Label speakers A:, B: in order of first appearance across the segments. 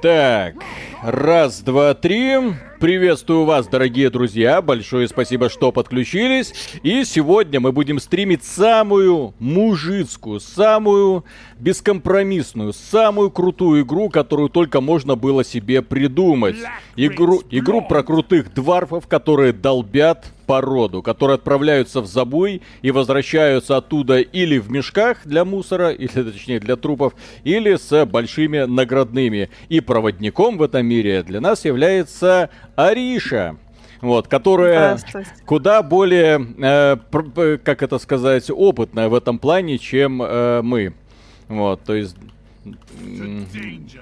A: Так, раз, два, три. Приветствую вас, дорогие друзья. Большое спасибо, что подключились. И сегодня мы будем стримить самую мужицкую, самую бескомпромиссную, самую крутую игру, которую только можно было себе придумать. Игру, игру про крутых дварфов, которые долбят породу, которые отправляются в забой и возвращаются оттуда или в мешках для мусора, или точнее для трупов, или с большими наградными. И проводником в этом мире для нас является Ариша. Вот, которая
B: Здравствуйте.
A: куда более, э, пр- э, как это сказать, опытная в этом плане, чем э, мы. Вот, то есть м,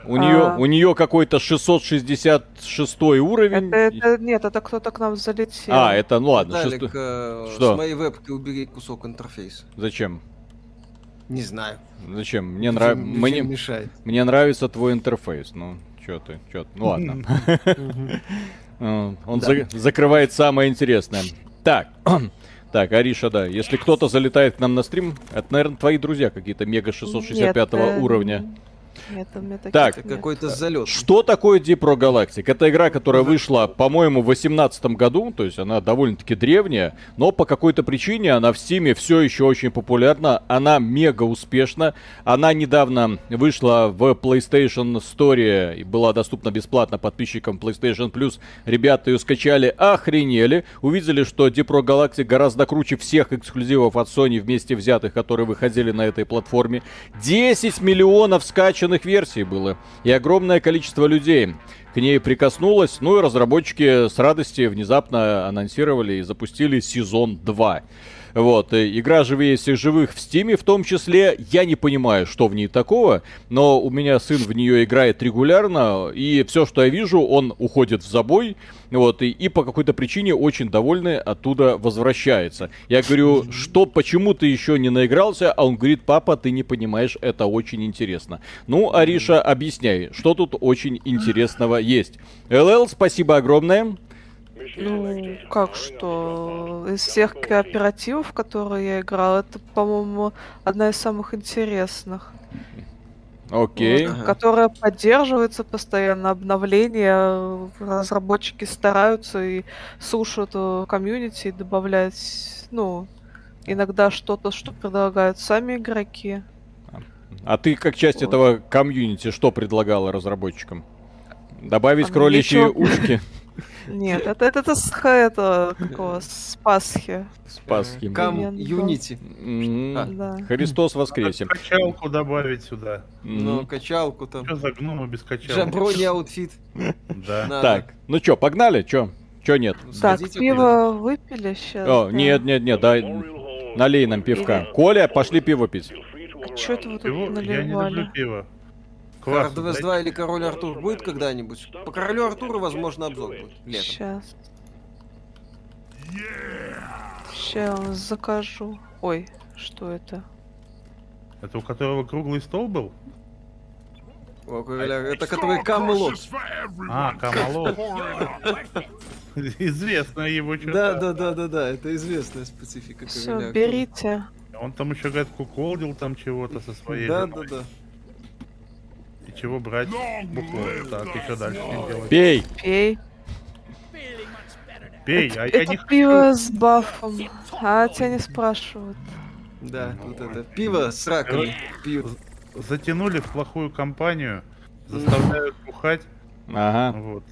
A: у нее,
B: А.
A: у нее какой-то 666 уровень.
B: Это, это- нет, это кто-то к нам залетел.
A: А, это, ну ладно,
C: Виталик,
A: шестой-
C: э,
A: Что?
C: с моей вебки убери кусок интерфейса.
A: Зачем?
C: Не знаю.
A: Зачем? Мне, нрав...
C: Чем-
A: мне...
C: чем мешает.
A: мне нравится твой интерфейс. Ну, чё ты, чё ты. Ну ладно. Э, Он
C: Да.
A: за- закрывает самое интересное. Так. Так, Ариша, да, если кто-то залетает к нам на стрим, это, наверное, твои друзья какие-то мега 665
B: Нет, э,
A: уровня.
B: Нет, у меня таких
A: Так.
C: Это
B: нет.
C: какой-то залет.
A: Что такое Deep Rock Galactic? Это игра, которая вышла, по-моему, в 2018 году, то есть она довольно-таки древняя, но по какой-то причине она в Стиме все еще очень популярна, она мега успешна, она недавно вышла в PlayStation Store и была доступна бесплатно подписчикам PlayStation Plus. Ребята ее скачали, охренели, увидели, что Deep Rock Galactic гораздо круче всех эксклюзивов от Sony вместе взятых, которые выходили на этой платформе. 10 миллионов скачанных версий было и огромное количество людей к ней прикоснулось. Ну и разработчики с радости внезапно анонсировали и запустили сезон 2. Вот, и игра живее всех живых в Стиме в том числе. Я не понимаю, что в ней такого, но у меня сын в нее играет регулярно, и все, что я вижу, он уходит в забой, вот, и, и по какой-то причине очень довольный оттуда возвращается. Я говорю, что, почему ты еще не наигрался? А он говорит, папа, ты не понимаешь, это очень интересно. Ну, Ариша, объясняй, что тут очень интересного есть. ЛЛ, спасибо огромное.
B: Ну, как что? Из всех кооперативов, в которые я играл, это, по-моему, одна из самых интересных.
A: Окей.
C: Ага.
B: Которая поддерживается постоянно, обновления, разработчики стараются и слушают э, комьюнити и добавляют, ну, иногда что-то, что предлагают сами игроки.
A: А ты как часть этого комьюнити что предлагала разработчикам? Добавить
B: А, ну,
A: кроличьи
B: ничего.
A: ушки
B: Нет, это, это, это с, это, как его, с Пасхи.
A: с Пасхи.
C: Э, Кам
B: Блин,
C: Юнити. А,
A: М,
B: Да.
A: Христос воскресе.
D: Качалку добавить сюда.
C: Ну,
A: М,
C: качалку там.
D: Что за гномы без качалки?
C: Жаброни аутфит.
D: Да.
C: Надо.
A: Так, ну чё, погнали? Чё? Чё нет?
C: Ну,
B: Так,
C: сходите
B: пиво выпили сейчас.
A: О, нет, нет, нет, дай, налей нам пивка. Коля, пошли пиво пить.
B: А что это вы тут
D: Пиво? Я не
B: наливали?
D: люблю пиво. Квас.
C: куда-нибудь. Hard West
D: дайте.
C: 2 или Король Артур будет когда-нибудь? По Королю Артуру, возможно, обзор будет. Летом.
B: Сейчас. Сейчас закажу. Ой, что это?
D: Это у которого круглый стол был?
C: О, Короля- Это который Камелот.
D: А, Камалот. Известная его
C: Да,
D: черта.
C: да, да, да, да. Это известная специфика
B: Все,
C: Короля.
B: берите.
D: Он там еще, говорит, куколдил там чего-то со своей
C: Да, да,
D: женой.
C: да.
D: И чего брать? Бухло. Так, и что дальше не делать?
A: Пей!
B: Пей.
D: Пей, а я
B: это
D: не
B: пиво с бафом. А тебя не спрашивают.
C: Да,
A: Ну,
C: вот это. Пиво с раками пьют.
D: Затянули в плохую компанию, заставляют бухать,
A: Ага.
D: вот.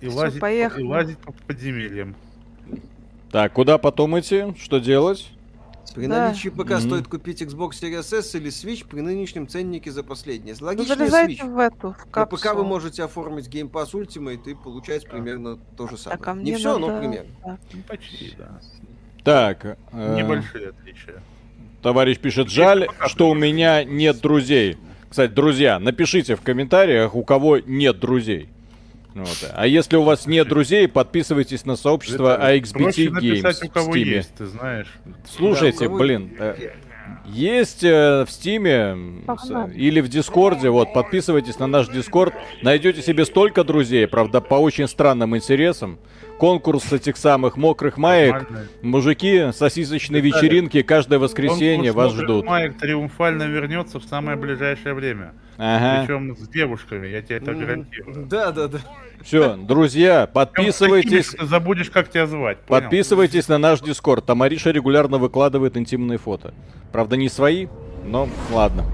D: И
B: Всё,
D: лазить, по- и
B: поехали.
D: лазить по подземельям.
A: Так, куда потом идти? Что делать?
C: При
B: Да.
C: наличии ПК
A: Мгм.
C: стоит купить Xbox Series S или Switch при нынешнем ценнике за последнее.
B: Ну,
C: Логичнее
B: залезайте
C: Switch.
B: в эту, в
C: На ПК вы
B: капсулу.
C: можете оформить Game Pass Ultimate и получать примерно то же самое.
B: Так, а
C: Не
B: мне
C: все, но
B: надо-
C: примерно.
B: так.
D: Ну, почти, да.
A: Так, э,
D: Небольшие отличия.
A: товарищ пишет, жаль, что у меня нет друзей. Кстати, друзья, напишите в комментариях, у кого нет друзей. Вот. А если у вас нет друзей, подписывайтесь на сообщество
D: Виталий,
A: AXBT
D: Проще
A: Games
D: написать, у
A: в
D: кого
A: Стиме.
D: есть, ты знаешь.
A: Слушайте,
C: Да, у кого
A: блин, э, есть э, в Стиме м, с-
B: Погнали.
A: или в Дискорде, вот, подписывайтесь на наш Дискорд, найдете себе столько друзей, правда, по очень странным интересам, конкурс этих самых мокрых маек.
D: Нормально.
A: Мужики, сосисочные вечеринки каждое воскресенье
D: Конкурс
A: вас
D: «Мокрых
A: ждут.
D: Маек триумфально вернется в самое ближайшее время.
A: Ага.
D: Причем с девушками, я тебе это гарантирую.
C: Да, да, да.
A: Все, друзья,
D: Причем с такими,
A: подписывайтесь.
D: что Ты забудешь, как тебя звать. понял?
A: Подписывайтесь на наш Дискорд. Там Ариша регулярно выкладывает интимные фото. Правда, не свои, но ладно.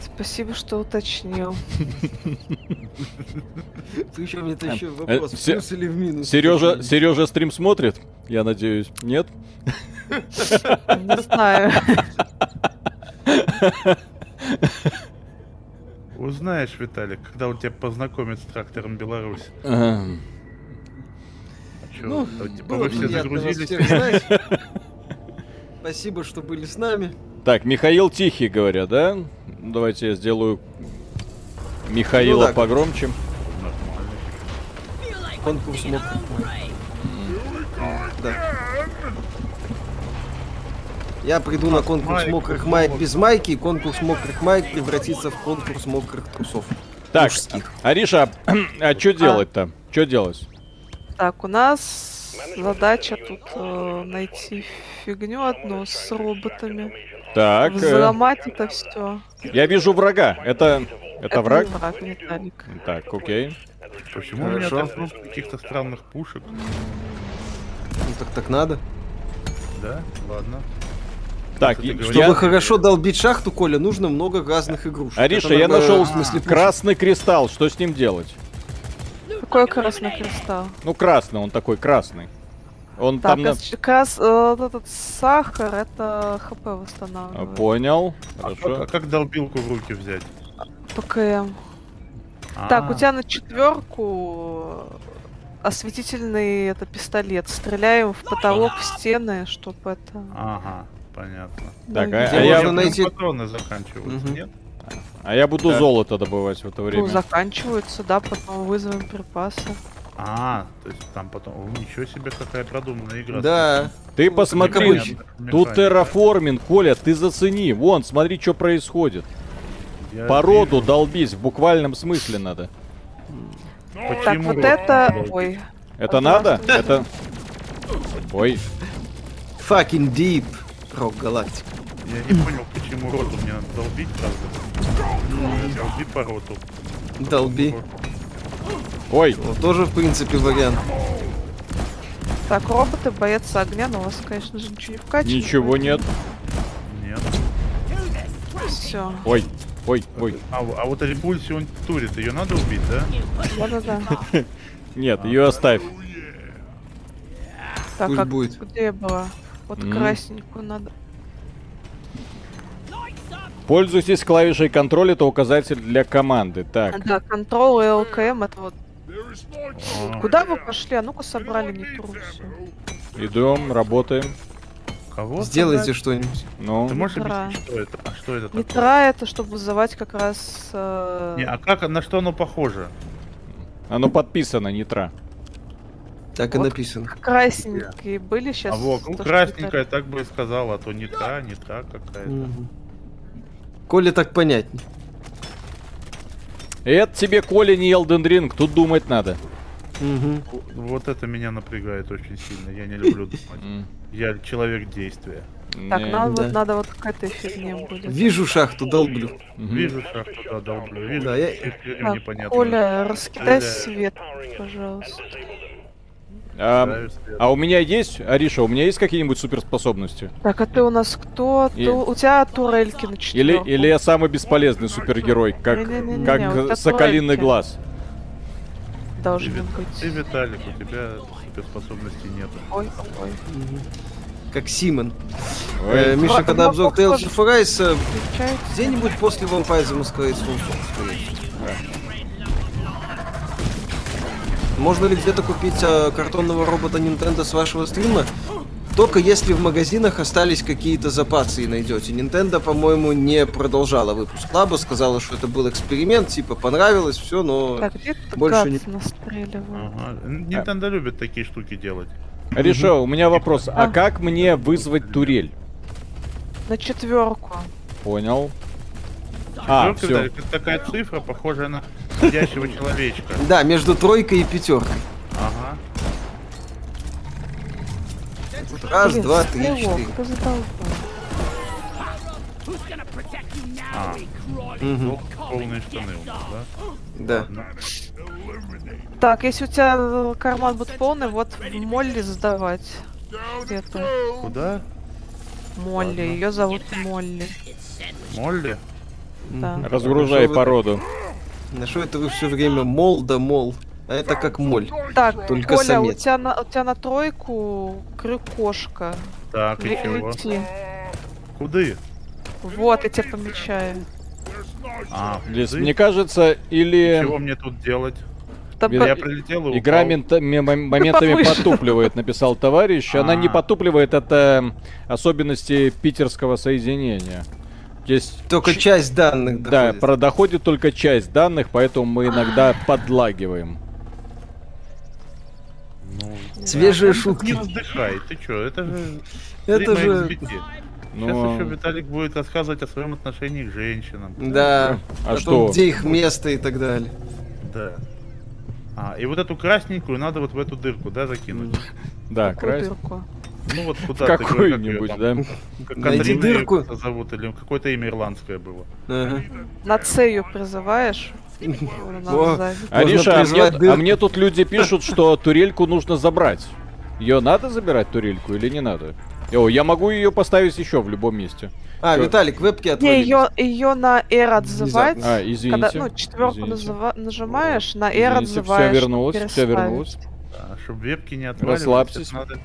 B: Спасибо, что уточнил.
C: Причем это
D: Эм,
C: еще
A: Э,
C: вопрос, в
A: все-
C: плюс или в минус.
A: Сережа, Сережа стрим смотрит? Я надеюсь. Нет?
B: Не знаю.
D: Узнаешь, Виталик, когда он тебя познакомит с трактором Беларусь.
A: Эм,
D: Чё,
C: Ну,
D: то, типа,
C: было
D: вы все
C: приятно вас
D: загрузились.
C: всех знать. Спасибо, что были с нами.
A: Так, Михаил Тихий, говорят, да? Давайте я сделаю Михаила
C: Ну да.
A: погромче.
D: Нормально.
C: Конкурс мог. Да. Я приду на конкурс
D: Майк,
C: мокрых маек без майки, и конкурс мокрых маек превратится в конкурс мокрых трусов.
A: Так,
C: Мужских.
A: Ариша, а что делать-то? Что делать?
B: Так, у нас задача тут э, найти фигню одну с роботами.
A: Так, э,
B: Взломать это все.
A: я вижу врага. Это, это враг?
B: враг, Виталик.
A: Так, окей.
D: Почему у меня
C: Хорошо.
D: так много каких-то странных пушек?
C: Ну так так надо.
D: Да? Ладно.
A: Так,
D: ты
A: я-
D: говоришь?
C: Чтобы
A: я-
C: хорошо долбить шахту, Коля, нужно много разных игрушек.
A: Ариша,
C: Это
A: А я
C: надо- А.
A: нашел
C: в смысле,
A: красный кристалл. Что с ним делать?
B: Какой красный кристалл?
A: Ну, красный, он такой красный. Он
B: Так,
A: там... на-
B: а крас- э, вот этот сахар, это хп
A: А,
B: восстанавливает.
A: Понял.
D: А
A: Хорошо.
D: как, а как долбилку в руки взять?
B: ПКМ. Так,
D: А,
B: у тебя на четверку э, осветительный это пистолет. Стреляем в потолок, в стены, чтобы это...
D: Ага, понятно.
A: А, Так,
B: Ну,
A: а-
B: и-
A: а я-
D: Можно найти...
C: найти-
D: патроны заканчиваются,
C: Мгм.
D: нет?
A: А я буду
C: Так.
A: золото добывать в это
B: Ну,
A: время.
B: заканчиваются, да, потом вызовем припасы.
D: А, то есть там потом... О, ничего себе, какая продуманная игра.
C: Да.
A: Ты
C: Ну,
A: посмотри,
C: как обычно.
A: тут терраформинг, Коля, ты зацени. Вон, смотри, что происходит. Породу долбись, в буквальном смысле надо.
B: Так, вот это... Ой,
A: Это
B: Пожалуйста.
A: надо? Это... Ой,
C: Fucking deep. Рок Галактик.
D: Я не понял, почему роту мне надо долбить, правда? Ну, Долби по роту.
C: Долби.
A: ой.
C: Вот тоже, в принципе, вариант.
B: так, роботы боятся огня, но у вас, конечно же, ничего не вкачивает.
A: Ничего нет.
D: Нет.
B: Все.
A: Ой, ой, ой.
D: А, в- а вот репульсию он турит, ее надо убить, да?
B: Да-да-да.
A: Нет, ее оставь.
B: Так,
C: Пусть
B: а
C: будет.
B: где я была? Вот
A: М.
B: красненькую надо.
A: Пользуйтесь клавишей контроль, это указатель для команды. Так,
B: Да, контрол и ЛКМ, это вот...
D: А,
B: Куда вы пошли? А ну-ка собрали не трусы.
A: идем, работаем.
D: Кого?
C: Сделайте
D: создать?
C: что-нибудь.
A: Ну,
D: Ты можешь
B: Нитра.
D: объяснить, что это? А что это такое?
B: Метра это, чтобы вызывать как раз... э,
D: Не, а как, на что оно похоже?
A: оно подписано, нитра.
C: Так и
B: Вот.
C: написано.
B: Красненькие были сейчас.
D: а вот, ну, красненькая, так бы и сказала, а то не та, не та какая-то.
C: Мгм. Коля так понятнее.
A: Это тебе, Коля, не Elden Ring, тут думать надо.
C: Мгм.
D: В- Вот это меня напрягает очень сильно, я не люблю думать.
A: М,
D: Я человек действия.
B: Так,
A: не.
B: надо,
C: Да.
B: вот, надо вот к этой фигне будет.
C: Вижу шахту, долблю.
A: Мгм.
D: Вижу, как туда долблю, вижу,
C: Да, я-
D: как фигню
B: Так,
D: непонятную.
B: Коля, раскидай
D: Да.
B: свет, пожалуйста.
A: А,
D: Ставишь свет.
A: а у меня есть, Ариша, у меня есть какие-нибудь суперспособности?
B: Так, а ты у нас кто?
A: И-
B: Ту- У тебя турельки на
A: Или,
B: четверку.
A: или я самый бесполезный супергерой, как,
B: Не-не-не-не, вот
A: как
B: это
A: соколиный
B: лайки.
A: глаз?
D: Ты,
B: Должен
D: Вит- ты,
B: быть.
D: Виталик, у тебя суперспособностей нету.
B: Ой, ой.
C: Как Симон. Э,
A: Ой,
C: Миша,
B: Ладно,
C: когда
B: ну,
C: обзор
B: похоже.
C: Tales of Arise, э,
B: Включается.
C: где-нибудь после Vampire the Masquerade Sunset, скорее всего. Можно ли где-то купить э, картонного робота Nintendo с вашего стрима? Только если в магазинах остались какие-то запасы и найдете. Nintendo, по-моему, не продолжала выпуск лаба, сказала, что это был эксперимент, типа понравилось, все, но...
B: Так, где ты
C: Больше не- А.
B: гадс настреливал?
D: Ага. Nintendo любит такие штуки делать.
A: Ариша, у меня вопрос. А
B: А.
A: как мне вызвать турель?
B: На четверку.
A: Понял. А,
D: Четвёрка,
A: все.
D: Виталик, это такая цифра, похожая на ходящего человечка.
C: Да, между тройкой и пятеркой.
D: Ага.
C: Вот раз,
B: Блин,
C: два, три,
B: стрелок,
C: четыре.
B: ты задолбал.
D: А,
C: Мгм,
D: ну, полные штаны у нас, да?
C: Да.
B: Так, если у тебя э, карман будет полный, вот в Молли сдавать. Это
D: Куда?
B: Молли, ее зовут Молли.
D: Молли?
B: Да.
A: Разгружай
C: Хорошо, вы-
A: породу.
C: На что это вы все время мол да мол? А это как моль.
B: Так,
C: Только
B: Коля, у
C: самец.
B: тебя, на, у тебя на тройку крюкошка.
D: Так, и чего?
B: Лети.
D: Куды?
B: Вот, я тебя помечаю.
D: А,
A: Здесь,
D: куды?
A: мне кажется, или
D: Чего мне тут делать?
B: Там
A: Бери-
B: по-
D: Я прилетел и
A: игра
D: упал.
A: мента- ме- мом- моментами
B: Повыше.
A: потупливает, написал товарищ. Она не
D: А.
A: потупливает, это эм, особенности питерского соединения. Здесь
C: Только часть данных
A: Да,
C: доходит.
A: про доходит только часть данных, поэтому мы иногда подлагиваем.
D: Ну,
C: Свежие
D: не
C: шутки.
D: раздыхай, ты чё, это же...
C: Это
D: три моих
C: же...
D: пяти. Сейчас
A: Ну,
D: еще Виталик будет рассказывать о своем отношении к женщинам.
C: Да.
A: а
C: Потом,
A: что?
C: Где их место и так далее.
D: Да. А, и вот эту красненькую надо вот в эту дырку, да, закинуть?
A: Да,
B: какую
A: крась.
B: дырку?
D: Ну вот куда ты, как её
A: Какую-нибудь,
D: там,
A: да?
D: как
C: Найди
D: Катрина
C: дырку.
D: её зовут, или какое-то имя ирландское было.
C: Ага.
B: На С ее призываешь.
C: О.
B: Она сзади.
A: Ариша, а мне,
C: призвать
A: а
C: дырку.
A: мне тут люди пишут, что турельку нужно забрать. Ее надо забирать, турельку, или не надо? О, я могу ее поставить еще в любом месте.
C: А,
A: Чё?
C: Виталик, вебки
B: Не,
C: отвалились.
B: ее, ее на R отзывать.
C: Внезапно.
A: А,
B: Когда,
A: извините.
B: ну, четверку
A: извините.
B: называ- нажимаешь, на R
A: Извините,
B: отзываешь.
A: всё вернулось, всё
B: переставить.
A: вернулось.
D: А, чтобы вебки не отваливались,
A: Расслабьтесь.
D: это надо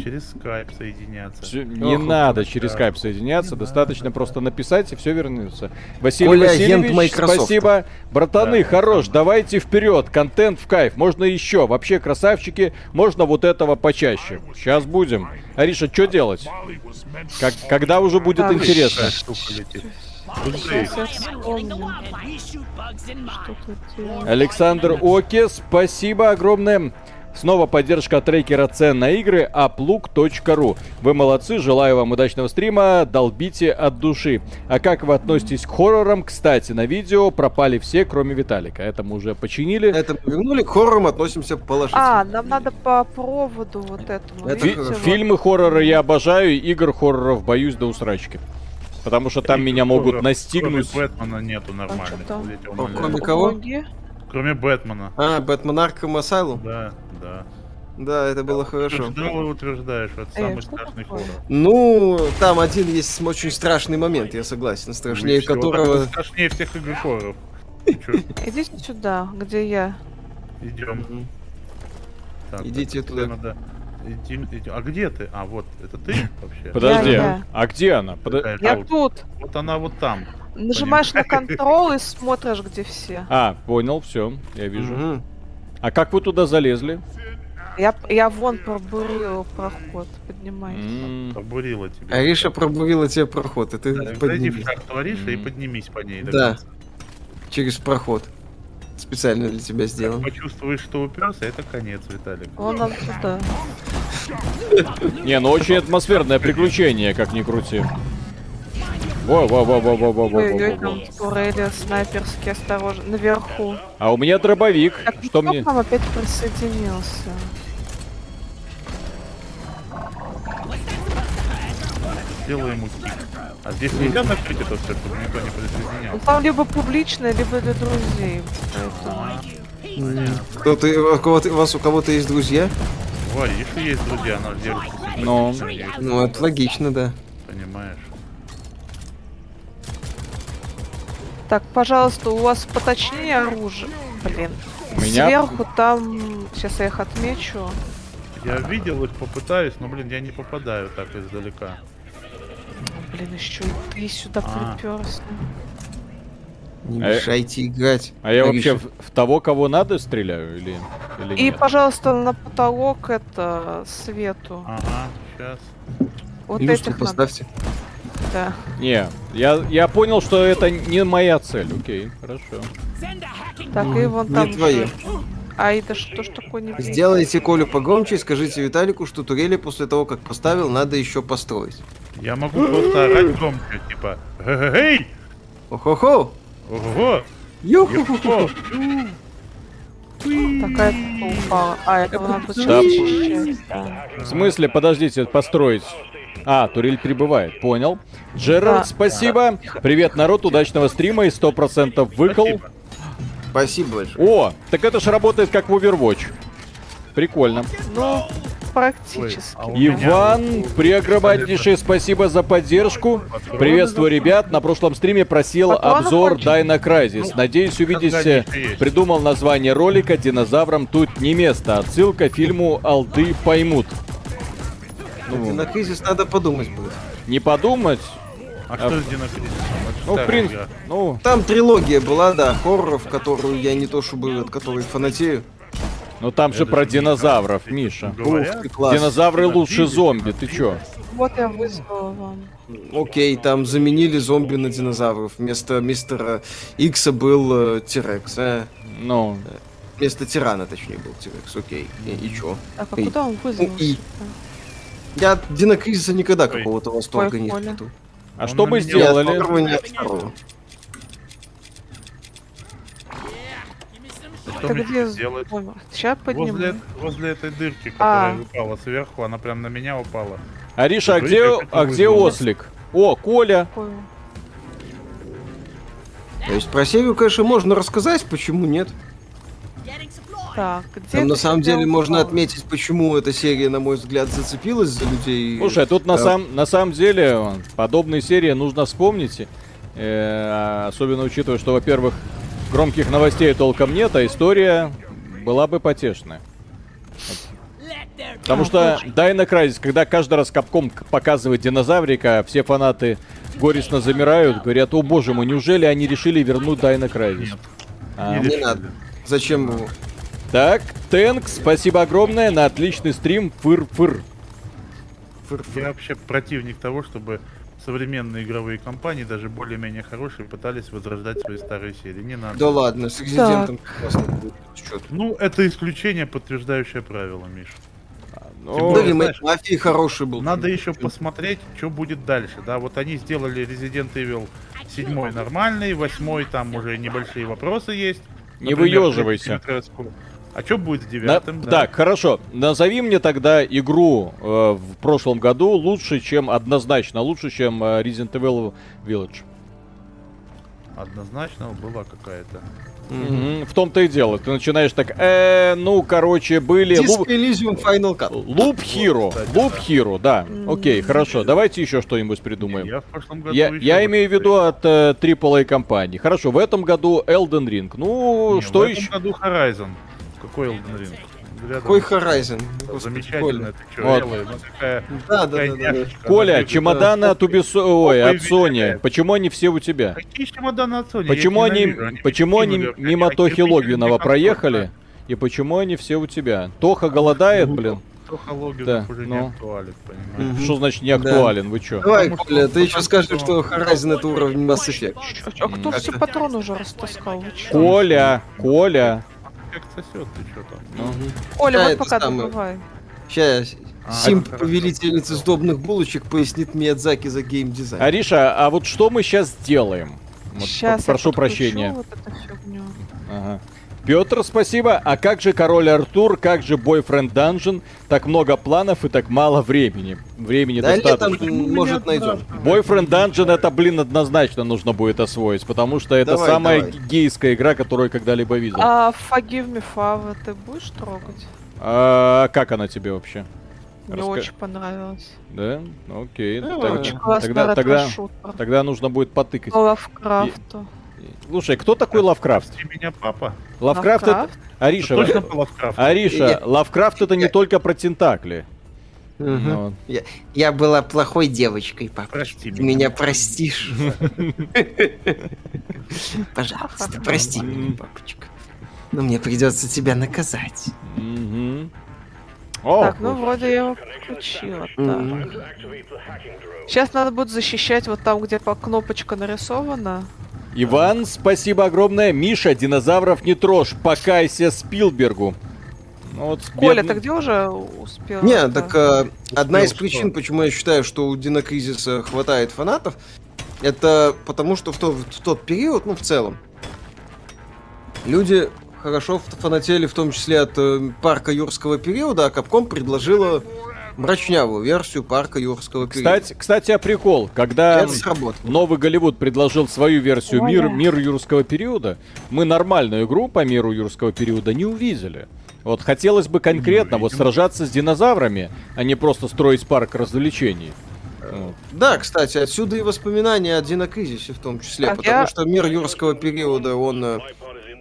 D: через скайп соединяться.
A: Всё, не
C: Ох,
A: надо
D: ох,
A: через
D: да.
A: скайп соединяться,
D: Не
A: достаточно
D: надо,
A: просто написать и все вернется. Василий
C: Коля, агент
A: Васильевич,
C: Microsoft.
A: спасибо. Братаны,
D: Да,
A: хорош,
D: да.
A: давайте вперед, контент в кайф, можно еще. Вообще, красавчики, можно вот этого почаще. Сейчас будем. Ариша, что делать? Как, когда уже будет
B: Так.
A: интересно?
D: Какая штука летит.
B: Сейчас я вспомню,
E: Что
B: что тут делать.
A: Александр Оке, спасибо огромное. Снова поддержка трекера цен на игры aplug.ru. Вы молодцы, желаю вам удачного стрима, долбите от души. А как вы относитесь к хоррорам? Кстати, на видео пропали все, кроме Виталика. Это мы уже починили.
C: Это мы вернули, к хоррорам относимся положительно.
B: А, нам надо по проводу вот этому.
C: Это
A: Фи-
B: видите, вот.
A: фильмы хоррора я обожаю, игр хорроров боюсь до усрачки. Потому что там меня могут
D: Кроме-
A: настигнуть.
D: Кроме Бэтмена нету нормальных.
B: там?
D: вот эти
C: О,
D: умоляю.
C: кроме
D: кроме...
C: кого?
B: Боги.
D: Бэтмена.
C: А, Бэтмен Аркхэм Асайлум?
D: Да, да.
C: Да, это было хорошо.
D: Утверждал и утверждаешь, что это
B: Э,
D: самый
B: что
D: страшный
B: такое?
D: хоррор.
C: Ну, там один есть см- очень страшный момент, я согласен, страшнее
D: И всё,
C: которого...
D: вот это Страшнее всех игр хорроров.
B: Идите сюда, где я.
D: Идем.
C: Мгм. Идите туда.
D: А где ты? А, вот, это ты вообще?
A: Подожди,
B: Я- я.
A: а где она? Подо-
D: Такая
B: Я
D: вот-
B: тут.
D: Вот она вот там.
B: Нажимаешь на контрол и смотришь, где все.
A: А, понял, все, я вижу.
C: Мгм.
A: А как вы туда залезли?
B: Я, я вон пробурила проход, поднимайся.
A: М.
D: Побурила тебя.
C: Ариша пробурила тебе проход, и ты
D: Да, Зайди в
C: подними
D: шахту Ариша и
A: М.
D: поднимись по ней. до
C: Да.
D: конца.
C: через проход. Специально для тебя сделан.
D: Почувствуешь, что уперся, это конец, Виталик.
B: Вон нам туда.
A: Не, ну очень атмосферное приключение, как ни крути. Во, во, во, во, во, во, во, во,
B: Ой-ой,
A: во.
B: там турели снайперские, осторожно. Наверху.
A: А у меня дробовик.
B: Так,
A: Что
B: кто
A: мне?
B: к нам опять присоединился?
D: Сделай ему кик. А здесь нельзя накрыть это все, чтобы никто не присоединялся.
B: Ну, там либо публичное, либо для друзей. Поэтому...
C: Кто-то, у кого-то, у вас у кого-то есть друзья?
D: У Ариши есть друзья, она держится. с ним,
A: Ну,
C: Ну, это логично, да.
D: Понимаешь?
B: Так, пожалуйста, у вас поточнее оружие. Блин.
A: У меня-
B: Сверху там... Сейчас я их отмечу.
D: Я видел их, попытаюсь, но, блин, я не попадаю так издалека.
B: Блин, еще и ты сюда
D: А.
B: приперся.
C: Не
A: А я-
C: мешайте играть.
A: а я вообще
C: Ариша.
A: в, в того, кого надо, стреляю или, или
B: И,
A: нет?
B: пожалуйста, на потолок это свету.
D: Ага, сейчас.
B: Вот
C: Юшку
B: этих надо.
C: поставьте.
B: Да.
A: Не, я, я понял, что это не моя цель. Окей, хорошо.
B: Так, и вон там.
C: Не твое.
B: А это что ж такое не
C: Сделайте Колю погромче и скажите Виталику, что турели после того, как поставил, надо еще построить.
D: Я могу просто орать громко, типа «Эй!
C: Охо-хо!
D: Ого!
C: Юху!
D: Юхо!
B: Такая упала. А, этого надо будет
A: Да.
B: чаще.
A: В смысле, подождите, построить. А, турель прибывает, понял. Джерард,
B: Да.
A: спасибо. Привет, народ, удачного стрима и 100% выкол.
D: Спасибо.
C: Спасибо большое.
A: О, так это ж работает как в Overwatch. Прикольно.
D: Ой,
B: Ну, практически.
D: а у меня
A: Иван,
D: вот-
A: преогромаднейшее спасибо за поддержку. Приветствую, ребят. На прошлом стриме просил
B: Патронов
A: обзор
B: хочешь?
A: Дайна Crysis. Надеюсь, увидите.
D: когда-нибудь Ну, есть.
A: Придумал название ролика «Динозаврам тут не место». Отсылка к фильму «Алды поймут». Ну,
C: На кризис надо подумать будет.
A: не подумать.
D: А что с Динокризисом? Это
A: Ну, в
D: старая
A: принципе,
D: игра.
A: ну,
C: Там трилогия была, да, хорроров, которую я не то чтобы от которой фанатею.
A: ну там же
D: даже
A: про
D: не
A: динозавров,
D: знаю,
A: Миша.
D: Говорят,
C: Ух ты, класс.
A: Динозавры
D: Динозавры
A: лучше зомби, ты чё?
D: а
B: Вот я вызвала вам.
C: Окей, там заменили зомби на динозавров. Вместо мистера Икса был э, Тирекс, а?
A: Ну,
C: Вместо Тирана, точнее, был Тирекс, окей. И, и чё?
B: Так, а
C: Эй.
B: куда он вызвал?
C: и- Я от Динокризиса никогда какого-то восторга
B: Ой,
C: не
B: Коля.
C: испытывал.
A: а
D: Он
A: что мы
D: на меня
C: Ни от
A: сделали?
C: первого, ни от второго.
D: Что
B: Так
D: мне
B: где
D: теперь делать?
B: Сейчас
D: Возле,
B: подниму.
D: возле этой дырки, которая
B: А.
D: упала сверху, она прям на меня упала.
A: Ариша, а
D: Вы
A: где,
D: как это
A: а где
D: вызвало?
A: ослик? О, Коля.
B: Такой вот.
C: То есть про Севию, конечно, можно рассказать, почему нет.
B: Так, где
C: Там на
B: это
C: самом
B: всё
C: деле
B: дело
C: можно
B: попало?
C: отметить, почему эта серия, на мой взгляд, зацепилась за людей.
A: Слушай, тут на,
C: Да.
A: сам, на самом деле он, подобные серии нужно вспомнить. э, особенно учитывая, что, во-первых, громких новостей толком нет, а история была бы потешная. Потому что Дайна Крайзис, когда каждый раз Капком к- показывает динозаврика, все фанаты горестно замирают, говорят, о боже мой, неужели они решили вернуть Дайна Крайзис? А,
D: Или
C: Не
D: что
C: надо.
D: ли?
C: Зачем его?
A: так, Тэнк, спасибо огромное на отличный стрим, фыр-фыр.
D: Я вообще противник того, чтобы современные игровые компании, даже более-менее хорошие, пытались возрождать свои старые серии. Не надо.
C: Да ладно, с резидентом классно будет. Чё ты?
D: Ну, это исключение, подтверждающее правило, Миш.
A: Ну,
C: Да, ремейк
D: знаешь,
C: мафии хороший был.
D: Надо еще посмотреть, что будет дальше. Да, вот они сделали Resident Evil 7 нормальный, 8 там уже небольшие вопросы есть.
A: Не
D: Например,
A: выёживайся.
D: Dimitrescu. А что будет с
A: На-
D: девятым? да?
A: Так, хорошо. Назови мне тогда игру э, в прошлом году лучше, чем однозначно лучше, чем э, Resident Evil Village.
D: Однозначно была какая-то.
A: Мгм, В том-то и дело. Ты начинаешь так, э, ну, короче, были
C: Диско
A: Loop
C: Elysium Final Cut.
A: Loop Hero,
D: кстати,
A: Loop Hero, да.
B: М.
A: Окей, хорошо. Давайте еще что-нибудь придумаем.
D: Я в прошлом году
A: Я,
D: ещё
A: я
D: вот
A: имею в виду от э, AAA компании. Хорошо, в этом году Elden Ring. Ну,
D: Не,
A: что
D: в этом
A: еще?
D: году Horizon. Какой Elden Ring? Рядом.
C: Какой Horizon? Господи,
D: Замечательно, ты чё,
A: Вот.
D: Элла, ну такая...
C: Коля. Да, да,
D: такая
C: да, да, да.
D: няшечка, она
A: Коля,
D: бегает.
A: чемоданы от Ubisoft, ой,
D: Опа,
A: от
D: и
A: Sony.
D: великая.
A: Почему они все у тебя?
D: Какие чемоданы от Sony? Я
A: Почему
D: их
A: они,
D: ненавижу,
A: почему
D: такие
A: они
D: выдержки,
A: мимо
D: они
A: Тохи
D: кирпичи,
A: Логвинова
D: как
A: проехали? И почему они все у тебя? Тоха голодает, блин.
D: торт. Тоха Логвинов
A: Да,
D: уже
A: ну.
D: не актуален, понимаешь?
C: Мгм.
A: Что значит не актуален? Вы чё?
C: Давай,
D: Потому
C: Коля,
D: что-
C: ты еще
D: потому
C: скажешь, что
D: что-
C: Horizon это уровень Mass Effect.
B: А чё, а кто
A: Как-то-
B: все патроны уже растаскал? Вы чё?
A: Коля, Коля.
D: Как сосет, ты что там?
C: Ну,
B: Оля,
C: Да,
B: вот
C: это
B: пока
C: самое.
B: добывай.
C: Сейчас
D: А,
C: Симп,
D: хорошо.
C: повелительница сдобных булочек, пояснит Миядзаки за геймдизайн.
A: Ариша, а вот что мы сейчас сделаем? Вот,
B: Сейчас я
A: прошу
B: подключу
A: прощения.
B: Вот это фигню.
A: Петр, спасибо. А как же король Артур, как же бойфренд Данжен? Так много планов и так мало времени. Времени
C: Да летом,
A: достаточно.
C: м, Ну, может, найдем.
A: Бойфренд Данжен это, блин, однозначно нужно будет освоить, потому что это
C: Давай,
A: самая
C: давай.
A: гейская игра, которую я когда-либо видел.
B: А Forgive Me Father ты будешь трогать?
A: А как она тебе вообще?
B: Мне
A: Раска-
B: очень понравилось.
A: Да? Окей.
C: Да,
A: Так-
C: Ну, ладно.
B: Очень
A: Тогда,
B: классный
A: тогда,
B: ретро-шутер.
A: тогда нужно будет потыкать.
B: По Лавкрафту.
A: Слушай, кто такой Лавкрафт?
D: Ты меня папа?
A: Лавкрафт это...
B: Лавкрафт?
A: Ариша,
D: Это Точно по Лавкрафту?
A: Ариша,
C: Я-
A: Лавкрафт это не
C: я-
A: только про Тентакли.
C: Мгм.
A: Ну,
C: Я была плохой девочкой, папа.
D: Прости
C: Ты
D: меня.
C: меня простишь. Пожалуйста, прости меня, папочка. Но мне придется тебя наказать.
A: мгм. О,
B: так, ну вроде я его подключила.
C: Мгм.
B: Сейчас надо будет защищать вот там, где по- кнопочка нарисована.
A: Иван, спасибо огромное. Миша, динозавров не трожь, покайся Спилбергу. Ну вот с
B: Коля,
A: бедным-
B: ты где уже успела?
C: Не,
B: это?
C: так э, одна из
D: что?
C: причин, почему я считаю, что у Динокризиса хватает фанатов, это потому что в тот, в тот период, ну, в целом, люди хорошо ф- фанатели, в том числе от э, парка юрского периода, а Капком предложила мрачнявую версию парка юрского периода.
A: Кстати, эм, кстати, о прикол. Когда
C: это сработало.
A: Новый Голливуд предложил свою версию
E: Ой,
A: мир,
E: да.
A: мир юрского периода, мы нормальную игру по миру юрского периода не увидели. Вот хотелось бы конкретно вот
D: увидим.
A: сражаться с динозаврами, а не просто строить парк развлечений. Вот.
C: Да, кстати, отсюда и воспоминания о Динокризисе в том числе,
B: А
C: потому
B: я-
C: что мир юрского периода, он э,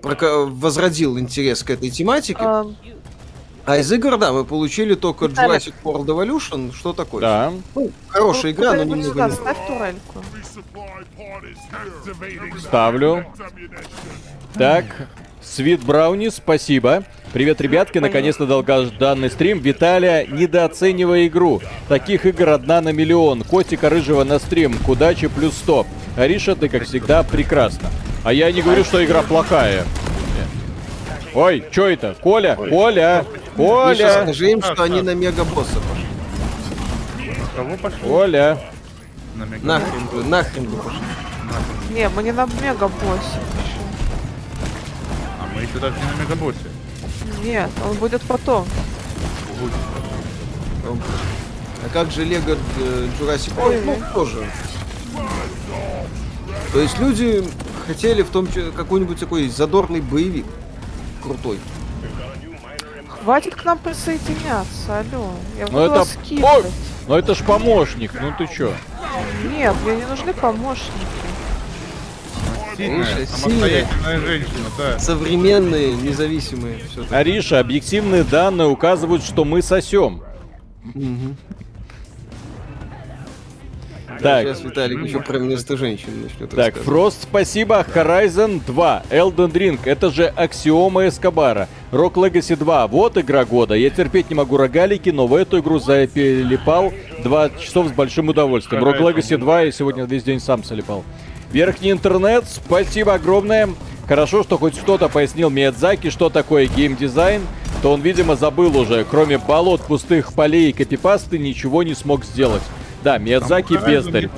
C: прока- возродил интерес к этой тематике. А,
B: Эм,
C: из игр, да, мы получили только
B: Виталик.
C: Jurassic World Evolution, что такое?
A: Да.
C: Ну, хорошая
B: ну,
C: игра, но
B: Виталий,
C: немного
B: да,
C: не
B: Ставь турельку.
A: Ставлю. Так. Свит Брауни, спасибо. Привет, ребятки, наконец-то долгожданный стрим. Виталия, недооценивая игру. Таких игр одна на миллион. Котика Рыжего на стрим. К удаче плюс 100. Ариша, ты, как всегда, прекрасна. А я не говорю, что игра плохая. Ой, что это? Коля, Коля,
C: Миша,
A: Коля,
C: скажи им,
D: Так,
C: что они
D: так.
C: на мегабосса пошли.
D: Кого пошли?
A: Коля.
D: На мега-
C: Нахрен бы, нахрен бы пошли.
B: Не, мы не на мегабоссе.
D: А мы еще даже не на мегабосе.
B: Нет, он будет потом.
C: А как же Лего э, Jurassic World? Ну, тоже. То есть люди хотели в том числе какой-нибудь такой задорный боевик. Крутой.
B: Хватит к нам присоединяться, алло. Я
A: Ну
B: буду
A: это...
B: вас
A: Ой,
B: скидывать.
A: ну это ж помощник, ну ты чё?
B: Нет, мне не нужны помощники.
D: Сильная,
C: Слушай,
D: самостоятельная женщина, да.
C: Современные, независимые. Все
A: Ариша, объективные данные указывают, что мы сосем. Так,
C: Сейчас Виталик еще про место женщин начнет
A: так,
C: рассказывать.
A: Фрост, спасибо. Horizon 2, Elden Ring, это же Аксиома Эскобара. Rock Legacy 2, вот игра года. Я терпеть не могу рогалики, но в эту игру залипал 20 часов с большим удовольствием. Rock Legacy 2 я сегодня весь день сам залипал. Верхний интернет, спасибо огромное. Хорошо, что хоть кто-то пояснил Миядзаки, что такое геймдизайн, то он, видимо, забыл уже. Кроме болот, пустых полей и копипасты ничего не смог сделать. Да, Миядзаки бездарь.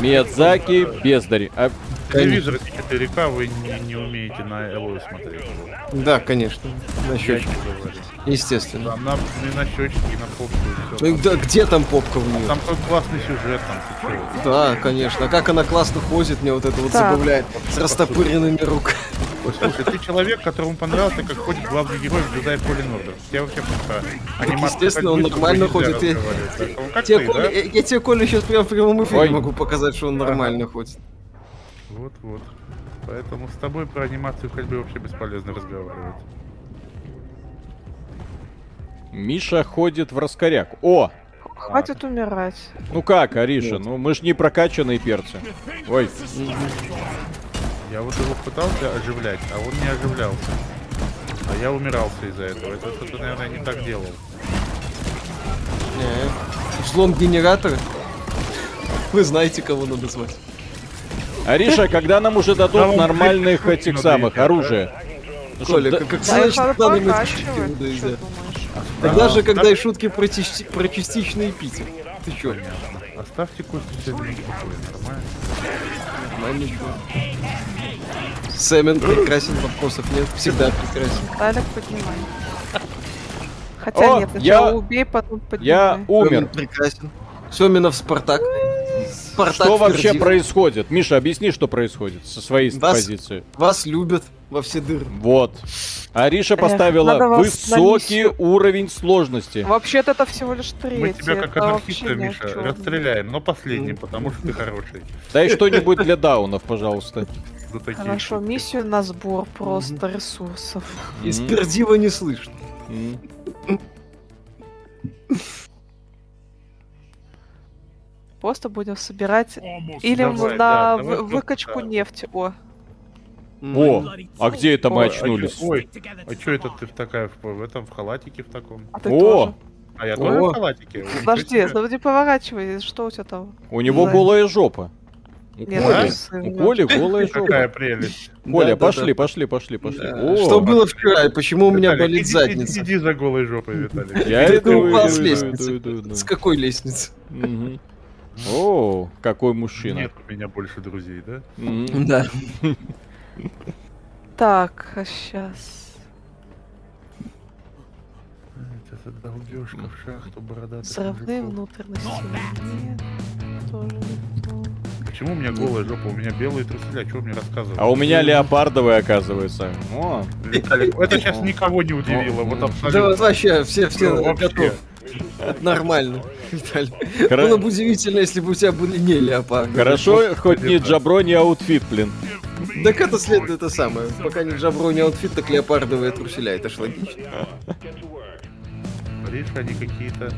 A: Миядзаки бездарь. А,
D: Телевизор 4К вы не, не умеете на ЛО смотреть.
C: Да, конечно. На
D: Чаще
C: щечке,
D: говорю.
C: естественно.
D: Да, на, и на щечки, и на попку, и
C: Ну,
D: все.
C: и да, где там попка у нее?
D: Там такой классный сюжет, там ты чё?
C: Да, конечно. А Как она классно ходит, мне вот это вот
B: Так.
C: забавляет. С растопыренными руками.
D: Слушай, ты человек, которому понравился, как ходит главный герой в Jedi Fallen Order. Я вообще пока
C: естественно, он нормально ходит, и-
D: ну, Как
C: Тебе
D: ты,
C: Коля-
D: да?
C: я, э, я тебе Коля сейчас прям в прямом эфире
A: Ой.
C: могу показать, что он нормально ходит.
D: Вот-вот. Поэтому с тобой про анимацию ходьбы вообще бесполезно разговаривать.
A: Миша ходит в раскоряк. О!
B: Хватит умирать.
A: Ну как, Ариша, ну мы ж не прокачанные перцы. Ой,
D: Я вот его пытался оживлять, а он не оживлялся. А я умирался из-за этого. Это что-то, наверное, не так делал.
C: Не, Взлом генератора. Вы знаете, кого надо звать.
A: Ариша, когда нам уже
D: Да
A: дадут
D: вам
A: нормальных
D: блядь,
A: этих
D: надоест,
A: самых
D: да?
A: оружия? Ну, чтоб
C: Коля,
A: да-
C: как, как
B: Да,
C: слышишь,
B: их надо
C: надо иметь
B: прокачивать,
C: шутки, ну да и
B: ты чё
C: да.
B: думаешь?
C: Так даже
D: Да.
C: когда и шутки про, тиш- про частичный эпитет. Ты чё?
D: Понятно. Оставьте Костю сегодня спокойно, нормально?
C: Нормально чё? Сэмен прекрасен, вопросов нет. Всегда прекрасен.
B: Виталик, поднимай. Хотя
A: О,
B: нет, сначала
A: я-
B: убей, потом поднимай.
A: Я
C: Семен
A: умер.
C: прекрасен. Семенов Спартак. Спартак
A: Что вообще
C: твердит.
A: происходит? Миша, объясни, что происходит со своей
C: Вас-
A: позиции.
C: Вас любят во все дыры.
A: Вот. Ариша
B: Эх, надо
A: поставила
B: вас
A: высокий
B: на
A: уровень сложности.
B: Вообще-то это всего лишь третье.
D: Мы тебя как
B: это вообще
D: анархиста,
B: ни о
D: Миша,
B: чём.
D: расстреляем, но последний, потому что ты хороший.
A: Дай что-нибудь для даунов, пожалуйста.
D: За такие
B: Хорошо,
D: шутки.
B: миссию на сбор просто ресурсов.
C: Из
A: М.
C: пердива не слышно.
A: М.
B: Просто будем собирать или
D: Ну, Давай, да,
B: мы на
D: давай
B: вы-
D: просто
B: выкачку
D: так.
B: нефти. О,
C: Ну,
A: О, а где это мы
B: Ой, а
A: очнулись?
D: Ой, а чё это ты в такая в, в этом, в халатике в таком?
B: а ты
A: О,
B: тоже.
D: А я
C: О.
D: тоже в халатике?
B: Подожди, ну не поворачивай, что у тебя там?
A: у него
B: Да.
A: голая жопа. У
B: Нет,
A: Коли-
B: ужасы,
A: у
B: нет.
A: Коли голая
D: Какая
A: жопа.
D: прелесть.
A: Коля,
C: Да-да-да.
A: пошли, пошли, пошли, пошли.
C: Да.
A: О,
C: Что было вчера и почему у меня
D: Виталик,
C: болит
D: иди-
C: задница?
D: Иди за голой жопой, Виталик.
A: Я это
C: Ты упал с
A: иду, иду,
C: лестницы.
A: иду, иду.
C: С какой лестницы?
A: Мгм. О, какой мужчина.
D: Нет у меня больше друзей, да?
A: Мгм.
C: Да.
B: а Так, сейчас.
D: долбежка в шахту, бородатых
B: Взрывные
D: мужиков.
B: внутренности. Нет, тоже не то.
D: Почему у меня голая жопа? У меня белые труселя, чего мне рассказывать?
A: А у меня леопардовые, оказывается. О,
D: Виталик, это сейчас никого не
A: Ну,
D: удивило, вот
C: Да вот
D: абсолютно.
C: вообще все, все
D: Ну, вообще.
C: готовы. Это нормально, Виталий.
A: Кра-
C: Было бы удивительно, если бы у тебя были не леопарды.
A: хорошо, хоть не Джабро, не аутфит, блин.
C: Так это следует это самое. Пока не жабро, не аутфит, так леопардовые труселя. Это ж логично.
D: Видишь, они какие-то,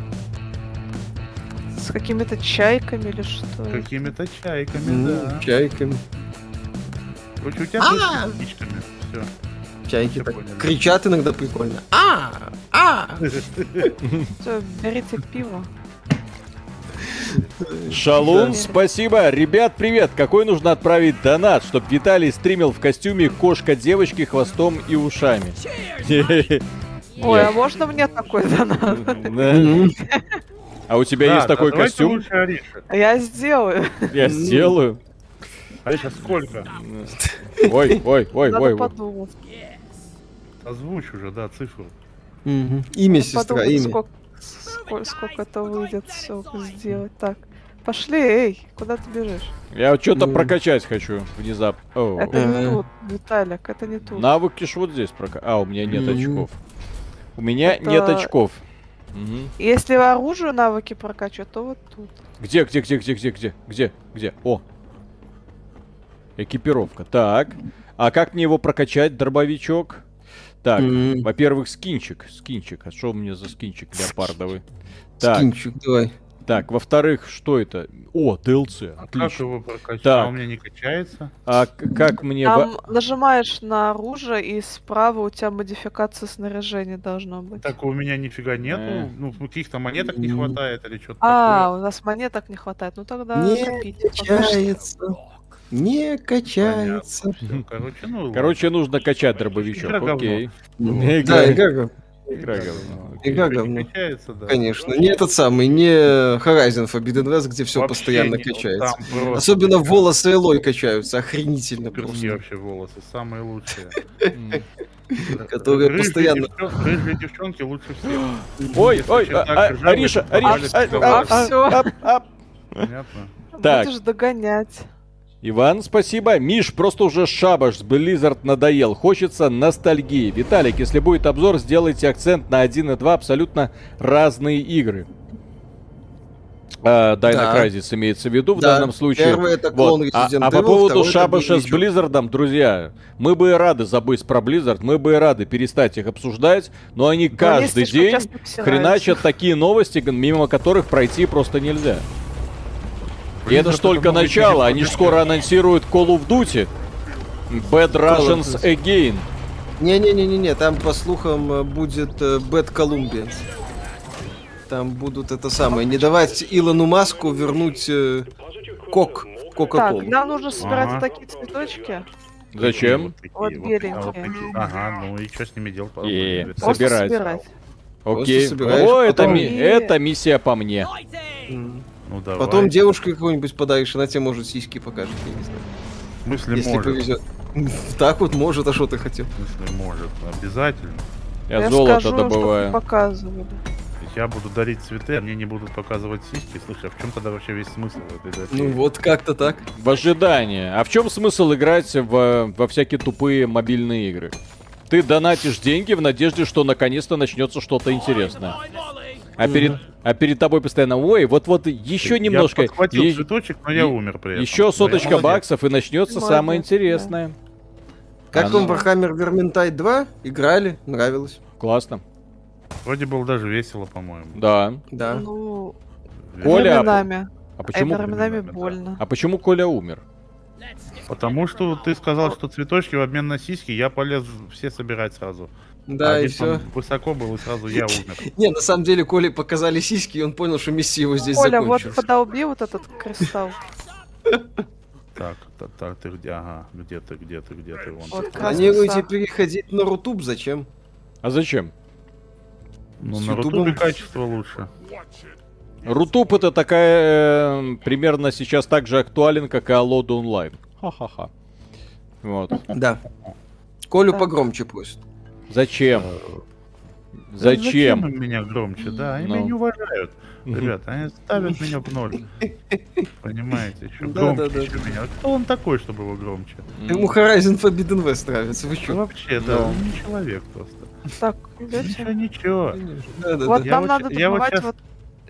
B: С какими-то чайками или что?
A: Хм.
B: это?
D: какими-то чайками,
C: Ну,
D: да.
C: Чайками.
D: Короче, у тебя
C: А!
D: будет с птичками, все.
C: Чайки
D: Всё
C: так
D: понял.
C: кричат иногда прикольно. А! А!
B: Всё, берите пиво.
A: Шалун, спасибо. Ребят, привет. Какой нужно отправить донат, чтоб Виталий стримил в костюме кошка девочки хвостом и ушами?
B: Ой, а можно мне такой донат?
A: Да. А у тебя есть такой костюм?
D: Лучше Ариша.
B: Я сделаю.
A: Я сделаю.
D: Ариша, сколько?
A: Ой, ой, ой, ой,
B: Надо
A: ой.
B: подумать.
D: Озвучь уже, да, цифру.
C: Мгм. Имя, сестра,
B: Подумать,
C: имя.
B: А сколько, сколько, сколько это выйдет все сделать. Так, пошли, эй, куда ты бежишь?
A: Я что-то
C: Мгм.
A: прокачать хочу внезапно. О,
B: Это не
C: Э.
B: тут, Виталик, это не тут.
A: Навыки ж вот здесь прока... А, у меня нет
C: Мгм.
A: очков. У меня
B: Это-
A: нет очков. Мгм.
B: Если оружие навыки прокачу, то вот тут.
A: Где, где, где, где, где, где, где, где? О! Экипировка. Так. А как мне его прокачать, дробовичок? Так,
C: Мгм.
A: во-первых, скинчик. Скинчик. А что у меня за скинчик леопардовый? Так,
C: Скинчик, давай.
A: так, во-вторых, что это? О, DLC,
D: А как
A: отлично.
D: его прокачать?
A: Так.
D: А у меня не качается.
A: А к- как мне... во-
B: Там нажимаешь на оружие, и справа у тебя модификация снаряжения должно быть.
D: Так у меня нифига
A: Э.
D: нету. Ну, каких-то монеток не
C: М.
D: хватает или что-то такое.
B: А, у нас монеток не хватает. Ну тогда
C: Не
B: копите, потому что-
C: качается. Не качается.
D: Всё, короче, ну ладно.
A: Короче, нужно качать дробовичок,
D: Игра говно.
A: окей.
C: Мгм.
A: Игра.
C: Да, игра говно.
A: Игра говно. окей.
C: Игра
D: Не
C: говно.
D: качается, да.
C: Конечно. Не этот самый, не Horizon Forbidden West, где все
D: Вообще
C: постоянно
D: не-
C: качается.
D: там просто
C: Особенно волосы Элой качаются, охренительно
D: Верни
C: просто.
D: вообще волосы, самые лучшие.
A: М.
C: Которые
D: Рыжие
C: постоянно-
D: девчон- Рыжие девчонки лучше всех.
A: Ой,
D: Если
A: ой,
D: всё
A: а-
D: так
A: а-
D: же жабы,
A: Ариша,
D: то
A: Ариша,
D: попались
A: а-
D: бы
A: а-
D: волосы.
A: а-
B: Всё.
A: ап, ап.
D: Понятно.
A: Так.
B: Будешь догонять.
A: Иван, спасибо. Миш, просто уже шабаш с Blizzard надоел. Хочется ностальгии. Виталик, если будет обзор, сделайте акцент на 1 и 2 абсолютно разные игры. А, Dino
C: Да.
A: Crisis имеется Ну, в виду в
C: Да.
A: данном случае.
C: Первый это клон
A: Вот.
C: Resident
A: а, а
C: Evil,
A: по поводу
C: второй это
A: шабаша с
C: Близнечок.
A: Близзардом, друзья, мы бы и рады забыть про Blizzard, мы бы и рады перестать их обсуждать, но они
B: Но они
A: каждый
B: слишком
A: день
B: часто обсираются.
A: хреначат такие новости, г- мимо которых пройти просто нельзя. И это ж только начало, они ж скоро анонсируют Call of Duty. Bad Russians Again.
C: Не-не-не-не, там, по слухам, э, будет э, Bad Columbians. Там будут это самое, не давать Илону Маску вернуть э, Кок,
B: Так,
C: Кока-Колу.
B: нам нужно собирать
D: Ага.
B: вот такие цветочки.
A: Зачем?
D: Вот такие,
B: Вот
D: вот такие,
B: беленькие.
D: вот такие. Ага, ну и что с ними делать?
A: Е,
D: Потом
B: Просто
A: Собирать.
B: собирать.
A: Окей.
C: Просто собираешь,
A: О, это,
C: потом-
A: ми- это миссия по мне.
C: М.
D: Ну давай.
C: Потом девушке какую-нибудь подаришь, она тебе, может, сиськи покажет, я не знаю.
D: В смысле
C: Если
D: может?
C: повезет. Так вот может, а что ты хотел?
D: В смысле может? Обязательно.
A: Я, золото
B: скажу, чтоб
A: добываю.
B: показывали.
D: Я буду дарить цветы, а мне не будут показывать сиськи. Слушай, а в чем тогда вообще весь смысл этой затеи?
C: Ну вот как-то так.
A: В ожидании. А в чем смысл играть в- во всякие тупые мобильные игры? Ты донатишь деньги в надежде, что наконец-то начнется что-то интересное. А перед, а перед тобой постоянно, ой, вот-вот еще немножко,
D: Я подхватил
A: е-
D: цветочек, но
A: е-
D: я умер при этом.
A: еще соточка
D: Я молодец.
A: баксов и начнется
B: Молодец,
A: самое
B: да.
A: интересное.
C: Как
A: А
C: вам
A: ну.
C: Warhammer Vermintide 2? Играли? Нравилось?
A: Классно.
D: Вроде было даже весело, по-моему.
A: Да.
C: Да.
B: Ну,
A: Коля,
B: временами.
A: А
B: Э,
A: почему,
B: временами
D: Да.
B: больно.
A: а почему Коля умер?
D: Потому что ты сказал, что цветочки в обмен на сиськи, я полез все собирать сразу. А
C: Да, и
D: один
C: все.
D: там Высоко был, и сразу я умер.
C: Не, на самом деле Коле показали сиськи, и он понял, что миссия его здесь
B: Коля, вот
C: закончилась.
B: подолби вот этот кристалл.
D: Так, так, так, ты где? Ага, где ты, где ты, где ты? Вон.
B: Вот
C: Планируете
B: красный
C: переходить на Рутуб? Зачем?
A: А зачем?
D: Ну,
C: С
D: на
C: Ютубом?
D: Рутубе качество лучше.
A: Рутуб это такая э, примерно сейчас так же актуален, как и Алода онлайн. Ха-ха-ха. Вот.
C: Да. Колю
B: Так.
C: погромче просит.
A: Зачем? Зачем?
D: им меня громче, да? Они
A: Ну.
D: меня не уважают.
A: Мгм.
D: Ребята, они ставят меня в ноль. Понимаете, еще
C: Да, да,
D: громче,
C: да.
D: чем меня. Кто он такой, чтобы его громче?
C: Ему Horizon Forbidden West нравится, вы
D: Ну,
C: чё?
D: вообще, да,
A: Ну.
D: он не человек просто.
B: Так,
D: Ничего,
B: видите?
D: ничего.
C: Да, да,
B: Вот
C: да.
D: Я
B: нам
D: вот
B: надо
D: щас- я вот
B: добывать
D: щас
B: вот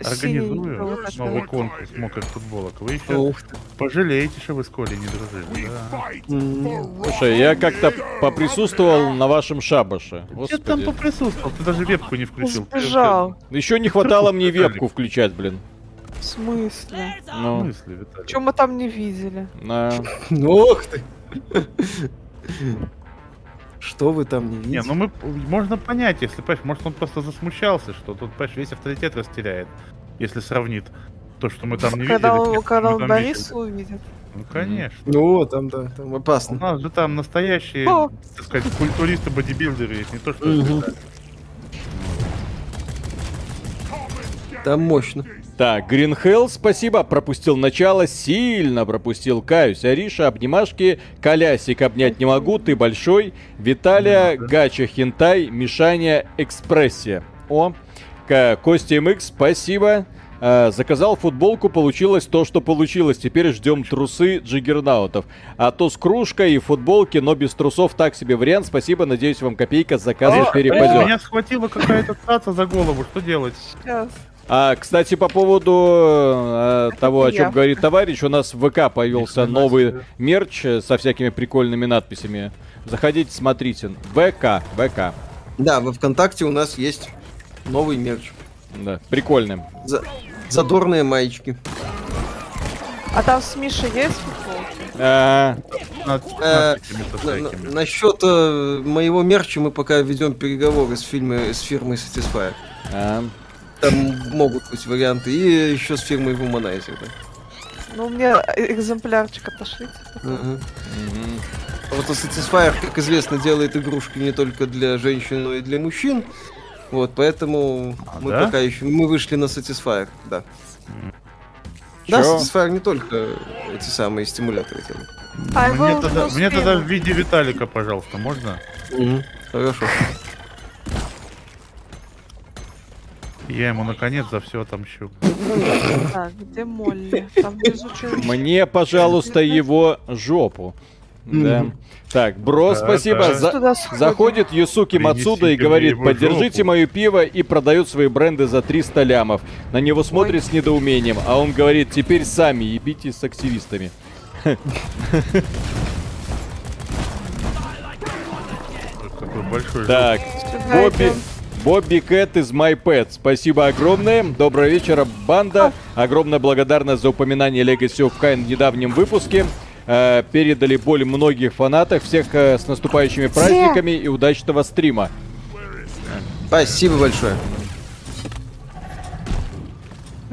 B: синий
D: Организую ну,
B: вот этот
D: новый
B: вот.
D: конкурс мокрых футболок. Вы еще
C: Ух ты.
D: пожалеете, что вы с Колей не дружили. Да.
C: М.
A: Слушай, я как-то поприсутствовал на вашем шабаше.
D: Ты там
A: Господи.
D: поприсутствовал, ты даже вебку не включил.
B: Ну, Сбежал.
A: Еще не хватало мне вебку включать, блин.
B: В смысле?
D: В
A: Ну,
D: смысле, Виталий?
B: Чем мы там не видели?
A: на...
C: Ох ты. Что вы там не
D: Не,
C: видите?
D: ну мы можно понять, если, понимаешь, может он просто засмущался, что тут, понимаешь, весь авторитет растеряет, если сравнит то, что мы там не видели.
B: когда
D: с тем,
B: он,
D: что
B: когда
D: мы
B: он
D: там
B: Бориса
D: видели.
B: увидит.
D: Ну, конечно.
C: Ну, о, там, да, там
D: У
C: опасно.
D: нас же там настоящие,
B: О.
D: так сказать, культуристы-бодибилдеры есть, не то что...
C: Мгм.
D: это,
C: Там мощно.
A: Так, Green Hell, спасибо, пропустил начало, сильно пропустил, каюсь. Ариша, обнимашки, Колясик обнять не могу, ты большой. Виталия, Гача, Хентай, Мишаня, Экспрессия. О, К- Костя МХ, спасибо. А, заказал футболку, получилось то, что получилось. Теперь ждем трусы джиггернаутов. А то с кружкой и футболки, но без трусов так себе вариант. Спасибо, надеюсь, вам копейка с заказа
D: О,
A: перепадет.
D: Меня схватила какая-то цаца за голову, что делать?
B: Сейчас.
A: А, кстати, по поводу э, того, о
B: я.
A: чем говорит товарищ, у нас в ВК появился
D: Нихрена
A: новый
D: себе.
A: мерч э, со всякими прикольными надписями. Заходите, смотрите. ВК, ВК.
C: Да, во ВКонтакте у нас есть новый мерч.
A: Да, прикольным.
C: За- Задорные маечки.
B: А там с Мишей есть футболки?
A: А,
D: Над
C: Э,
B: ну,
D: надписями-то всякими.
C: Насчет э, моего мерча мы пока ведем переговоры с, фильмы, с фирмой Satisfyer.
A: а,
C: Там могут быть варианты. И еще с фирмой Womanizer. да.
B: Ну, мне экземплярчик отошлите.
C: Мгм.
A: мгм.
C: Потому что Satisfyer, как известно, делает игрушки не только для женщин, но и для мужчин. Вот, поэтому
D: А,
C: мы
D: да?
C: пока еще... Мы вышли на Satisfyer, да. Да,
A: Чё?
C: Satisfyer не только эти самые стимуляторы делает.
B: А его
D: Ну, Мне тогда,
B: уже
D: мне
B: успели.
D: тогда в виде Виталика, пожалуйста, можно?
C: Хорошо.
D: Я ему наконец за все отомщу.
B: Так, где Молли? Там внизу челочек.
A: Мне, пожалуйста, его жопу. Да.
C: Мгм.
A: Так, бро,
D: Да,
A: спасибо.
D: да.
A: За-
B: Туда сходим.
A: Заходит Юсуки
D: Принесите
A: Мацуда и
D: мне
A: говорит,
D: его
A: поддержите
D: жопу».
A: мое пиво и продают свои бренды за 300 лямов. На него смотрят с недоумением, а он говорит, теперь сами ебитесь с активистами.
D: Какой большой
A: Так,
B: Сюда
A: Бобби...
B: идем.
A: Бобби Кэт из MyPet. Спасибо огромное. Доброго вечера, банда. Огромная благодарность за упоминание Legacy of Kain в недавнем выпуске. Э, передали боль многих фанатов. Всех э, с наступающими праздниками и удачного стрима.
C: Спасибо большое.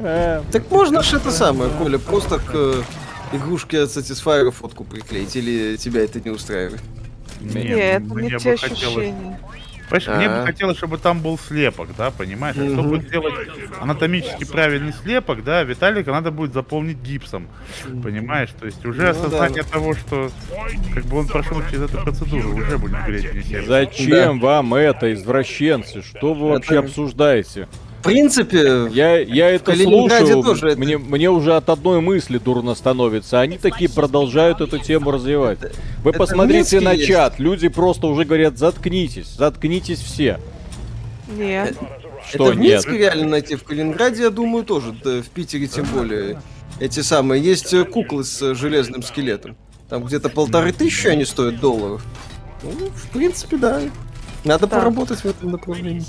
A: Э,
C: Так можно ж это самое, Коля, просто к э, игрушке от Satisfyer фотку приклеить, или тебя это не устраивает?
D: Не,
B: Не, это
D: мне
B: не
D: бы
B: те
D: хотелось-
B: ощущения.
D: Понимаешь, мне бы
B: А.
C: Ага.
D: хотелось, чтобы там был слепок, да, понимаешь? А Чтобы сделать анатомически правильный слепок, да, Виталика надо будет заполнить гипсом. Понимаешь? То есть уже
C: Ну
D: осознание того, что как бы он прошел через эту процедуру, уже будет греть мне сердце.
A: Зачем вам это, извращенцы? Что вы вообще
C: Это-
A: обсуждаете?
C: В принципе,
A: Я, я это
C: Калининграде
A: слушаю,
C: тоже это-
A: мне, мне уже от одной мысли дурно становится. Они такие продолжают эту тему развивать. Вы
C: это
A: посмотрите
C: Минске
A: на
C: есть.
A: чат, люди просто уже говорят, заткнитесь, заткнитесь все.
B: Нет.
A: Что
C: это в
A: нет?
C: Минске реально найти, в Калининграде, я думаю, тоже, да, в Питере тем более. Эти самые, есть э, куклы с э, железным скелетом. Там где-то полторы тысячи они стоят долларов. Ну, в принципе, да. Надо
B: Да.
C: поработать в этом направлении.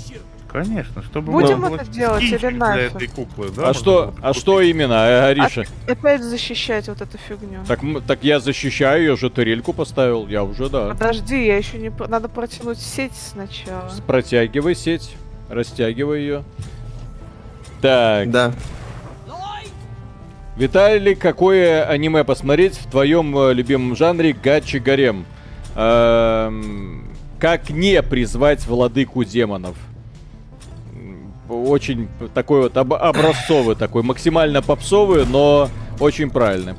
D: Конечно, чтобы
B: Будем
D: можно было
B: это делать или
D: скинчик для
B: нафиг?
D: этой куклы, да?
A: А
D: можно было
A: что,
D: бы
A: а
D: купить.
A: что именно, э, Ариша?
B: Опять защищать вот эту фигню.
A: Так, м- так я защищаю, я же турельку поставил, я уже, да.
B: Подожди, я еще не... про- Надо протянуть сеть сначала.
A: С- Протягивай сеть, растягивай ее. Так,
C: Да.
A: Виталий, какое аниме посмотреть в твоем э, любимом жанре гачи гарем? Эм, как не призвать владыку демонов? М, Очень такой вот об- образцовый такой, максимально попсовый, но очень правильный.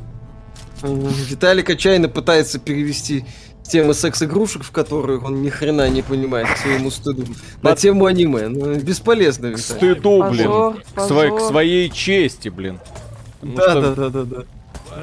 C: Виталик отчаянно пытается перевести темы секс-игрушек, в которых он ни хрена не понимает к своему стыду. На
A: Под-
C: тему аниме. Ну, бесполезно,
A: К
C: Виталий.
A: стыду, блин.
B: Позор,
A: К, своей- к
B: позор.
A: своей чести, блин. Потому
C: Да,
A: что,
C: да, да, да, да.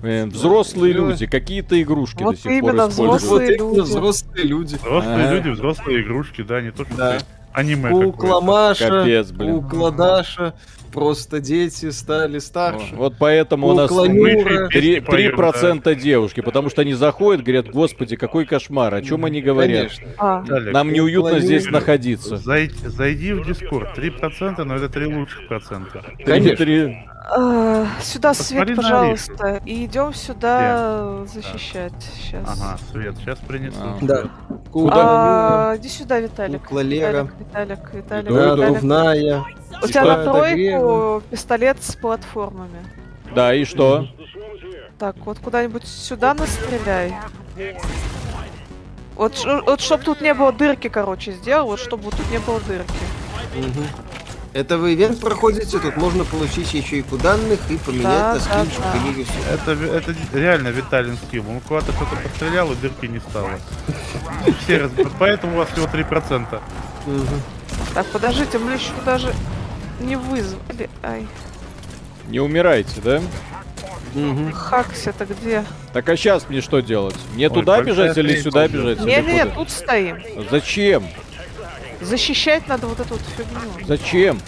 A: блин, Э, взрослые
C: Ну,
A: люди, какие-то игрушки до
B: вот
A: сих пор
B: именно
A: используют.
C: Вот
B: Взрослые
C: именно
B: люди.
C: взрослые люди.
D: Взрослые
A: А.
D: люди, взрослые игрушки, да, не то, что
C: Да.
D: ты аниме
C: Кукла
D: какое-то.
C: Маша,
A: Капец, блин.
C: кукла Даша. Просто дети стали старше.
A: Вот поэтому у нас
C: Уклоню-
D: Мы еще и
A: три-
D: песни поем, да.
A: 3% девушки, потому что они заходят, говорят, господи, какой кошмар, о чем они говорят.
C: Конечно.
B: А,
D: Далее.
A: Нам неуютно
C: Уклоню-
A: здесь находиться.
D: Зай- зайди в Дискорд. 3%, но это 3 лучших процента.
A: Три-
C: Конечно.
A: три-
B: э, сюда
D: Посмотри
B: свет,
D: на
B: пожалуйста. И идем сюда защищать сейчас.
D: Ага, Свет, сейчас принесу.
A: А.
C: Да. Куда?
B: А, иди сюда, Виталик.
C: Кукла Лера.
B: Виталик, Виталик, Виталик,
A: Иду, иду.
B: Виталик.
C: Надувная.
B: У тебя на
C: Типа,
B: тройку
C: отогрева.
B: пистолет с платформами.
A: Да, и что?
B: Так, вот куда-нибудь сюда настреляй. Вот, ш- вот чтоб тут не было дырки, короче, сделал, вот чтобы тут не было дырки.
C: Мгм. Это вы ивент проходите, тут можно получить ячейку данных и
B: Да,
C: поменять на
B: да,
C: скинчик
B: да.
C: или всё.
D: Это, ви- это ди- реально Виталин скилл. Он куда-то что-то пострелял, и дырки не стало. Все раз... Поэтому у вас всего 3%.
C: Мгм.
B: Так, подождите, мы еще даже не вызвали. Ай,
A: Не умирайте, да?
C: Мгм.
B: хакс это где?
A: Так а сейчас мне что делать? Мне
D: Ой,
A: туда
D: большая
A: бежать или
D: встреча
A: сюда
D: уже.
A: бежать? или
B: Не, не,
A: куда?
B: тут стоим.
A: Зачем?
B: Защищать надо вот эту вот фигню.
A: Зачем?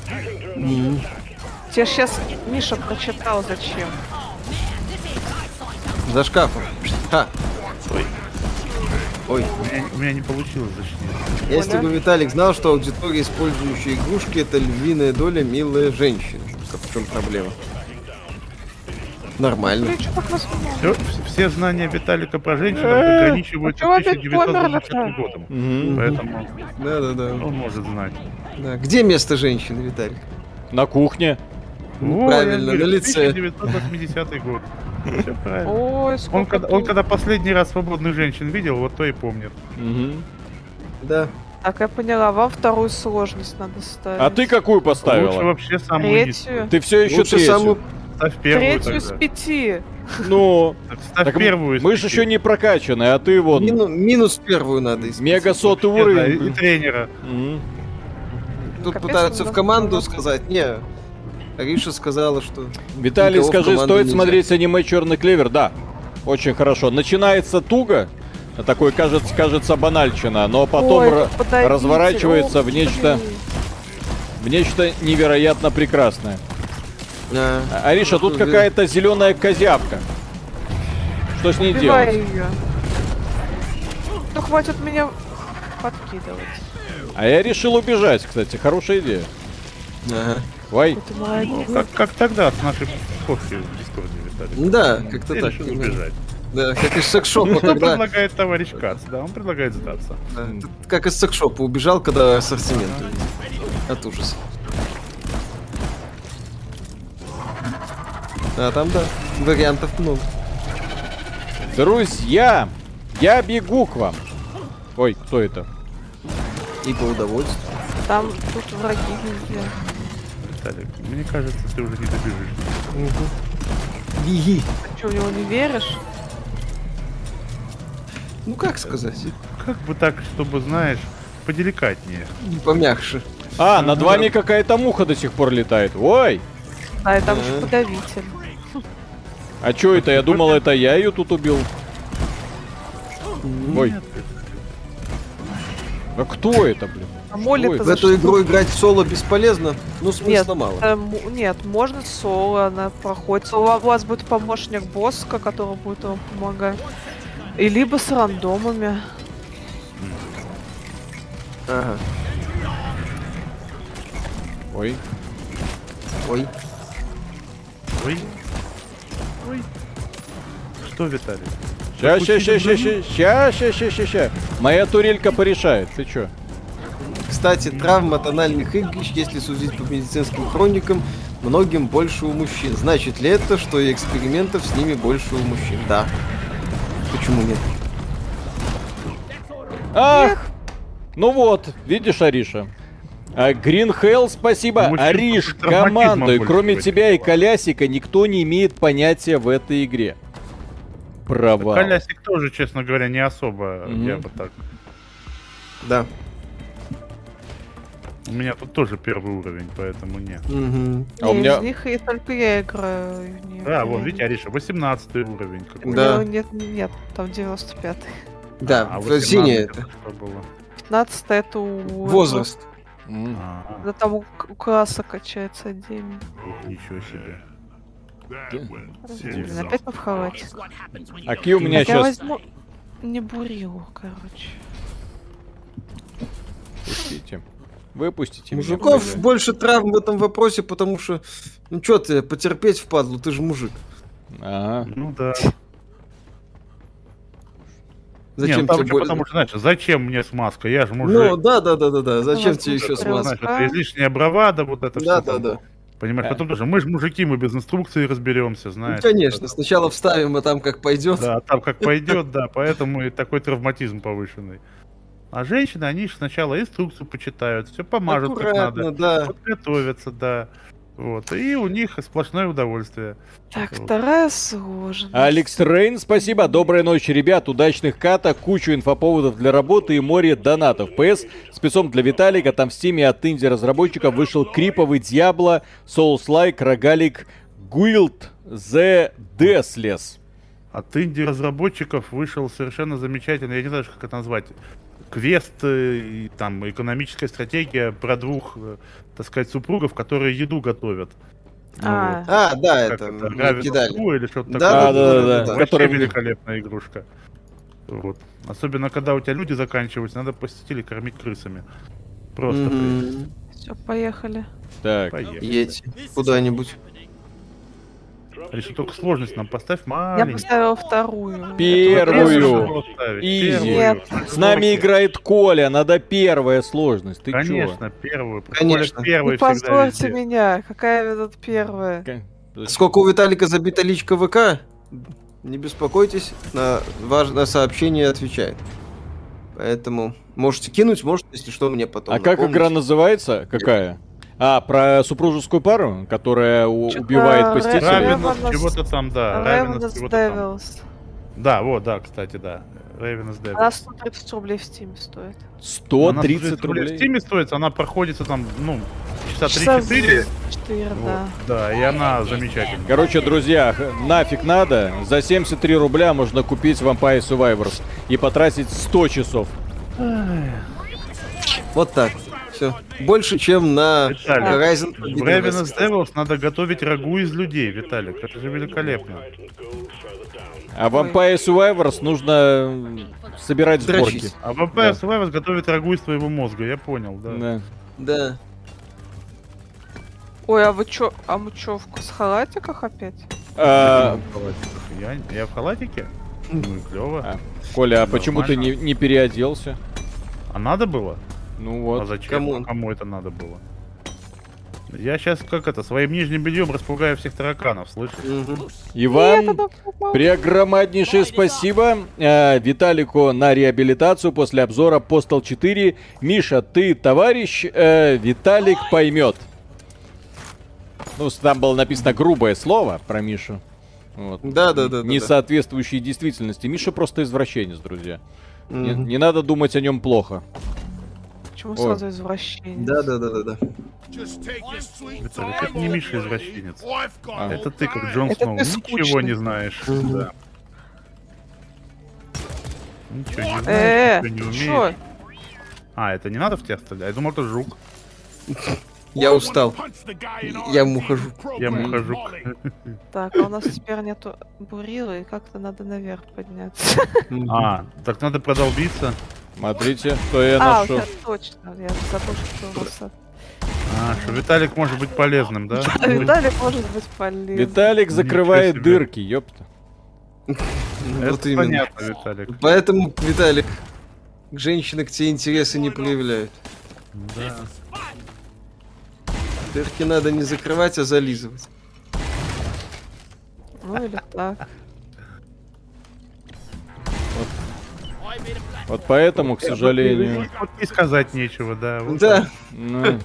B: Тебе сейчас Миша прочитал зачем.
C: За шкафом. Ха.
D: Ой.
C: Ой.
D: У меня, у меня не получилось защитить.
C: Если
B: Оля?
C: бы Виталик знал, что аудитория, использующая игрушки, это львиная доля милая женщина. В чем проблема? Нормально.
B: Блин, что так нас много?
D: Все, все знания Виталика про женщин ограничиваются
B: Э, почему опять
D: 1924
B: померли-то?
D: годом.
A: Мгм.
D: Поэтому
C: Да-да-да.
D: он может знать.
C: Да. Где место женщины, Виталик?
A: На кухне.
D: Во,
C: правильно,
D: я
C: на
D: говорю,
C: лице.
D: 1980 год. Все правильно.
B: Ой,
D: Он
B: сколько
D: когда, он
B: тут.
D: когда последний раз свободных женщин видел, вот то и помнит.
A: Мгм.
C: Да.
B: Так, я поняла, вам вторую сложность надо ставить.
A: А ты какую
D: Лучше
A: поставила?
D: вообще самую
B: Третью.
A: Ты все еще
C: Лучше
A: третью.
C: самую
D: низкую. Ставь первую
B: Третью с
D: тогда.
B: пяти.
A: Ну,
D: Ставь
A: так
D: первую. из
A: мы же
D: пяти.
A: еще не прокачаны, а ты вон
C: мину- минус первую надо из
A: мега сотый
D: Не знаю, и- и
A: уровень.
D: тренера.
A: Мгм.
C: Тут
B: Капец,
C: пытаются
B: ну
C: в
B: да,
C: команду
B: ну да.
C: сказать. Не. Ариша сказала, что
A: Виталий,
C: Никого в
A: скажи,
C: команду
A: стоит
C: нельзя.
A: смотреть аниме Черный клевер? Да. Очень хорошо. Начинается туго, такой кажется, кажется банальчина, но потом
B: Ой,
A: ра-
B: подойдите.
A: разворачивается
B: О,
A: в нечто,
B: блин.
A: в нечто невероятно прекрасное.
C: а,
A: А- Ариша, тут
C: Ну, блин.
A: какая-то зеленая козявка. Что с ней
B: Убивай
A: делать?
B: ее. Ну хватит меня подкидывать.
A: А я решил убежать, кстати, хорошая идея.
C: ага.
A: Ой,
B: Ты молодец.
D: Ну, Как, как тогда с нашей кофе в Дискорде, Виталий.
C: Ну Да, как-то
D: Я
C: так.
D: решил
C: именно.
D: убежать.
C: Да, как из секшопа,
D: Что
C: когда...
D: предлагает товарищ Кац? Да, он предлагает сдаться.
C: да, ты Как из секшопа убежал, когда ассортимент увидел. От ужаса. А там, да, вариантов много.
A: друзья, я бегу к вам. Ой, кто это?
C: И по удовольствию.
B: Там тут враги везде.
D: Виталик, мне кажется, ты уже не добежишь.
C: Беги.
B: Ты что, в него не веришь?
C: Ну как сказать?
D: Как бы так, чтобы, знаешь, поделикатнее.
C: Помягше.
A: А, над вами какая-то муха до сих пор летает. Ой,
B: Да, и там еще
C: Мгм.
B: подавитель.
A: а чё это? Я думал, это я ее тут убил. Ой.
D: Нет,
A: А кто это, блин?
B: А молит
A: это?
C: В эту игру играть в соло бесполезно, ну
B: Нет,
C: смысла мало.
B: э, м- нет, можно соло, она проходит. Соло, а у вас будет помощник Боска, который будет вам помогать. И либо с рандомами.
C: Ага.
A: Ой,
C: Ой.
D: Ой. Ой. Что, Виталий?
A: ща, ща, ща, ща, ща, ща, ща, ща, ща, ща. Моя турелька порешает. Ты чё?
C: Кстати, травма тональных игрищ, если судить по медицинским хроникам, многим больше у мужчин. Значит ли это, что и экспериментов с ними больше у мужчин? Да. Почему нет?
A: Ах! А! Ну вот, видишь, Ариша. А Green Hell, спасибо.
D: Мужчин
A: Ариш,
D: просто травматизма
A: командуй.
D: больше
A: Кроме
D: в этой
A: тебя и Колясика, никто не имеет понятия в этой игре. провал.
D: Колясик тоже, честно говоря, не особо,
A: Мгм.
D: я бы так.
C: Да.
D: У меня тут тоже первый уровень, поэтому нет.
C: Мгм.
A: А у
B: Не,
A: меня-
B: Из них и только я играю. и в неё
D: Да,
B: я
D: вот,
B: не-
D: видите, Ариша, 18 уровень. какой.
C: Да.
B: Ну, Нет, нет, там 95-й.
C: Да,
D: А
C: в
D: 18
C: Зине
D: это
C: это.
D: что было?
B: 15 это у...
C: Возраст.
A: М.
D: А,
B: Да там у, к- у класса качается отдельно.
D: ух, Ничего себе.
B: Блин, опять мы в халате.
A: А какие у меня
B: Я
A: сейчас...
B: возьму... Не бурил, короче.
A: Пустите. Выпустите меня,
C: Мужиков
A: блядь.
C: больше травм в этом вопросе, потому что, ну чё ты, потерпеть впадлу, ты же мужик.
A: Ага.
D: Ну да.
C: Зачем
D: Нет, ну там
C: тебе
D: же
C: боль-
D: потому что, знаешь, зачем мне смазка? Я же
C: Ну
D: мужик.
C: да, да, да, да, да. Зачем
B: вот
C: тебе
B: тут
C: еще
B: прям
C: смазка?
D: Знаешь, это излишняя бравада, вот это
C: Да,
D: всё
C: да,
D: там.
C: да.
D: Понимаешь,
A: Э.
D: потом тоже, мы же мужики, мы без инструкции разберемся,
C: Ну,
D: знаешь.
C: конечно, сначала вставим, а там как пойдет.
D: Да, там как пойдет, да, поэтому и такой травматизм повышенный. А женщины, они же сначала инструкцию почитают, все помажут как
C: Аккуратно,
D: надо,
C: да.
D: подготовятся, да. Вот, и у них сплошное удовольствие.
B: Так,
D: Вот.
B: вторая сложность.
A: Алекс Рейн, спасибо. Доброй ночи, ребят. Удачных каток, кучу инфоповодов для работы и море донатов. ПС, спецом для Виталика, там в стиме от инди-разработчиков вышел Криповый Дьябло, Souls Like, Рогалик, Guild, The Deathless.
D: От инди-разработчиков вышел совершенно замечательный, я не знаю, даже, как это назвать, квест, э, и там, экономическая стратегия про двух, э, так сказать, супругов, которые еду готовят. Ну
B: А,
C: А, да,
D: Как
C: это
D: это,
C: мы
D: Raven of
C: кидали.
D: Two или что-то
C: Да,
D: такое.
A: да, да, да, да.
D: Вообще
A: Который-
D: великолепная игрушка. Вот. Особенно, когда у тебя люди заканчиваются, надо посетили кормить крысами. Просто. прелесть.
C: Мгм.
B: все, поехали.
A: Так,
D: Поехали.
C: Едь куда-нибудь.
D: Решил а только сложность нам поставь
B: Я
D: маленькую.
B: поставила вторую.
A: первую.
D: Поставить.
A: Изи.
D: Первую.
A: С нами играет Коля, надо первая сложность. Ты чё?
D: Конечно, первую.
C: Конечно.
D: Конечно. Первый
B: Не
D: всегда
B: Ну, позвольте
D: везде.
B: меня, какая вы тут первая?
A: К-
C: Сколько у Виталика забита личка ВК? Не беспокойтесь, на важное сообщение отвечает. Поэтому можете кинуть, можете, если что, мне потом.
A: А как
C: напомнить.
A: игра называется? Какая? А, про супружескую пару, которая у-
B: Чё-то
A: убивает
B: Рэп-
A: постепенно.
B: Рэп-
D: Равенос чего-то там, да. Равенос
B: Ravenous
D: чего-то там.
B: Devils.
D: Да, вот, да, кстати, да. Ravens Devils.
B: Она 130 рублей в Steam стоит.
D: Она
A: 130
D: стоит В
A: рублей.
D: Steam стоит, она проходится там, ну, часа
B: Часа
D: 3-4.
B: 4,
D: Вот,
B: да.
D: Да, и она замечательная.
A: Короче, друзья, х- нафиг надо. За 73 рубля можно купить Vampire Survivors и потратить 100 часов.
C: Вот так. Все. Больше, чем на
D: Виталик,
C: Horizon.
D: В Ravenous Devils надо готовить рагу из людей, Виталик. Это же великолепно.
A: А Vampire Survivors нужно м, собирать сборки.
C: Дрочить.
D: А Vampire
A: Да.
D: Survivors готовит рагу из твоего мозга, я понял, да.
A: Да.
C: Да.
B: Ой, а вы чё, а мы чё, в с халатиках опять?
A: А,
D: Я, я в халатике? Ну и клево.
A: А. Коля, а почему ты не, не переоделся?
D: А надо было?
A: Ну
D: А
A: вот.
D: зачем?
C: Кому?
D: Кому? это надо было? Я сейчас как это, своим нижним бельем распугаю всех тараканов, слышишь?
C: Мгм.
B: Нет,
A: Иван,
B: она попала.
A: Преогромаднейшее спасибо э, Виталику на реабилитацию после обзора Postal 4. Миша, ты товарищ, э, Виталик поймет. Ну, с- там было написано грубое слово про Мишу. Вот.
C: Да, да, да, да,
A: Не
C: да.
A: соответствующие действительности. Миша просто извращенец, друзья. Не,
C: Мгм.
A: не надо думать о нем плохо.
B: Почему
A: Ой.
B: сразу извращение?
C: Да, да, да, да, да.
D: Виталик, это не Миша извращенец.
A: А.
D: Это ты, как Джон
B: Это
D: Сноу,
B: ты
D: ничего
B: скучный.
D: не знаешь. Да. Ничего не
B: Э,
D: знаешь, ничего не
B: ты
D: умеешь.
B: чё?
D: А, это не надо в тебя стрелять? Я думал, это жук.
C: Я устал. Я ему хожу.
D: Я мухожук.
B: Так, а у нас теперь нету бурила, и как-то надо наверх подняться.
C: Мгм.
D: А, так надо продолбиться.
A: Смотрите, что я
B: А, у
A: нашел.
B: тебя точно, я забыл, что у нас...
D: А, что Виталик может быть полезным, да? Ну,
B: Виталик может быть полезен.
A: Виталик
D: Ничего
A: закрывает
D: себе.
A: дырки, ёпта.
C: Ну, вот
D: Это
C: именно.
D: понятно, Виталик.
C: Поэтому, Виталик, к женщины к тебе интереса не проявляют.
D: Да.
C: Дырки надо не закрывать, а зализывать.
B: Ну или так.
A: Вот поэтому, к
D: ну,
A: сожалению...
D: Вот и сказать нечего, да. вот
C: Да,
A: Ну,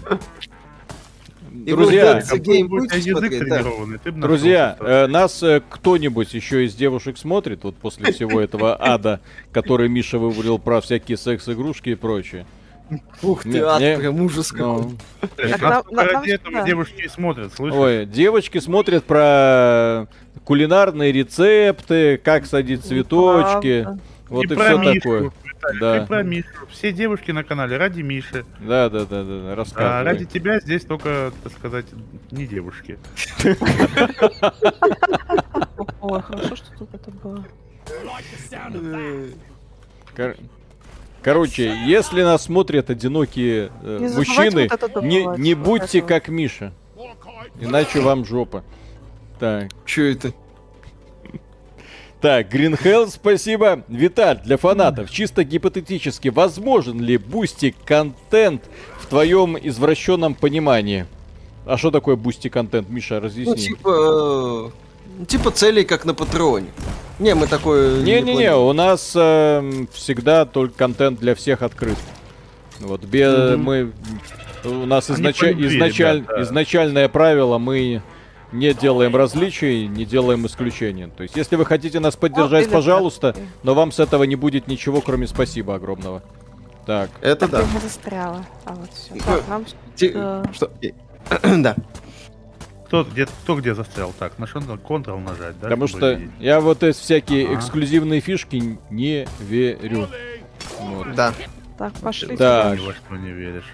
C: И
A: Друзья,
C: вот этот
D: Какой
C: гейм
D: бы у тебя
C: будете
D: язык
C: смотреть, да.
D: тренированный, ты бы нашел
A: Друзья,
D: что-то.
A: э, нас э, кто-нибудь еще из девушек смотрит, вот после всего этого ада, который Миша вывалил про всякие секс-игрушки и прочее.
C: Ух
A: Нет,
C: ты, ад,
A: не-
C: прям ужас какой.
A: Ну,
D: Блядь, нас
B: Так, нам- нам-
D: ради
B: нам-
D: этого
B: да.
D: девушки и смотрят, слышишь?
A: Ой, девочки смотрят про кулинарные рецепты, как садить цветочки,
B: Ну, Правда.
A: вот и,
D: И про
A: все
D: Мишку,
A: такое.
D: Виталий,
A: Да.
D: и про Мишу. Все девушки на канале ради Миши.
A: Да, да, да, да, да,
D: А
A: рассказывай.
D: ради тебя здесь только, так сказать, не девушки.
B: Ой, хорошо, что тут это было.
C: Э,
A: Кор- Короче, если нас смотрят одинокие э,
B: Не
A: мужчины,
B: забывайте вот это
A: не,
B: добывать,
A: не
B: вот
A: будьте
B: это вот.
A: как Миша. Иначе вам жопа. Так.
C: Чё это?
A: Так, Green Hell, спасибо. Виталь, для фанатов, чисто гипотетически, возможен ли бусти контент в твоем извращенном понимании? А что такое бусти контент, Миша,
C: Ну,
A: разъясни.
C: типа... э, Типа целей, как на Патреоне. Не, мы такое...
A: Не-не-не,
C: планируем.
A: у нас эм, всегда только контент для всех открыт. Вот, бе-
D: Мгм.
A: мы... У нас
D: Они
A: изнач-
D: полюбили,
A: изначаль-
D: да, да.
A: изначальное правило, мы не делаем различий, не делаем исключения. То есть, если вы хотите нас поддержать,
B: или
A: пожалуйста,
B: так.
A: но вам с этого не будет ничего, кроме спасибо огромного. Так,
C: Это да.
B: Я застряла. А вот все.
C: Ну,
B: Так, нам...
C: Ти-
B: Да.
C: Что? Э, Да.
D: Кто где, кто где застрял? Так, на что надо Ctrl нажать, да?
A: потому
D: чтобы
A: что
D: видеть?
A: я вот эти всякие
D: Ага.
A: эксклюзивные фишки н- не верю. Вот.
C: Да.
B: Так, пошли.
A: Да.
D: Ни во что не веришь.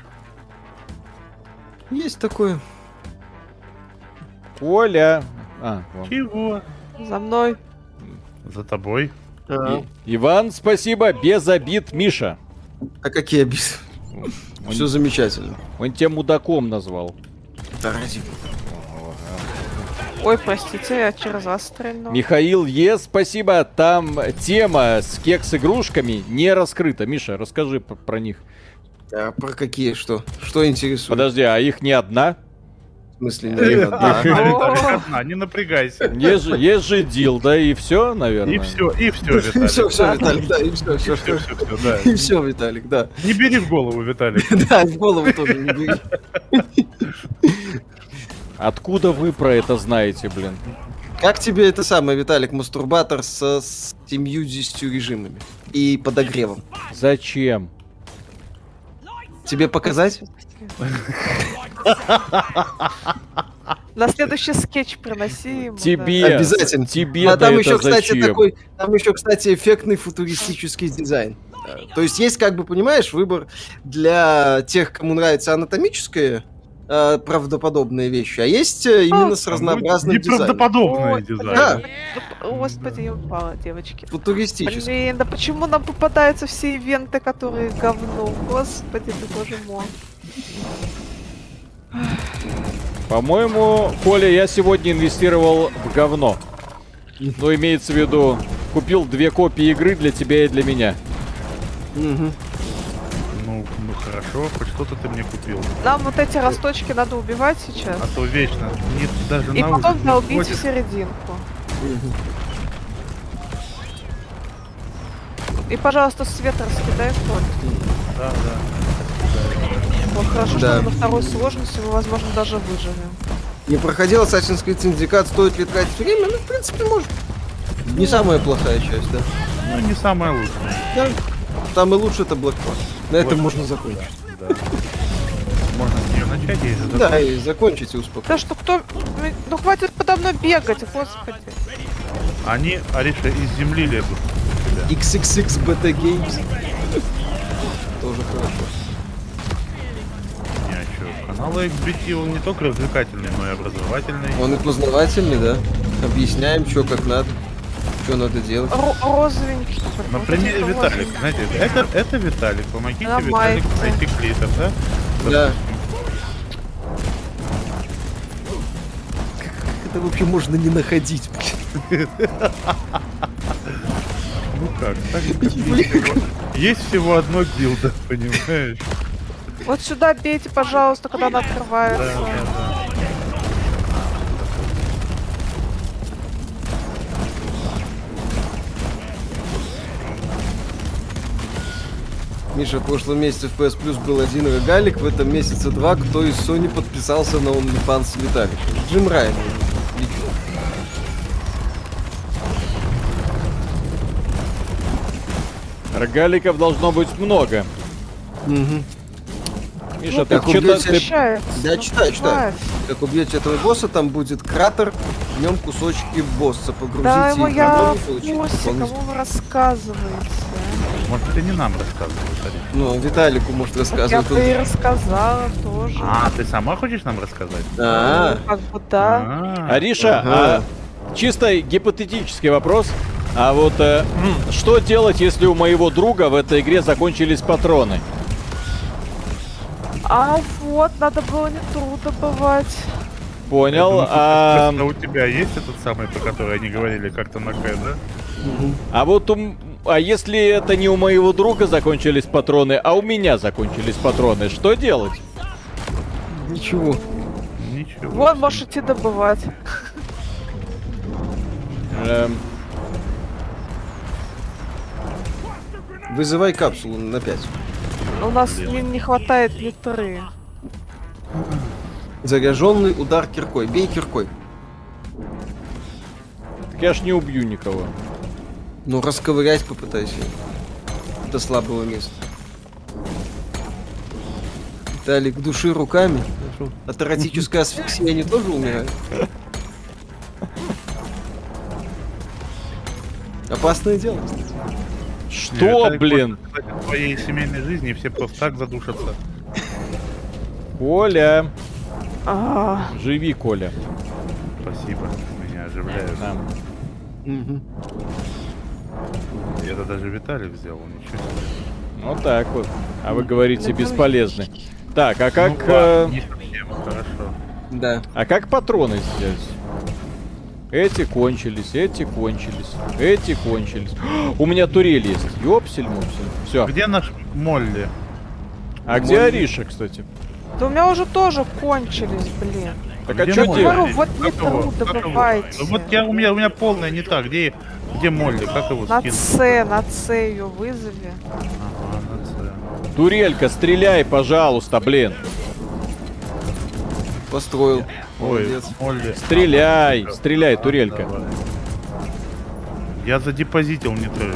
C: Есть такое.
A: Коля! А, вон.
D: Чего?
B: За мной.
D: За тобой. Типа.
C: А
A: И- Иван, спасибо, без обид, Миша.
C: какие обиды?
A: Он,
C: Все замечательно.
A: он тебя мудаком назвал.
C: Да ради
B: Ой, простите, я через вас стрельнула.
A: Михаил Е, спасибо. Там тема с кекс-игрушками не раскрыта. Миша, расскажи п- про них.
C: А про какие что? Что интересует?
A: Подожди, а их не одна?
C: В смысле, не
D: Одна,
C: одна.
D: Виталик, А, одна, не напрягайся.
A: Есть же, есть же дил, да, и все, наверное.
D: И все, и все, Виталик.
C: Все, все, Виталик, да, и все, все,
D: Все,
C: все.
D: все, все, да.
C: И все, Виталик, да.
D: Не бери в голову, Виталик.
C: Да, в голову тоже не бери.
A: Откуда вы про это знаете, блин?
C: Как тебе это самое, Виталик, мастурбатор со с 70 режимами и подогревом?
A: Зачем?
C: Тебе показать?
B: На следующий скетч приноси ему, да.
A: Тебе.
C: Обязательно.
A: Тебе
C: а
A: да
C: там
A: это
C: еще, кстати,
A: зачем?
C: такой, там еще, кстати, эффектный футуристический дизайн. Э, То есть есть, как бы, понимаешь, выбор для тех, кому нравится анатомическое э, правдоподобные вещи, а есть э, именно
A: А,
C: с разнообразным дизайном.
D: Неправдоподобный
A: Ну,
B: Ой,
D: дизайн.
C: Да.
B: Да, Господи, я упала, девочки.
C: Футуристический.
B: Блин, да почему нам попадаются все ивенты, которые говно? Господи, ты боже мой.
A: По-моему, Коля, я сегодня инвестировал в говно. Ну, имеется в виду, купил две копии игры для тебя и для меня.
C: Мгм.
D: Ну, ну хорошо, хоть что-то ты мне купил.
B: Нам вот эти росточки надо убивать сейчас.
D: А то вечно нет даже
B: И
D: на
B: потом
D: улице не
B: долбить в
D: ходишь.
B: серединку. И, пожалуйста, свет раскидай в поле.
D: Да, да.
B: Вот хорошо,
C: Да.
B: что мы на второй сложности мы, возможно, даже выживем.
C: Не проходил Assassin's Creed Syndicate, стоит ли тратить время? Ну, в принципе, может. Не самая плохая часть, да.
D: Ну, не самое лучшее.
C: Да. Там и лучше это Blackboard. На этом можно закончить.
D: Да. Можно с нее начать и за-
C: Да, и закончить и успокоиться.
B: Да что кто... Ну хватит подо мной бегать, господи.
D: Они, Ариша, из земли лезут.
C: XXX Beta Games. Тоже хорошо.
D: Не, а чё, Канал XBT, он не только развлекательный, но и образовательный.
C: Он и познавательный, да? Объясняем, что как надо, что надо делать.
B: Ро- розовенький. блин,
D: На
B: вот
D: примере
B: это
D: Виталик,
B: розовенький.
D: знаете, это, это Виталик, помогите
B: На
D: Виталику
B: майке.
D: найти клитор, да?
C: Да. Как это вообще можно не находить?
D: Ну как, так же, как есть всего- есть всего одно гилда, понимаешь?
B: Вот сюда бейте, пожалуйста, когда она
D: Да,
B: открывается.
D: да, да.
C: Миша, в прошлом месяце в PS Plus был один рогалик, в этом месяце два. Кто из Sony подписался на OnlyFans Виталик? Джим Райан. лично.
A: Рогаликов должно быть много. Миша, ты
B: Ну,
C: так
A: чё-то-
C: убьёте
A: ты-
B: Общается,
C: Да,
B: ну,
C: читай, читай.
B: понимаешь?
C: Как убьете этого босса, там будет кратер, в нем кусочки босса. Погрузите
B: Да, ему
C: их
B: я
C: на
B: в
C: голову и получите
B: курсе,
C: дополнительные-
B: кому вы рассказываете.
D: Может, это не нам рассказываешь, Олег?
C: Ну, Виталику, может,
B: Так я
C: рассказывать.
B: бы и рассказала тоже.
D: А, ты сама хочешь нам рассказать?
C: А,
B: Как бы да.
D: А,
A: Ариша,
C: Ага.
A: а чисто гипотетический вопрос. А вот э, м, что делать, если у моего друга в этой игре закончились патроны?
B: А вот, надо было не трудно добывать.
D: Я
A: Понял.
D: думаю,
A: А,
D: просто у тебя есть этот самый, про который они говорили как-то на К, да?
A: а вот у м- а если это не у моего друга закончились патроны, а у меня закончились патроны, что делать?
C: ничего.
D: Ничего.
B: Вон, можешь идти добывать.
A: Эм,
C: Вызывай капсулу на 5.
B: У нас не, не хватает литры.
C: Заряженный удар киркой. Бей киркой.
A: так я ж не убью никого.
C: Ну, расковырять попытайся. До слабого места. Виталик, души руками. От эротической асфиксии они тоже умирают. Опасное дело. кстати.
A: Что,
D: Виталик,
A: блин?
D: может, кстати, в твоей семейной жизни все просто так задушатся.
A: Коля,
B: А,
A: живи, Коля.
D: Спасибо, меня оживляют.
A: Да.
D: И Это даже Виталий взял, ничего себе.
A: Вот так вот. А вы говорите бесполезны. Так, а как,
D: Ну
A: э,
D: ладно, не совсем, хорошо.
C: Да.
A: а как патроны здесь? Эти кончились, эти кончились, эти кончились. У меня турель есть. Ёпсель, мупсель. Все.
D: Где наш Молли?
A: А где Ариша, кстати?
B: да у меня уже тоже кончились, блин.
A: Так а
D: Где
A: что
D: Молли?
A: делать?
B: Говорю, вот не
D: Как его?
B: трудно
D: Как его?
B: добывайте.
D: Ну Вот я, у меня, у меня полная не так. Где, где Молли? Как его
B: На
D: скинуть?
B: С, на С ее вызови.
D: Ага, на С.
A: Турелька, стреляй, пожалуйста, блин.
C: Построил.
D: Ой,
C: Молодец.
D: Молли.
A: Стреляй, стреляй, турелька.
D: Давай. Я задепозитил не то.
A: М.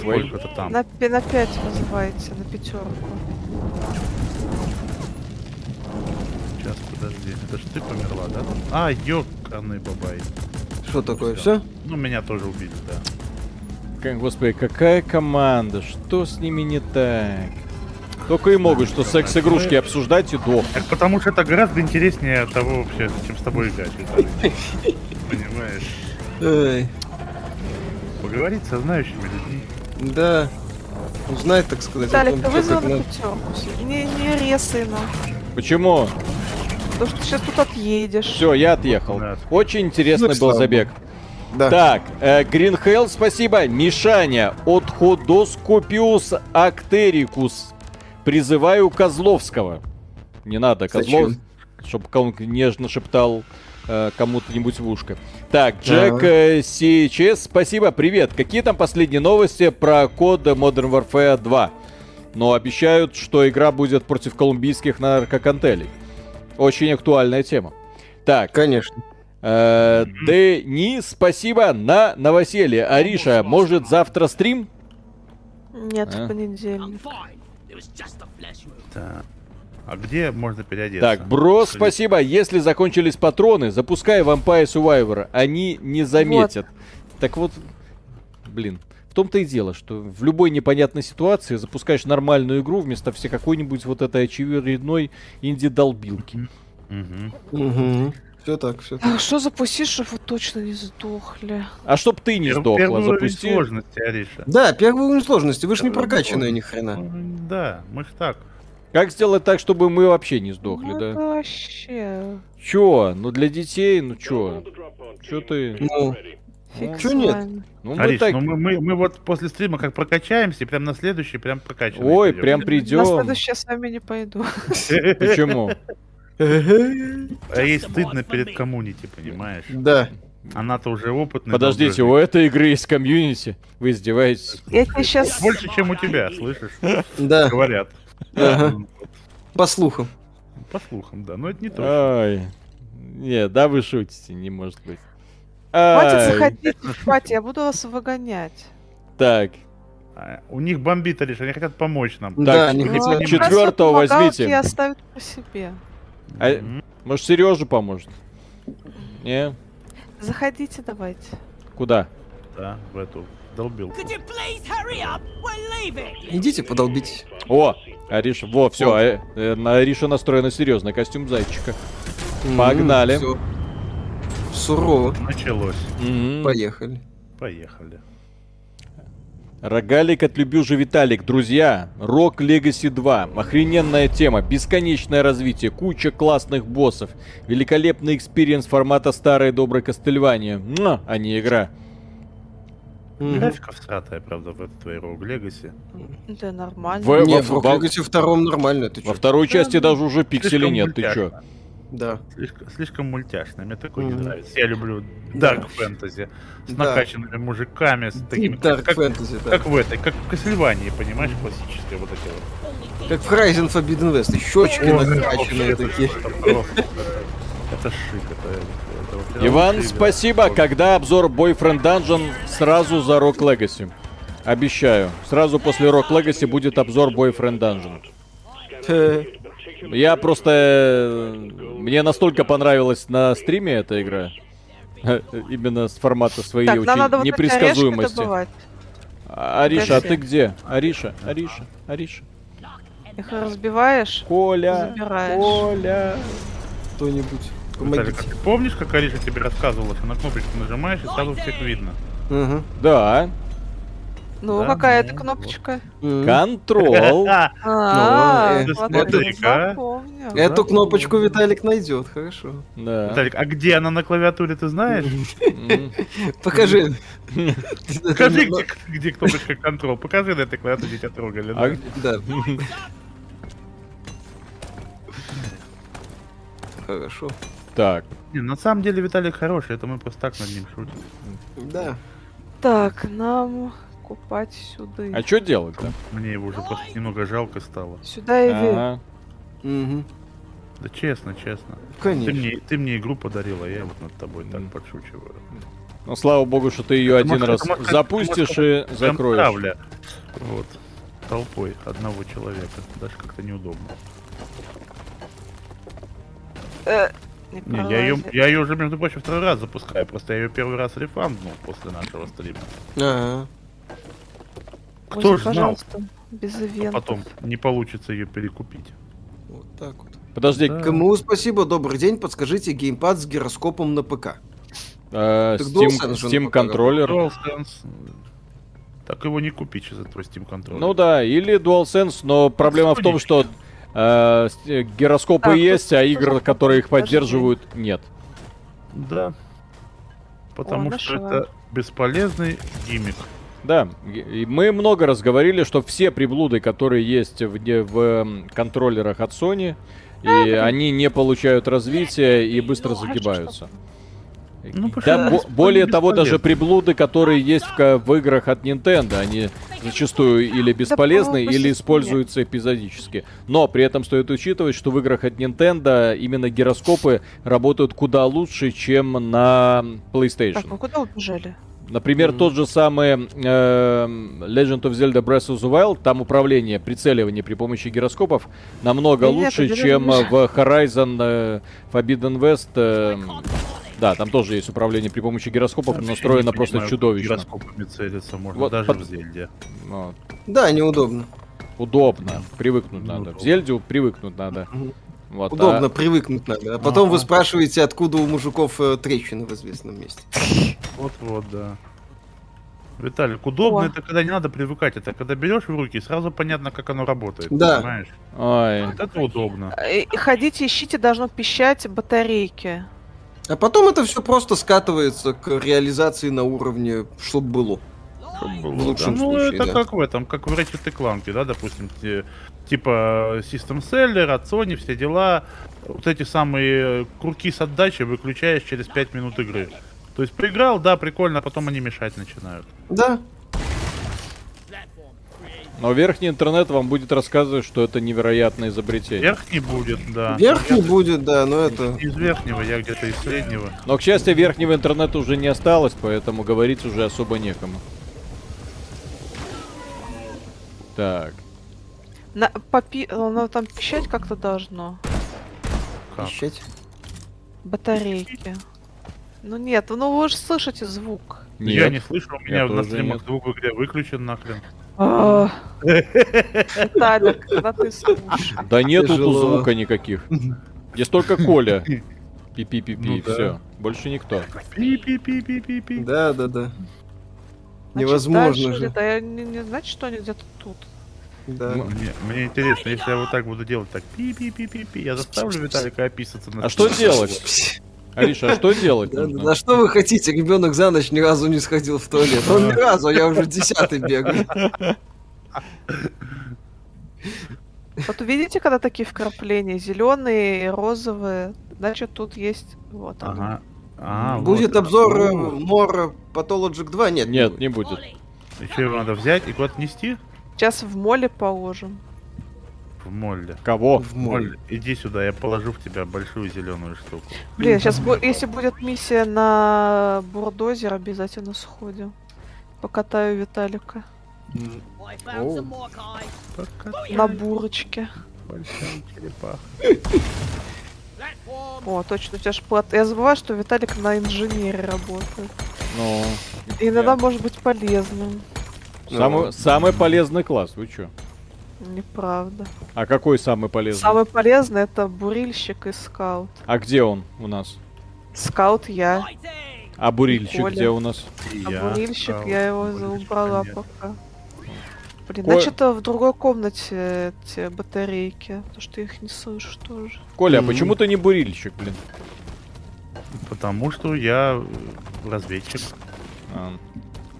A: Твои-
D: Сколько-то там.
B: На, пе- на 5 вызывайте, на пятерку.
D: Сейчас, подожди. Это ж ты померла, да? А, ёканый бабай.
C: Что такое? Все?
D: Ну, меня тоже убили, да.
A: Как, господи, какая команда? Что с ними не так? Только и могут, что секс-игрушки обсуждать и дох.
D: Так потому что это гораздо интереснее того вообще, чем с тобой играть, Виталий. Понимаешь?
C: Эй.
D: Поговорить со знающими людьми.
C: Да. Узнай, так сказать, о
B: Виталик,
C: том,
B: ты
C: чё,
B: вызвал
C: как
B: на
C: надо.
B: пятерку? Не, не резай нам.
A: Почему?
B: Потому что ты сейчас тут отъедешь.
A: Все, я отъехал.
D: Да.
A: Очень интересный
C: Ну и
A: был
C: слава
A: забег.
C: Да.
A: Так, э, Green Hell, спасибо. Мишаня, от Ходоскопиус Актерикус. Призываю Козловского. Не надо, Козлов,
C: Зачем?
A: чтобы он нежно шептал э, кому-то-нибудь в ушко. Так, Джек э, CHS, спасибо, привет. Какие там последние новости про код Modern Warfare 2? Но обещают, что игра будет против колумбийских наркокантелей. Очень актуальная тема. Так,
C: Конечно.
A: Э, Денис, спасибо на новоселье. Ариша, может завтра стрим?
B: Нет,
A: А.
B: в понедельник.
D: Да. А где можно переодеться?
A: Так, бро, спасибо. Если закончились патроны, запускай Vampire Survivor. Они не заметят. Так вот, блин, в том-то и дело, что в любой непонятной ситуации запускаешь нормальную игру вместо все какой-нибудь вот этой очередной инди-долбилки.
D: Мгм.
C: Все так, все так.
B: Так, что запустишь, чтобы вы точно не сдохли?
A: А чтоб ты не
D: Пер-
A: сдохла,
D: первый уровень
A: запусти.
D: сложности, Ариша.
C: Да, первый уровень сложности. Вы ж не прокачанные ни хрена.
D: М, Ну, Да, мы ж так.
A: Как сделать так, чтобы мы вообще не сдохли,
B: ну, это
A: да?
B: вообще...
A: Чё? Ну для детей, ну чё? Чё ты?
C: Ну,
B: Фиг
C: чё
B: с
C: нет?
B: вами.
A: Ну, мы
D: Ариш,
A: так-
D: ну мы, мы, мы вот после стрима как прокачаемся, и прям на следующий прям прокачиваем.
A: Ой, прям
B: На
A: придем.
B: следующий я с вами не пойду.
A: Почему?
D: А ей стыдно перед коммунити, понимаешь?
C: Да.
D: Она-то уже опытная.
A: Подождите, у
D: должна
A: этой игры есть комьюнити. Вы издеваетесь.
B: Я тебе
D: быть.
B: сейчас...
D: Больше, чем у тебя, слышишь?
C: Да,
D: Говорят.
C: ага,
A: ну,
C: по слухам.
D: По слухам, да. Но это не
A: А.
D: то.
A: Ай. Не, да вы шутите, не может быть. Ай.
B: Хватит заходить в пати, я буду вас выгонять.
A: Так,
D: А, У них бомбит, лишь они хотят помочь нам.
C: Да, не
A: Ну,
C: хотел.
A: чё- четвёртого возьмите.
B: И оставят по себе.
A: А-
D: Мгм.
A: может Сережа поможет? Не?
B: Заходите давайте.
A: Куда?
D: Да, в эту долбил.
E: Could you please hurry up? We're leaving.
C: Идите, подолбитесь.
A: О, Ариша, во, все, на Ариша настроена серьезно, костюм зайчика. Погнали.
C: Всё. Сурово.
D: Началось.
A: Мгм.
C: Поехали.
D: Поехали.
A: Рогалик от Любюжи Виталик, друзья, Рок Legacy 2, охрененная тема, бесконечное развитие, куча классных боссов, великолепный экспириенс формата старой доброй Кастельвания, Муа, а не игра.
C: Мгм.
D: Графика всратая, правда, в этой твоей Rogue Legacy.
B: Да нормально.
A: Вы-
C: Не,
A: в-
C: в Rock
A: во-
C: Legacy втором нормально, ты
A: Во
C: чё?
A: второй части даже уже пикселей
D: Слишком
A: нет, ты чё?
D: мультяшно.
C: Да.
D: Слишком, слишком мультяшно, мне такое не
C: Мгм.
D: нравится. Я люблю
C: Да.
D: Dark Fantasy с
C: Да.
D: накачанными мужиками, с такими,
C: Deep Dark
D: как,
C: Fantasy, да.
D: как в этой, как в Кассельвании, понимаешь, классическое вот эти вот.
C: Как в Horizon Forbidden West, и щечки
D: О,
C: накачанные
D: это
C: такие.
D: просто просто. Это шик, это... это вот прям
A: Иван,
D: шик.
A: спасибо, когда обзор Boyfriend Dungeon сразу за Rock Legacy. Обещаю, сразу после Rock Legacy будет обзор Boyfriend Dungeon.
C: Хе.
A: Я просто... э, Мне настолько понравилась на стриме эта игра. Э, Именно с формата своей
B: Так, нам надо
A: очень
B: вот эти орешки
A: непредсказуемости.
B: добывать.
A: А- Ариша, а
B: Подожди.
A: ты где? Ариша, Ариша, Ариша.
B: Их разбиваешь,
A: Коля,
B: забираешь.
A: Коля.
C: Кто-нибудь,
D: Виталий,
C: помогите.
D: как ты помнишь, как Ариша тебе рассказывала, что на кнопочку нажимаешь и сразу всех видно?
C: Мгм.
A: Да,
B: Ну,
D: Да,
B: какая это
D: ну,
B: кнопочка?
C: Мгм.
A: контрол.
B: А,
C: э,
B: вот
D: это
B: это
D: наверняка.
B: запомнил.
C: Эту кнопочку Виталик найдет, хорошо.
A: Да.
D: Виталик, а где она на клавиатуре, ты знаешь?
A: М.
C: Покажи.
D: Покажи, где, где кнопочка контрол. Покажи на этой клавиатуре тебя трогали.
A: А
D: да.
A: г-
C: Да. Хорошо.
A: Так,
D: Не, на самом деле Виталик хороший, это мы просто так над ним шутим.
C: Да.
B: Так, нам купать сюда.
A: а что делать-то?
D: Мне его уже просто немного жалко стало.
B: Сюда иди.
A: Ага.
C: Мгм.
D: Да честно, честно. Ты
C: Конечно.
D: мне, ты мне игру подарила, я вот над тобой так
A: М.
D: подшучиваю.
A: Ну, слава богу, что ты ее
D: Это
A: один
D: может-
A: раз
D: это может-
A: запустишь и
D: Прям
A: закроешь.
D: травля. Вот. Толпой одного человека. Даже как-то неудобно.
B: Э, не
D: Не, я ее,
B: пролазит.
D: я ее уже, между прочим, второй раз запускаю. Просто я ее первый раз рефанднул после нашего стрима.
C: Ага.
D: Кто
B: Можно,
D: ж знал,
B: пожалуйста, без
D: что
B: ивента.
D: А потом не получится ее перекупить.
C: Вот так вот.
A: Подожди,
D: Да.
C: КМУ спасибо, добрый день. Подскажите геймпад с гироскопом на ПК.
A: э,
C: Так
A: Steam,
C: DualSense же
A: Steam
C: на
A: контроллер.
D: DualSense. Так его не купить из этого Steam контроля.
A: Ну да, или DualSense, но проблема в том, что э, с- э, гироскопы
B: Так, тут-
A: есть, а
B: тут
A: игр,
B: тоже
A: которые их
B: подожди.
A: поддерживают, нет.
D: Да. Потому
B: О,
D: что
B: нашла.
D: это бесполезный гиммик.
A: Да, и и мы много раз говорили, что все приблуды, которые есть в, де- в эм, контроллерах от Sony, и они не получают развития и быстро загибаются.
D: а Ну, потому
A: Да,
D: что
A: бо-
D: они
A: более того,
D: бесполезны.
A: даже приблуды, которые есть в, ка- в играх от Nintendo, они зачастую или бесполезны,
B: попробуй
A: или
B: сейчас
A: используются эпизодически. Но при этом стоит учитывать, что в играх от Nintendo именно гироскопы работают куда лучше, чем на
B: Так,
A: PlayStation.
B: вы куда убежали?
A: Например,
C: Мгм.
A: тот же самый эм, Legend of Zelda Breath of the Wild, там управление прицеливание при помощи гироскопов намного
B: Нет,
A: лучше,
B: убери
A: чем
B: меня.
A: э, в Horizon э, Forbidden West. э, да, там тоже есть управление при помощи гироскопов, но
D: Вообще
A: настроено
D: не
A: просто
D: понимаю, как
A: чудовищно.
D: Гироскопами целиться можно
A: Вот
D: даже
A: под-
D: в Зельде.
A: Вот.
C: Да, неудобно.
A: Удобно, привыкнуть надо. В
D: Ну, Удобно.
A: Зельде привыкнуть надо.
C: Мгм.
A: Вот, а-
C: Удобно, привыкнуть надо. А потом вы
D: Ага.
C: спрашиваете, откуда у мужиков э, трещины в известном месте.
D: Вот-вот, да. Виталик, удобно
B: О.
D: это когда не надо привыкать, это когда берешь в руки, и сразу понятно, как оно работает.
C: Да.
D: Понимаешь?
A: Ой.
D: Вот это удобно.
B: Э, и Ходите, ищите, должно пищать батарейки.
C: А потом это все просто скатывается к реализации на уровне, чтоб было. В лучшем
D: Ну,
C: случае,
D: это
C: да.
D: как в этом, как в Ratchet Clank, да, допустим, те- типа System Seller, от Sony, все дела. Вот эти самые курки с отдачи выключаешь через 5 минут игры. То есть поиграл, да, прикольно, а потом они мешать начинают.
C: Да,
A: Но верхний интернет вам будет рассказывать, что это невероятное изобретение.
D: Вверх не будет, да.
C: вверх не будет, да, но это...
D: Из верхнего, я где-то из среднего.
A: Но, к счастью, верхнего интернета уже не осталось, поэтому говорить уже особо некому. Так.
B: На, попи... Оно там пищать как-то должно.
D: Как?
C: Ищать.
B: Батарейки. Ну нет, ну вы же слышите звук.
D: Я
A: Нет.
D: не слышу, у меня на
A: тоже
D: стримах
A: нет.
D: звук в игре выключен нахрен.
B: А. Виталик, когда ты слушаешь.
A: Да нету тут
C: Тяжело.
A: звука никаких. Есть только Коля. Пи-пи-пи-пи,
D: Ну да.
A: все. Больше никто.
D: Пи-пи-пи-пи-пи-пи.
C: Да, да, да.
B: Значит,
C: Невозможно
B: дальше
C: же.
B: где-то, я не, не значит, что они где-то тут.
C: Да.
D: Мне, мне интересно, если я вот так буду делать, так пи-пи-пи-пи-пи, я заставлю Виталика описаться на
A: А что делать? Ариша, а что делать
C: Ну Да, ну да,
A: нужно?
C: да что вы хотите? Ребенок за ночь ни разу не сходил в туалет. Он ни разу, а я уже десятый бегаю.
B: Вот видите, когда такие вкрапления, зеленые, розовые, значит тут есть вот оно.
D: Ага. А, вот
C: Будет
D: это.
C: обзор э,
D: О,
C: Мора Pathologic 2? Нет.
A: Нет, не будет.
E: Ollie,
D: Еще его надо взять и куда-то нести?
B: Сейчас в моле положим.
D: В молле.
A: Кого?
C: В
D: Моль,
C: море.
D: иди сюда, я положу в тебя большую зеленую штуку.
B: Блин, сейчас если будет миссия на бурдозер, обязательно сходим. Покатаю Виталика
E: I found
C: Oh.
E: some more kind.
B: на бурочке.
D: Большая черепаха.
E: Platform.
B: О, точно, у тебя же плат... Я забываю, что Виталик на инженере работает.
A: Ну,
B: И иногда может быть полезным.
C: Ну.
A: самый, самый полезный класс, вы чё?
B: Неправда.
A: А какой самый полезный?
B: Самое полезное это бурильщик и скаут.
A: А где он у нас?
B: Скаут я.
E: Fighting.
A: А бурильщик
B: Коля.
A: где у нас?
D: И
B: А
D: я
B: бурильщик
D: стал
B: я его
D: бурильщиком,
B: убрала
D: нет.
B: пока. Блин,
A: Ко-
B: значит, в другой комнате эти батарейки, потому что я их не слышу тоже.
A: Коля, а
C: М.
A: почему ты не бурильщик, блин?
D: Потому что я э, разведчик.
A: А,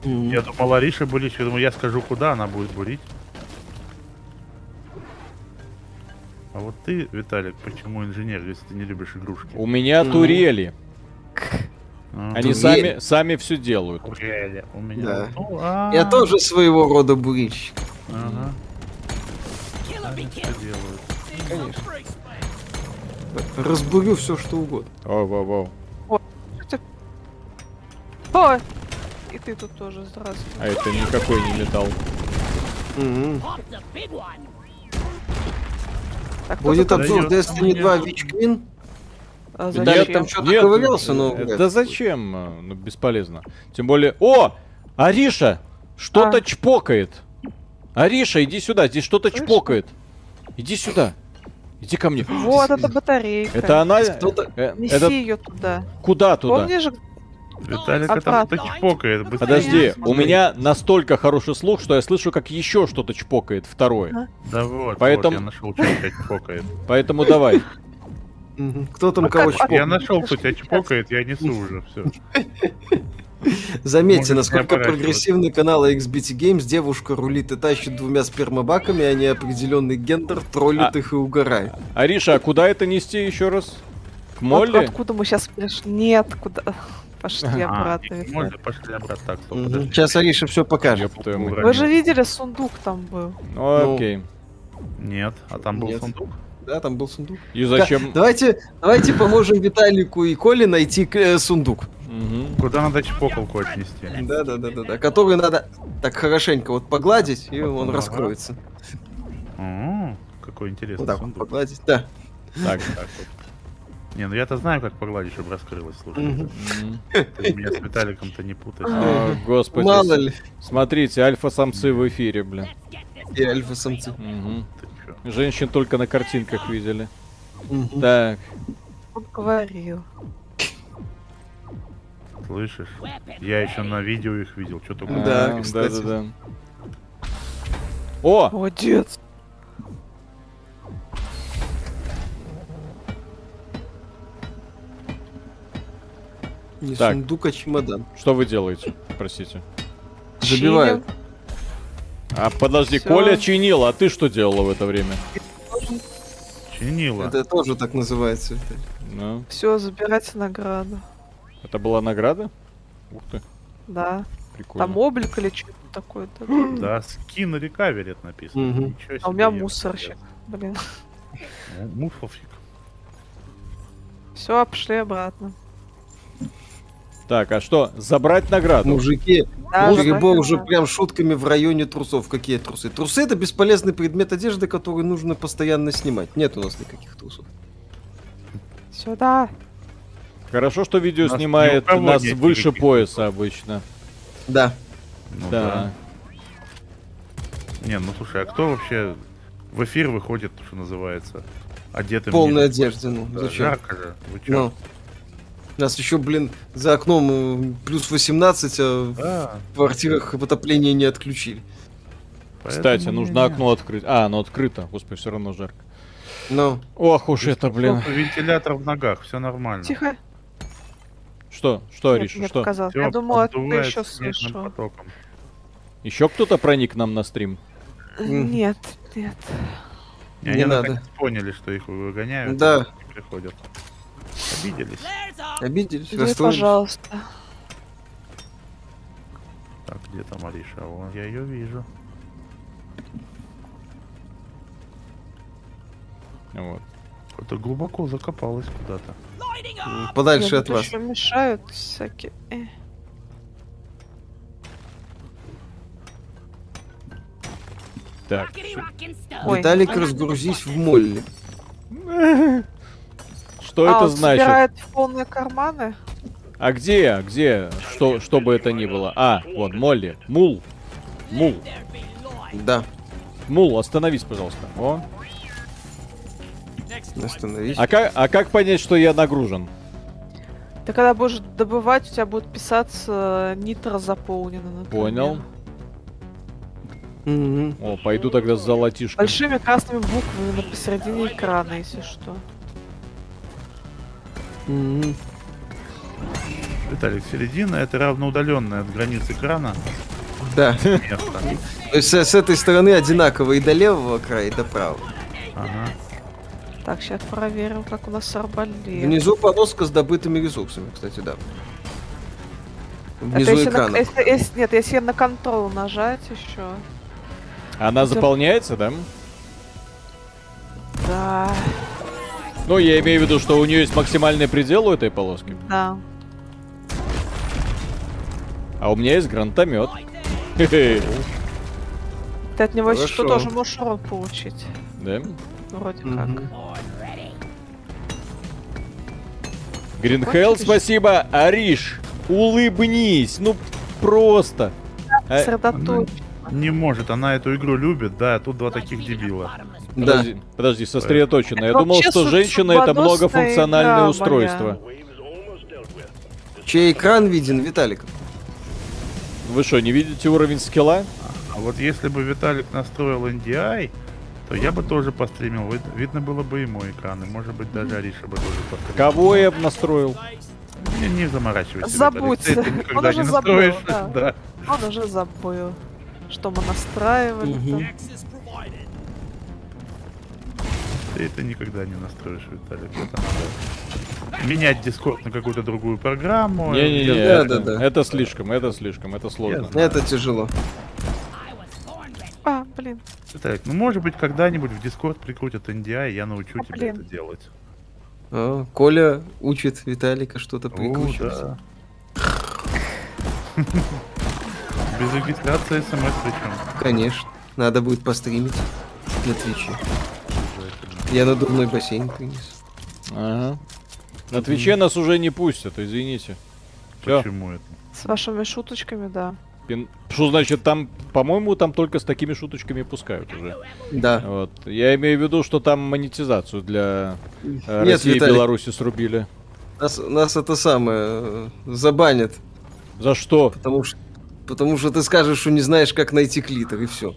D: Я думал, Ариша бурить, я думаю, я скажу, куда она будет бурить. А вот ты, Виталик, почему инженер, если ты не любишь игрушки?
A: У меня
C: М.
A: турели.
D: А.
A: Они
C: Турели?
A: сами, сами все делают.
D: Турели. У меня.
C: Да.
D: Ну, а.
C: Я тоже своего рода бурильщик.
D: Ага.
E: Killer be
D: Что
E: killed.
D: делают?
E: Things are free.
C: Разбурю все, что угодно.
A: О, во, во.
B: О! И ты тут тоже, здравствуй.
A: А это никакой не металл.
C: Мгм.
E: Pop the big one.
B: Так, кто
C: Будет
B: тут-
C: обзор
D: дает?
C: Destiny 2 Witch Queen.
B: А,
A: Да
B: зачем?
C: Виталик там чё-то
A: нет,
C: ковырялся, но
A: э,
C: вряд ли
A: Да
C: будет.
A: зачем? Э, Ну, бесполезно. Тем более... О! Ариша! Что-то
B: А.
A: чпокает. Ариша, иди сюда, здесь что-то
B: Слышь?
A: чпокает. Иди сюда. Иди ко мне.
B: Вот это батарейка.
A: Это она?
C: Кто-то-
A: э,
B: Неси
A: Это
B: ее туда.
A: куда туда?
B: Помнишь,
D: Виталика там
B: Обратно.
D: что-то чпокает. быстрее
A: Подожди, у
D: смотри.
A: меня настолько хороший слух, что я слышу, как еще что-то чпокает второе.
B: А.
D: Да вот,
A: Поэтому-
D: вот, я нашел, что тебя чпокает.
A: Поэтому давай.
C: Мгм. Кто там
B: А
C: кого
B: как- а-
C: чпокнул?
D: Я нашел, кто тебя чпокает, я несу уже, все.
C: Заметьте,
D: Может,
C: насколько
D: не оборачиваться.
C: прогрессивный канал XBT Games девушка рулит и тащит двумя спермобаками, а не определенный гендер троллит
A: А.
C: их и угорает.
A: Ариша, а куда это нести еще раз? К
B: вот
A: Молли?
B: откуда мы сейчас пришли? Нет, куда? Пошли
D: А,
B: обратно.
D: и
B: Виталик.
D: Можно пошли обратно так, стоп, А, подожди.
C: Сейчас Ариша все покажет.
A: Ёб твою мать.
B: Вы же видели, сундук там был.
A: Ну, Окей.
D: Нет, а там был
C: Нет.
D: сундук.
C: Да, там был сундук.
A: И зачем?
C: Давайте, давайте поможем Виталику и Коле найти э, сундук.
A: Мгм.
D: Куда надо чпокалку отнести?
C: Да, да, да, да, да. Который надо так хорошенько вот погладить, и
D: Вот,
C: он
D: ага.
C: раскроется.
D: М, Какой интересный
C: Вот так вот
D: сундук.
C: погладить. Да.
A: Так.
D: Так вот. Не, ну я-то знаю, как погладить, чтобы раскрылось, слушай.
C: Мгм.
A: Мгм.
D: Ты меня с Виталиком-то не путаешь.
A: О, Господи.
C: А, Мало ли.
A: Смотрите, альфа-самцы в эфире, блин.
E: Let's get this.
C: И альфа-самцы.
A: Мгм.
D: Ты чё?
A: Женщин только на картинках видели.
C: Мгм.
A: Так,
B: Он говорил.
D: Слышишь?
E: Weapon.
D: Я еще на видео их видел, что только.
C: Да.
A: а,
C: кстати.
A: да, да. О,
B: Молодец.
C: Не
A: Так.
C: сундук, а чемодан.
A: что вы делаете? Простите.
C: Забивают.
B: Чиним.
A: А подожди,
B: Всё.
A: Коля чинил, а ты что делала в это время?
D: Чинила.
C: Это тоже так называется. Виталий.
A: Ну,
B: Все, забирайте награду.
A: это была награда? Ух ты,
B: Да.
A: прикольно.
B: Там облик или что-то такое-то.
D: Да, скин рекавери это написано.
C: Мгм.
D: Ничего себе,
B: А у меня
D: я
B: мусорщик. Блин.
D: посмотрел. Ну, Мусорщик.
B: Все, пошли обратно.
A: Так, а что, забрать награду?
C: Мужики,
B: Да,
C: Грибо
B: желательно.
C: уже прям шутками в районе трусов. Какие трусы? Трусы это бесполезный предмет одежды, который нужно постоянно снимать. Нет у нас никаких трусов.
B: Сюда.
A: Хорошо, что видео
D: У нас ни у
A: снимает
D: кого
A: нас
D: нет
A: выше
D: никаких
A: пояса обычно.
C: Да.
D: Ну
A: да.
D: да. Не, ну слушай, а кто вообще в эфир выходит, что называется, одетым?
C: В полной
D: не-
C: одежде. Ну,
D: Да,
C: зачем?
D: Жарко же. Вы чё?
C: Ну. У нас еще, блин, за окном э, плюс 18, а в
D: Да,
C: квартирах отопление не отключили.
A: Кстати,
D: поэтому
A: нужно
D: не-
A: окно открыть. А, оно открыто. Господи, все равно жарко.
C: Но
A: Ох уж это, блин.
D: Только Вентилятор в ногах, все нормально.
B: Тихо.
A: Что? Что,
B: Нет,
A: Ариша,
B: мне
A: что?
B: показалось.
D: Всё
B: Я думала, ты
D: поддувает
B: еще
D: снежным
B: слышал.
D: потоком.
A: Еще кто-то проник нам на стрим?
C: Мгм.
B: Нет, нет.
D: И
C: Не
D: они
C: надо.
D: наконец поняли, что их выгоняют.
C: Да.
D: и Приходят. Обиделись.
E: There's a
C: обиделись,
B: Иди,
C: расстроились.
B: пожалуйста.
D: Так, где там Ариша? Вон, я ее вижу.
A: Вот.
D: Кто-то глубоко закопалась куда-то.
E: lighting up.
C: М, Подальше
B: Нет,
C: от
B: тут
C: вас.
B: ещё мешают всякие. Э,
A: Так.
E: Rockety rockin' stuff.
B: Ой.
C: Виталик, разгрузись в молле.
A: Что
B: а,
A: это
B: он
A: значит?
B: собирает в полные карманы?
A: А где? Где? Что, что бы это ни было? А, вон, Молли. Мул. Мул.
E: There be light.
C: Да,
A: Мул, остановись, пожалуйста. О.
E: Next
C: остановись.
A: А как, а как понять, что я нагружен?
B: Ты когда будешь добывать, у тебя будет писаться э, нитро заполнено. например.
A: Понял.
C: Мгм.
A: О, пойду тогда с золотишкой.
B: Большими красными буквами на посередине экрана, если что.
C: Мгм.
D: Виталик, середина это равноудаленная от границ экрана
C: Да.
D: место.
C: То есть с с этой стороны одинаково и до левого края, и до правого.
D: Ага.
B: Так, сейчас проверим, как у нас арбалет.
C: Внизу полоска с добытыми ресурсами, кстати, да.
B: Это
C: Внизу
B: если на-
C: экрана.
B: если- если- нет, если на контрол нажать еще.
A: Она заполняется, да?
B: Да,
A: Ну, я имею в виду, что у нее есть максимальный предел у этой полоски.
B: да.
A: А у меня есть гранатомет.
B: Ты от него если что
C: Хорошо.
B: тоже можешь урон получить.
A: Да?
B: Вроде как.
C: Мгм.
A: Гринхелл, спасибо. Ариш, улыбнись. Ну, просто. А,
B: Сосредоточь.
D: Не может, она эту игру любит, да, тут два таких дебила.
C: Да.
A: Подожди, подожди, сосредоточенно. Я думал,
B: Вообще
A: что
B: су-
A: женщина это
B: судьбоносная
A: многофункциональное
B: игра,
A: устройство.
C: Чей экран виден, Виталик?
A: Вы что, не видите уровень скилла?
D: А вот если бы Виталик настроил NDI, то я бы тоже постримил. Вид- Видно было бы и мой экран, и может быть даже Ариша бы тоже постримил.
A: Кого я б настроил?
D: Не, не заморачивайся.
B: Забудь.
D: Виталик, ты это
B: Он
D: никогда
B: уже
D: не
B: забыл,
D: настроишь.
B: да.
D: Да.
B: Он уже забыл, что мы настраивали.
C: Мгм.
B: там.
E: Access provided.
D: Ты это никогда не настроишь, Виталик. Это надо менять Дискорд на какую-то другую программу.
A: Не-не-не,
C: Да,
A: это,
C: да, да.
A: это слишком, это слишком, это сложно.
D: знаю.
C: Это тяжело.
E: I was born ready.
B: А, блин.
D: Виталик, ну может быть когда-нибудь в Дискорд прикрутят NDI, и я научу
B: А,
D: тебя
B: блин.
D: это делать.
C: А, Коля учит Виталика что-то
D: О,
C: прикручивать.
D: да. Без регистрации смс причем.
C: Конечно. Надо будет постримить на Твиче. Я надувной бассейн принес.
A: Ага. На Твиче нас уже не пустят, извините. Всё.
D: Почему это?
B: С вашими шуточками, да.
A: Пин- Что значит там, по-моему, там только с такими шуточками и пускают уже.
C: Да.
A: Вот. Я имею в виду, что там монетизацию для
D: А,
A: э,
C: Нет,
A: России и
C: Виталик.
A: Беларуси срубили.
C: Нас, нас это самое э, забанят,
A: За что?
C: потому что потому что ты скажешь, что не знаешь, как найти клитор, и все.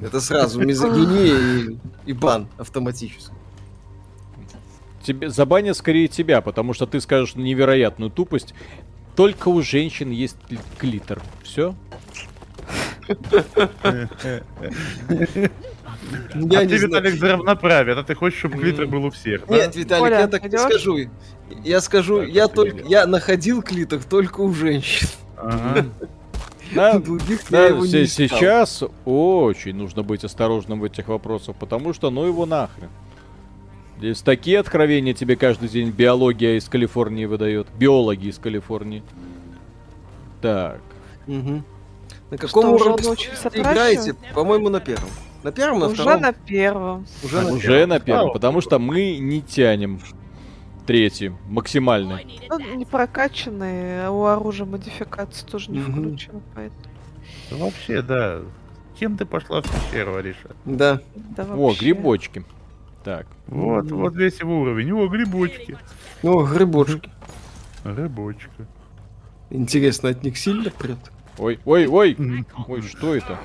C: Это сразу мизогиния и, и бан автоматически.
A: Тебе, забанят скорее тебя, потому что ты скажешь невероятную тупость. Только у женщин есть кли- клитор. Все?
C: Я
D: а
C: не
D: ты,
C: знаю.
D: Виталик, за равноправие, а ты хочешь, чтобы клитер был у всех, да?
C: Нет, Виталик,
B: Коля,
C: я так не
B: пойдёшь?
C: скажу. Я скажу,
D: Так,
C: я
D: извини.
C: только я находил клитор только у женщин.
D: Ага.
A: Да,
C: Других я
A: да,
C: его не
A: се-
C: искал.
A: сейчас очень нужно быть осторожным в этих вопросах, потому что ну его нахрен. Здесь такие откровения тебе каждый день биология из Калифорнии выдает. Биологи из Калифорнии. Так.
C: Мгм. На каком
B: уже
C: уровне
B: научился
C: вы играете?
B: прощать?
C: По-моему, на первом. На первом, на
B: Уже
C: втором?
B: на первом.
C: Уже на
A: Уже на первом,
D: Второго.
A: потому что мы не тянем третий, максимально.
E: Boy needed
B: Ну,
E: that.
B: не прокачанные, а у оружия модификация тоже не
C: Мгм.
B: включена, поэтому
D: Да Ну, Вообще, да. Кем ты пошла в пещеру, Ариша?
C: Да.
B: да
A: О,
B: вообще.
A: грибочки. Так,
D: Вот, вот весь его уровень. О, грибочки.
C: Ну, грибочки.
D: Рыбочка.
C: Интересно, от них сильно прет?
A: ой, ой, ой.
D: Мгм.
A: Ой, что это?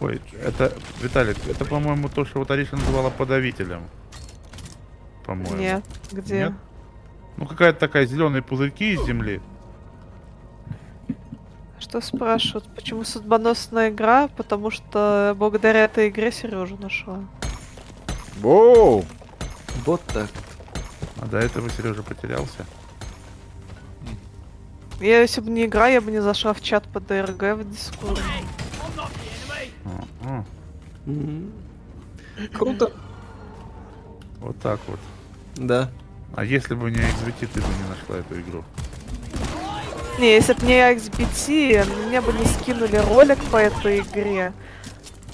D: Ой, это, Виталик, это, по-моему, то, что вот Ариша называла подавителем. По-моему.
B: Нет, где?
D: Нет? Ну, какая-то такая зеленые пузырьки из земли.
B: Что спрашивают? Почему судьбоносная игра? Потому что благодаря этой игре Сережу нашла.
A: Воу!
C: Вот так.
D: А до этого Сережа потерялся.
B: Я, если бы не игра, я бы не зашла в чат по ДРГ в Дискорде.
D: А, а,
C: Мгм. Круто.
D: вот так вот.
C: Да.
D: А если бы не XBT, ты бы не нашла эту игру.
B: Не, если бы не XBT, мне бы не скинули ролик по этой игре.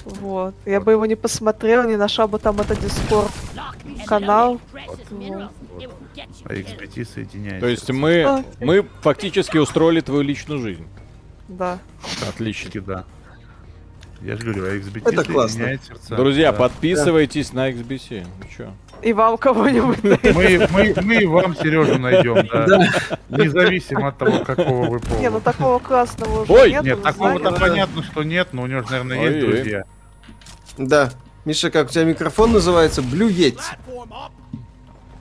B: Вот. Я бы его не посмотрела, не нашла бы там это Дискорд.
E: Lock and
B: Канал. Ну,
E: load precious minerals. It will get you
D: А
E: killed.
D: XBT соединяется.
A: То есть мы, мы фактически устроили твою личную жизнь.
B: Да.
A: Отлично.
D: да. Я же говорю, а XBT
C: Это классно.
D: соединяет сердца.
A: Друзья,
D: Да.
A: подписывайтесь на XBC. Ну чё?
B: И вам кого-нибудь
D: Мы, мы, мы и вам Сережу найдем, да. Независимо от того, какого вы
B: Не, ну
D: пола.
B: такого классного уже
A: Ой!
B: нет.
D: Нет,
B: вы
D: такого-то
B: знаете.
C: да.
D: понятно, что нет, но у него же, наверное, есть
A: Ой-ой.
D: друзья.
C: Да. Миша, как у тебя микрофон называется? Блюеть.
E: Platform up.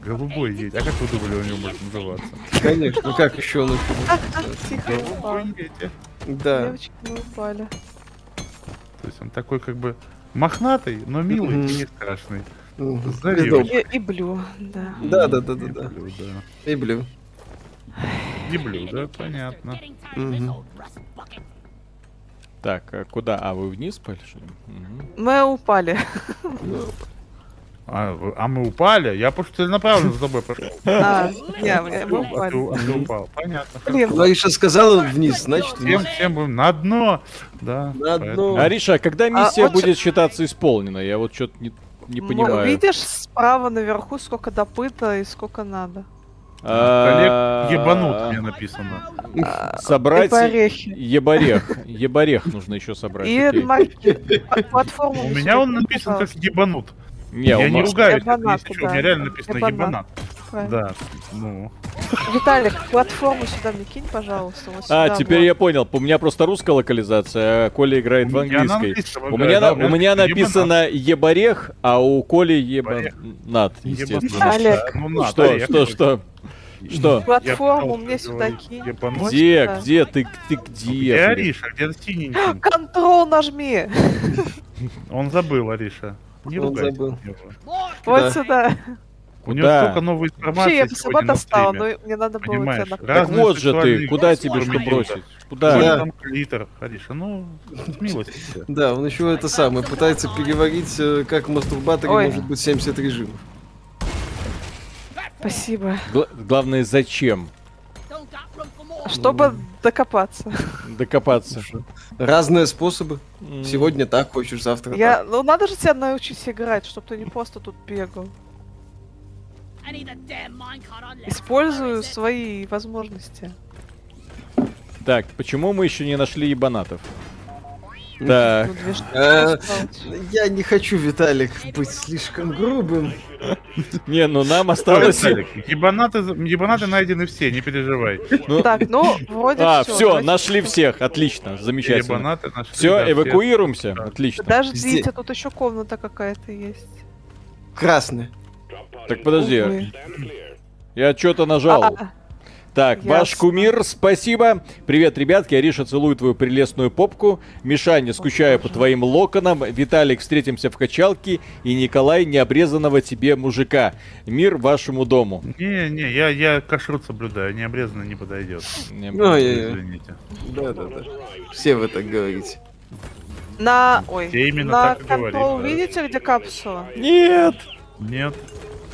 D: Голубой едь. А как вы думали, у него может называться?
C: Конечно, ну как еще он?
B: Тихо,
D: Голубой
B: упала.
D: едь.
C: Да.
B: Девочки, мы упали.
D: То есть он такой как бы мохнатый, но милый
C: Мгм.
D: и не страшный.
C: Мгм.
D: Здорово.
C: Ведом.
B: И, и блю, да.
C: Да, да, да, да, да.
D: Люблю, да.
C: И блю.
D: Люблю, да,
E: Canister,
D: понятно.
E: getting tired of this
C: Мгм.
E: old rust bucket.
A: Так, а куда? А вы вниз пали? что ли? Мгм.
B: Мы упали.
D: А, вы- а мы упали? Я просто целенаправленно за тобой пошел.
B: А, не, мы- мы
D: А ты,
B: упали.
D: а ты упал. Понятно.
B: Блин,
C: Лариша сказала вниз, значит
D: Всем,
C: вниз.
D: всем будем на дно. Да.
C: На
D: поэтому-
C: дно.
A: Ариша, а когда миссия
B: вот- Ну,
A: будет считаться исполнена? Я вот что-то не, не
B: м-
A: понимаю.
B: видишь справа наверху сколько допыта и сколько надо.
A: А,
D: Коллег ебанут, мне написано.
B: А
A: Собрать
B: И орехи.
A: еборех. Еборех нужно еще собрать.
B: И
A: окей.
B: марки- пла- платформу.
D: У
B: мне
D: меня он
B: сегодня
D: написан как
B: показалось,
D: ебанут.
A: Не,
D: Я
A: у
D: не
A: нас-
D: ругаюсь, это
B: Ебанат,
D: если чё, у
B: да.
D: меня реально написано
B: Ебанат.
D: ебанат.
B: правильно.
D: Да. Ну.
B: Виталик, платформу сюда мне кинь, пожалуйста. вот
A: А,
B: сюда,
A: теперь
B: вот.
A: я понял. У меня просто русская локализация, а Коля играет в
D: У меня на
A: английской.
D: английском
A: У
D: играет,
A: меня, на-
D: да,
A: у меня
D: английский
A: написано еборех, а у Коли ебанат,
D: ебанат.
A: естественно.
B: Олег.
D: Ну, на,
A: Что,
D: да,
A: что,
D: я-
A: что? Что?
B: Платформу
D: Я
B: мне
D: пытался
B: сюда
D: говорить,
B: кинь.
D: ебануть.
A: Где,
B: Да.
A: где ты, ты где?
D: Где
A: блин?
D: Ариша? Где синенький?
B: Контрол нажми.
D: Он забыл, Ариша. Не
C: Он
D: ругайся
C: забыл.
D: на него.
B: Вот
C: Да.
B: сюда.
D: У него
A: Куда?
D: столько новой информации
B: Вообще, я бы с ума
D: сегодня на
B: достала,
D: стриме.
B: но мне надо было тебя
D: Понимаешь?
B: на
A: Так
D: Разные
A: вот же ты,
D: сексуальные
A: куда
D: вкусы
A: тебе что
D: применяются.
A: бросить?
D: Может,
A: Куда?
C: Да.
D: там клитор, Ариша, ну, милость.
C: Да, он еще это самое, пытается переварить, э, как в мастурбаторе
B: Ой.
C: может быть 70 режимов.
B: Спасибо.
A: Гла- главное, зачем
E: Don't got room for
A: Ну,
E: more.
B: Чтобы докопаться.
A: докопаться?
C: Разные способы.
A: М.
C: Сегодня так хочешь, завтра
B: Я, ну надо же тебя научить играть, чтобы ты не просто тут бегал.
E: I need a damn minecart on left. Where
B: Использую
E: is it?
B: свои возможности.
A: Так, почему мы еще не нашли ебанатов? Так,
B: Ну, две штуки
C: Э,
B: осталось.
C: так. Я не хочу, Виталик, быть слишком грубым.
A: не, ну нам осталось...
D: Виталик, Ебанаты, ебанаты найдены все, не переживай.
A: ну-
B: Так, ну, вроде
A: А,
B: всё,
A: все,
B: значит,
A: нашли
B: всё.
A: всех, отлично, замечательно.
D: Ебанаты нашли. да,
A: Все,
D: все.
A: эвакуируемся,
D: Да.
A: отлично.
B: Подождите, тут еще комната какая-то есть.
C: Красный.
A: Так, подожди,
B: Увы.
A: я что-то нажал.
B: А,
A: Так, ваш
B: Ясно.
A: кумир, спасибо. Привет, ребятки. Ариша целую твою прелестную попку. Мишаня, скучаю по твоим локонам. Виталик, встретимся в качалке. И Николай, необрезанного тебе мужика. Мир вашему дому.
D: Не, не, я, я кашрут соблюдаю, необрезанно не подойдет.
C: Ну, я-
D: Извините.
C: Да, да, да. Все вы так говорите.
B: На... Ой,
D: Я именно
B: на
D: так и
B: контрол
D: говорил, да.
B: видите, где капсула?
A: Нет!
D: Нет,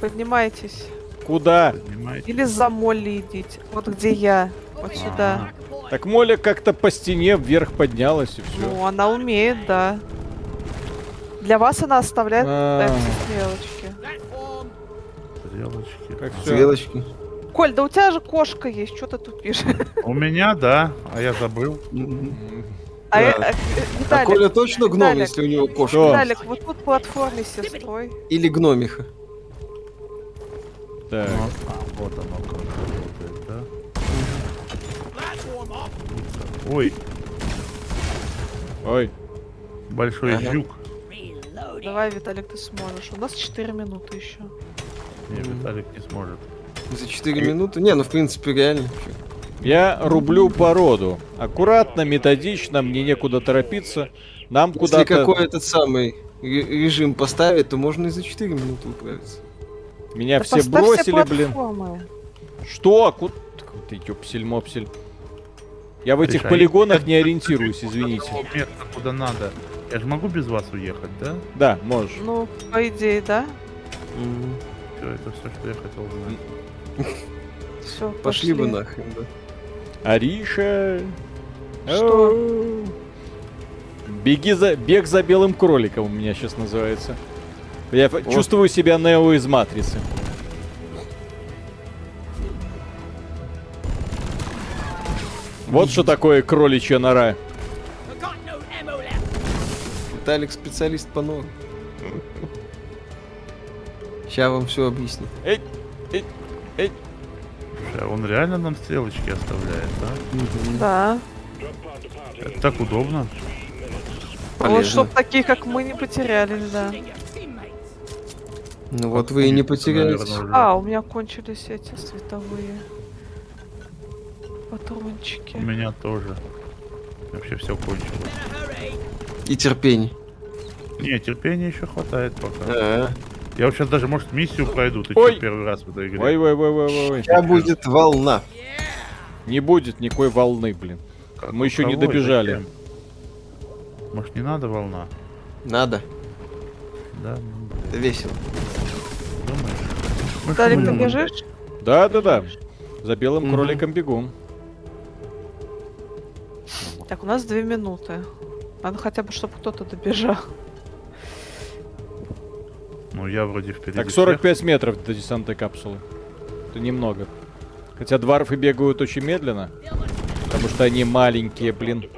B: Поднимайтесь.
A: Куда?
D: понимаете.
B: Или за Молли идите. Вот где я. Вот сюда.
A: Так Моля как-то по стене вверх поднялась и все.
B: Ну, она умеет, да. Для вас она оставляет
A: А.
B: эти стрелочки.
D: Стрелочки.
A: Как все?
C: Стрелочки.
B: Коль, да у тебя же кошка есть, что ты тут пишешь?
D: У меня, да, а я забыл.
C: Мгм.
B: А, э,
C: Да.
B: э,
C: А
B: Виталик,
C: Коля точно гном,
B: Виталик,
C: если у него кошка?
A: Что?
B: Виталик, вот тут платформе с сестрой.
C: Или гномиха?
A: Так.
D: Ну, а, вот оно как работает, да? Ой,
A: Ой.
D: большой
C: Ага.
D: жук.
B: Давай, Виталик, ты сможешь. У нас 4 минуты еще.
D: Не, Виталик не сможет.
C: За 4 минуты? Не, ну в принципе реально.
A: Я рублю породу. Аккуратно, методично, мне некуда торопиться. Нам
C: Если
A: куда-то...
C: какой этот самый ре- режим поставить, то можно и за 4 минуты управиться.
A: Меня
B: Да
A: все
B: поставь все
A: бросили, блин.
B: платформы.
A: Что? Куда? Ты ёпсель-мопсель. Я в этих
D: Решай.
A: полигонах не ориентируюсь, извините.
D: Место, куда надо. Я же могу без вас уехать, да?
A: Да, можешь.
B: Ну, по идее, да?
D: Все, это все, что я хотел знать.
B: Все,
C: Пошли бы нахрен, да.
A: Ариша.
B: Что?
A: Ау. Беги за... Бег за белым кроликом у меня сейчас называется. Я ф- чувствую себя Нео из Матрицы. Вот что такое кроличья нора.
C: Виталик специалист по нору. Сейчас вам все объясню.
A: Эй, эй, эй.
D: Слушай, а он реально нам стрелочки оставляет, да?
B: Да.
D: Это так удобно.
B: Вот
C: Полезно.
B: чтоб такие, как мы, не потерялись, да.
C: Ну вот вы и не потеряете.
D: Наверное, уже.
B: А, у меня кончились эти световые патрончики.
D: У меня тоже. Вообще все кончилось.
C: И терпение.
D: Не, терпения еще хватает пока.
C: А,
D: Я вообще даже, может, миссию пройду. Ты
A: Ой.
D: чё, первый раз в этой игре?
A: Ой, ой, ой, ой, ой.
C: Сейчас будет волна.
A: Не будет никакой волны, блин.
D: Как
A: Мы
D: у
A: еще не
D: кого и
A: добежали.
D: зачем? Может, не надо волна?
C: Надо.
D: Да, ну,
C: Это весело.
D: думаешь? Мы ж
B: Виталик, ты
D: можем.
B: бежишь?
A: Да, да, да. За белым
C: Мгм.
A: кроликом бегу.
B: Так, у нас две минуты. Надо хотя бы, чтобы кто-то добежал.
D: Ну, я вроде впереди
A: Так,
D: всех.
A: 45 метров до десантной капсулы. Это немного. Хотя дварфы бегают очень медленно. Потому что они маленькие, блин.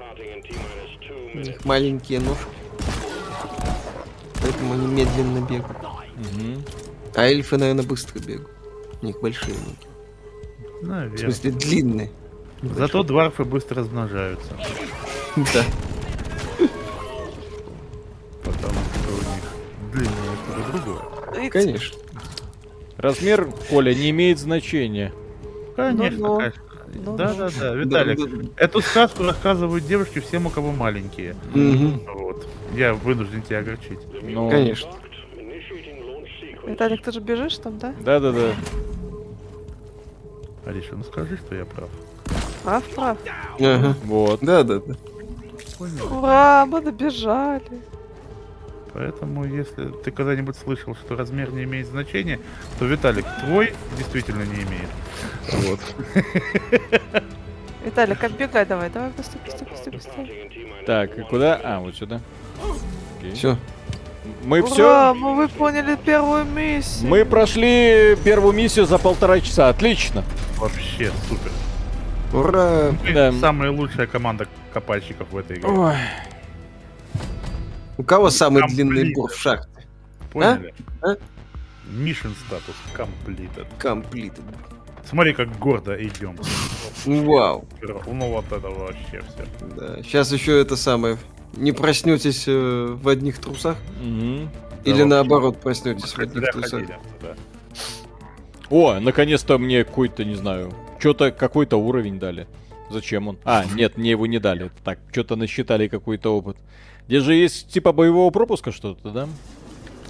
C: У них маленькие ножки. Поэтому они медленно бегают.
A: Мгм.
C: А эльфы, наверное, быстро бегают. У них большие ноги. В
D: Наверное.
C: смысле, длинные.
D: Зато дварфы быстро размножаются.
C: Да.
D: Потому что у них длинные что-то другое.
B: И-
C: Конечно.
A: Размер, Коля, не имеет значения.
B: Ну-ну.
D: Конечно, конечно.
B: Ну-ну.
D: Да-да-да, Виталик,
C: Да, да.
D: эту сказку рассказывают девушки всем, у кого маленькие.
C: Мгм.
D: Вот. Я вынужден тебя огорчить.
A: Ну,
C: Конечно.
B: Виталик, ты же бежишь там, да?
A: Да-да-да.
D: Ариша, ну скажи, что я прав.
B: Прав, прав.
C: Ага.
A: Вот.
C: Да, да, да.
B: Ура, мы добежали.
D: Поэтому, если ты когда-нибудь слышал, что размер не имеет значения, то, Виталик, твой действительно не имеет. Вот.
B: Виталик, отбегай давай, давай, быстро, быстро, быстро, быстро.
A: Так, и куда? А, вот сюда. Окей.
C: Все.
A: Мы
B: Ура,
A: все...
B: мы выполнили первую миссию.
A: Мы прошли первую миссию за полтора часа. Отлично.
D: Вообще супер.
C: Ура!
D: Мы
A: Да.
D: самая лучшая команда копальщиков в этой игре.
A: Ой.
C: У кого самый
D: Там,
C: длинный
D: блин.
C: бор в шахте?
D: Поняли?
C: А?
D: Мишин статус completed.
C: Комплит.
D: Смотри, как гордо идем.
C: Вау.
D: Ну вот это вообще все.
C: Да. Сейчас еще это самое. Не проснетесь э, в одних трусах?
A: Мгм.
C: Или
D: вообще.
C: наоборот проснетесь в одних
D: Зря
C: трусах?
D: ходили, да.
A: О, наконец-то мне какой-то, не знаю, что-то какой-то уровень дали. Зачем он? А, нет, мне его не дали. Это Так, что-то насчитали какой-то опыт. Где же есть типа боевого пропуска что-то, да?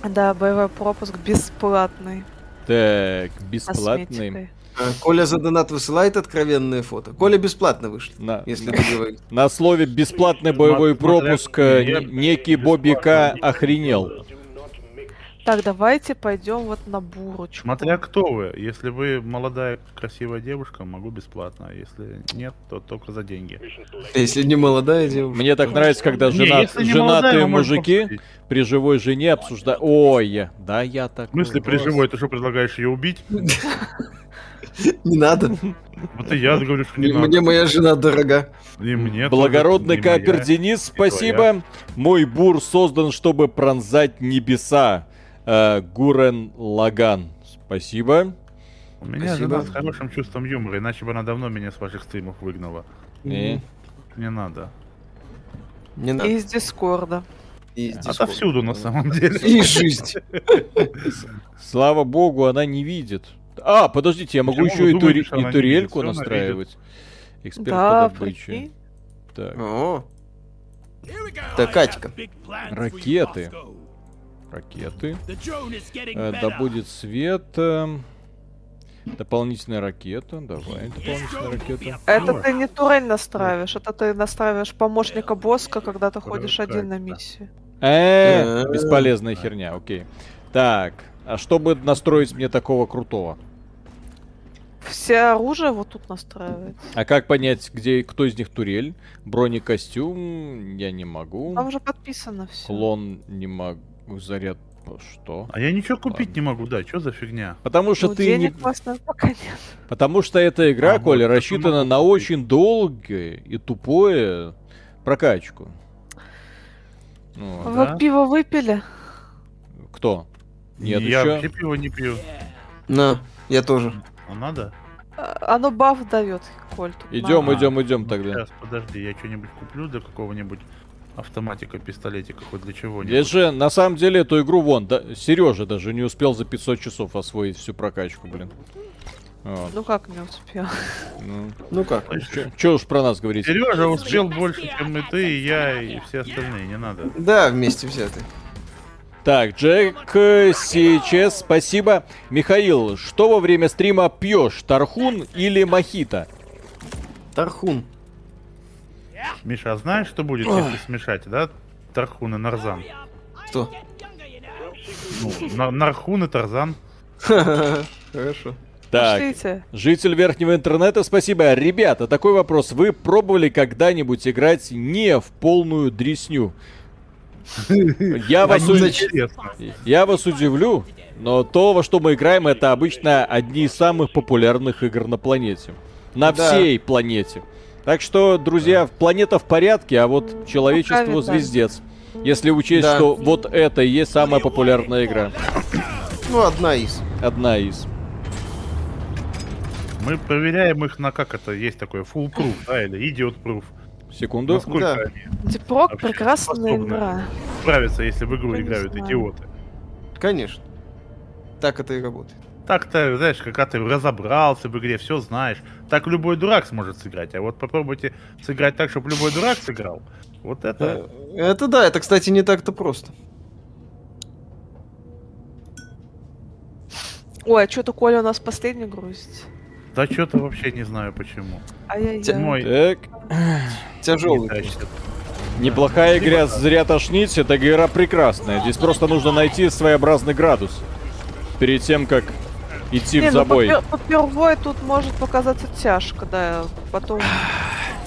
B: Да, боевой пропуск бесплатный.
A: Так,
B: с
A: бесплатный.
B: косметикой.
C: А Коля за донат высылает откровенные фото. Коля бесплатно вышли,
A: На,
C: если ты говоришь.
A: на слове бесплатный боевой
D: Смотря-
A: пропуск э, н- некий Бобби К охренел.
B: Так, давайте пойдем вот на бурочку.
D: Смотря кто вы. Если вы молодая, красивая девушка, могу бесплатно. А Если нет, то только за деньги.
C: А Если не молодая девушка.
A: Мне так нравится, когда
D: Не,
A: женат-
D: если не молодая,
A: женатые
D: вы можете
A: мужики
D: обсудить.
A: при живой жене обсуждают... Ой, я- да я так...
D: В смысле, при живой, ты что предлагаешь ее убить?
C: Не надо.
D: Вот и я говорю, что не
C: Мне
D: надо.
C: моя жена дорога.
D: И мне
A: Благородный
D: тоже, и моя.
A: капер Денис, спасибо. Мой бур создан, чтобы пронзать небеса. Э, Гурен Лаган, спасибо.
D: У меня
C: Спасибо.
D: жена с хорошим чувством юмора, иначе бы она давно меня с ваших стримов выгнала.
A: И-
D: Не надо.
C: Не
B: И
C: надо.
B: из Дискорда.
C: И из Дискорда.
D: Отовсюду, на самом деле.
C: И жизнь.
A: Слава богу, она не видит. А, подождите, я могу
D: Почему
A: еще
D: вы
A: и,
D: думаете,
A: тури-
D: что она
A: и
D: не
A: турельку
D: видит? Всё она
A: настраивать. Эксперт
B: Да,
A: по добыче.
B: прикинь.
A: Так,
C: О,
E: Да,
C: Так,
B: а,
C: Катька.
E: Катька.
A: Ракеты. ракеты. Э, Добудет свет. э, Дополнительная ракета. Давай, дополнительная ракета.
B: Это ты не турель настраиваешь, это ты настраиваешь помощника босска, когда ты ходишь
D: Короче,
B: один на
D: да.
B: миссии.
A: Э,
C: Э.
A: бесполезная херня, окей. Так, а чтобы настроить мне такого крутого?
B: Все оружие вот тут настраивается.
A: А как понять, где кто из них турель? Бронекостюм я не могу.
B: Там уже подписано все.
A: Клон не могу. Заряд что?
D: А я ничего купить
A: Ладно.
D: не могу, да, что за фигня?
A: Потому что ты не...
B: Ну, денег Ну, у вас, наверное, пока нет.
A: Потому что эта игра,
D: А, вот,
A: Коля,
D: так и
A: рассчитана
D: могу
A: на
D: купить.
A: очень долгое и тупое прокачку. Ну,
D: Вот. да?
B: Вы пиво выпили?
A: Ну, кто? Нет,
D: я
A: еще.
D: вообще пиво не пью.
C: на, я тоже.
D: А надо?
B: А, Оно баф дает, Коль. тут
A: Идем,
B: надо.
D: А,
A: идем, идем
D: Ну,
A: тогда.
D: Сейчас, подожди, я что-нибудь куплю для какого-нибудь автоматика, пистолетика, хоть для
A: Здесь
D: чего-нибудь.
A: же, на самом деле, эту игру вон, да, Сережа даже не успел за 500 часов освоить всю прокачку, блин. Вот,
B: Ну как не успел?
A: ну.
C: Ну как?
A: Чё- чё уж про нас говорить?
D: Сережа успел больше, чем и ты, и я, и все остальные, не надо.
C: Да, вместе взяты.
A: Так, Джек, э, сейчас, спасибо. Михаил, что во время стрима пьешь, тархун или мохито?
C: Тархун.
D: Миша, а знаешь, что будет, если смешать, да? Тархун и Нарзан.
C: Что?
D: Ну, на- Нархун и Тарзан.
C: Хорошо.
A: Так,
B: Пошлите.
A: Житель верхнего интернета, спасибо. Ребята, такой вопрос. Вы пробовали когда-нибудь играть не в полную дресню? Я вас, уди-
D: Интересно.
A: я вас удивлю, но то, во что мы играем, это обычно одни из самых популярных игр на планете. На
C: Да.
A: всей планете. Так что, друзья, планета в порядке, а вот человечество
B: Пока, да.
A: звездец. Если учесть,
C: Да.
A: что вот это и есть самая популярная игра.
C: Ну, одна из.
A: Одна из.
D: Мы проверяем их на как это есть такое full proof, да, или idiot proof.
A: Секунду.
D: Насколько
C: Да.
D: они
B: Дипрок
D: вообще
B: прекрасная
D: способны.
B: игра.
D: справятся, если в игру
B: Я не
D: играют
B: знаю.
D: идиоты.
C: Конечно. Так это и работает.
D: Так-то, знаешь, когда ты разобрался в игре, все знаешь. Так любой дурак сможет сыграть. А вот попробуйте сыграть так, чтобы любой дурак сыграл. Вот это...
C: Э, Это да, это, кстати, не так-то просто.
B: Ой, а что-то Коля у нас последний грузит.
D: Да что-то вообще не знаю почему.
B: Ай-яй-яй.
A: ну,
D: Мой
A: Так.
D: не
C: Тяжелый.
D: тащит.
A: Неплохая игра, зря тошнить, эта игра прекрасная. Здесь просто нужно найти своеобразный градус. Перед тем, как идти
B: Не,
A: в
B: ну,
A: забой.
B: попер- попервой тут может показаться тяжко, да. Потом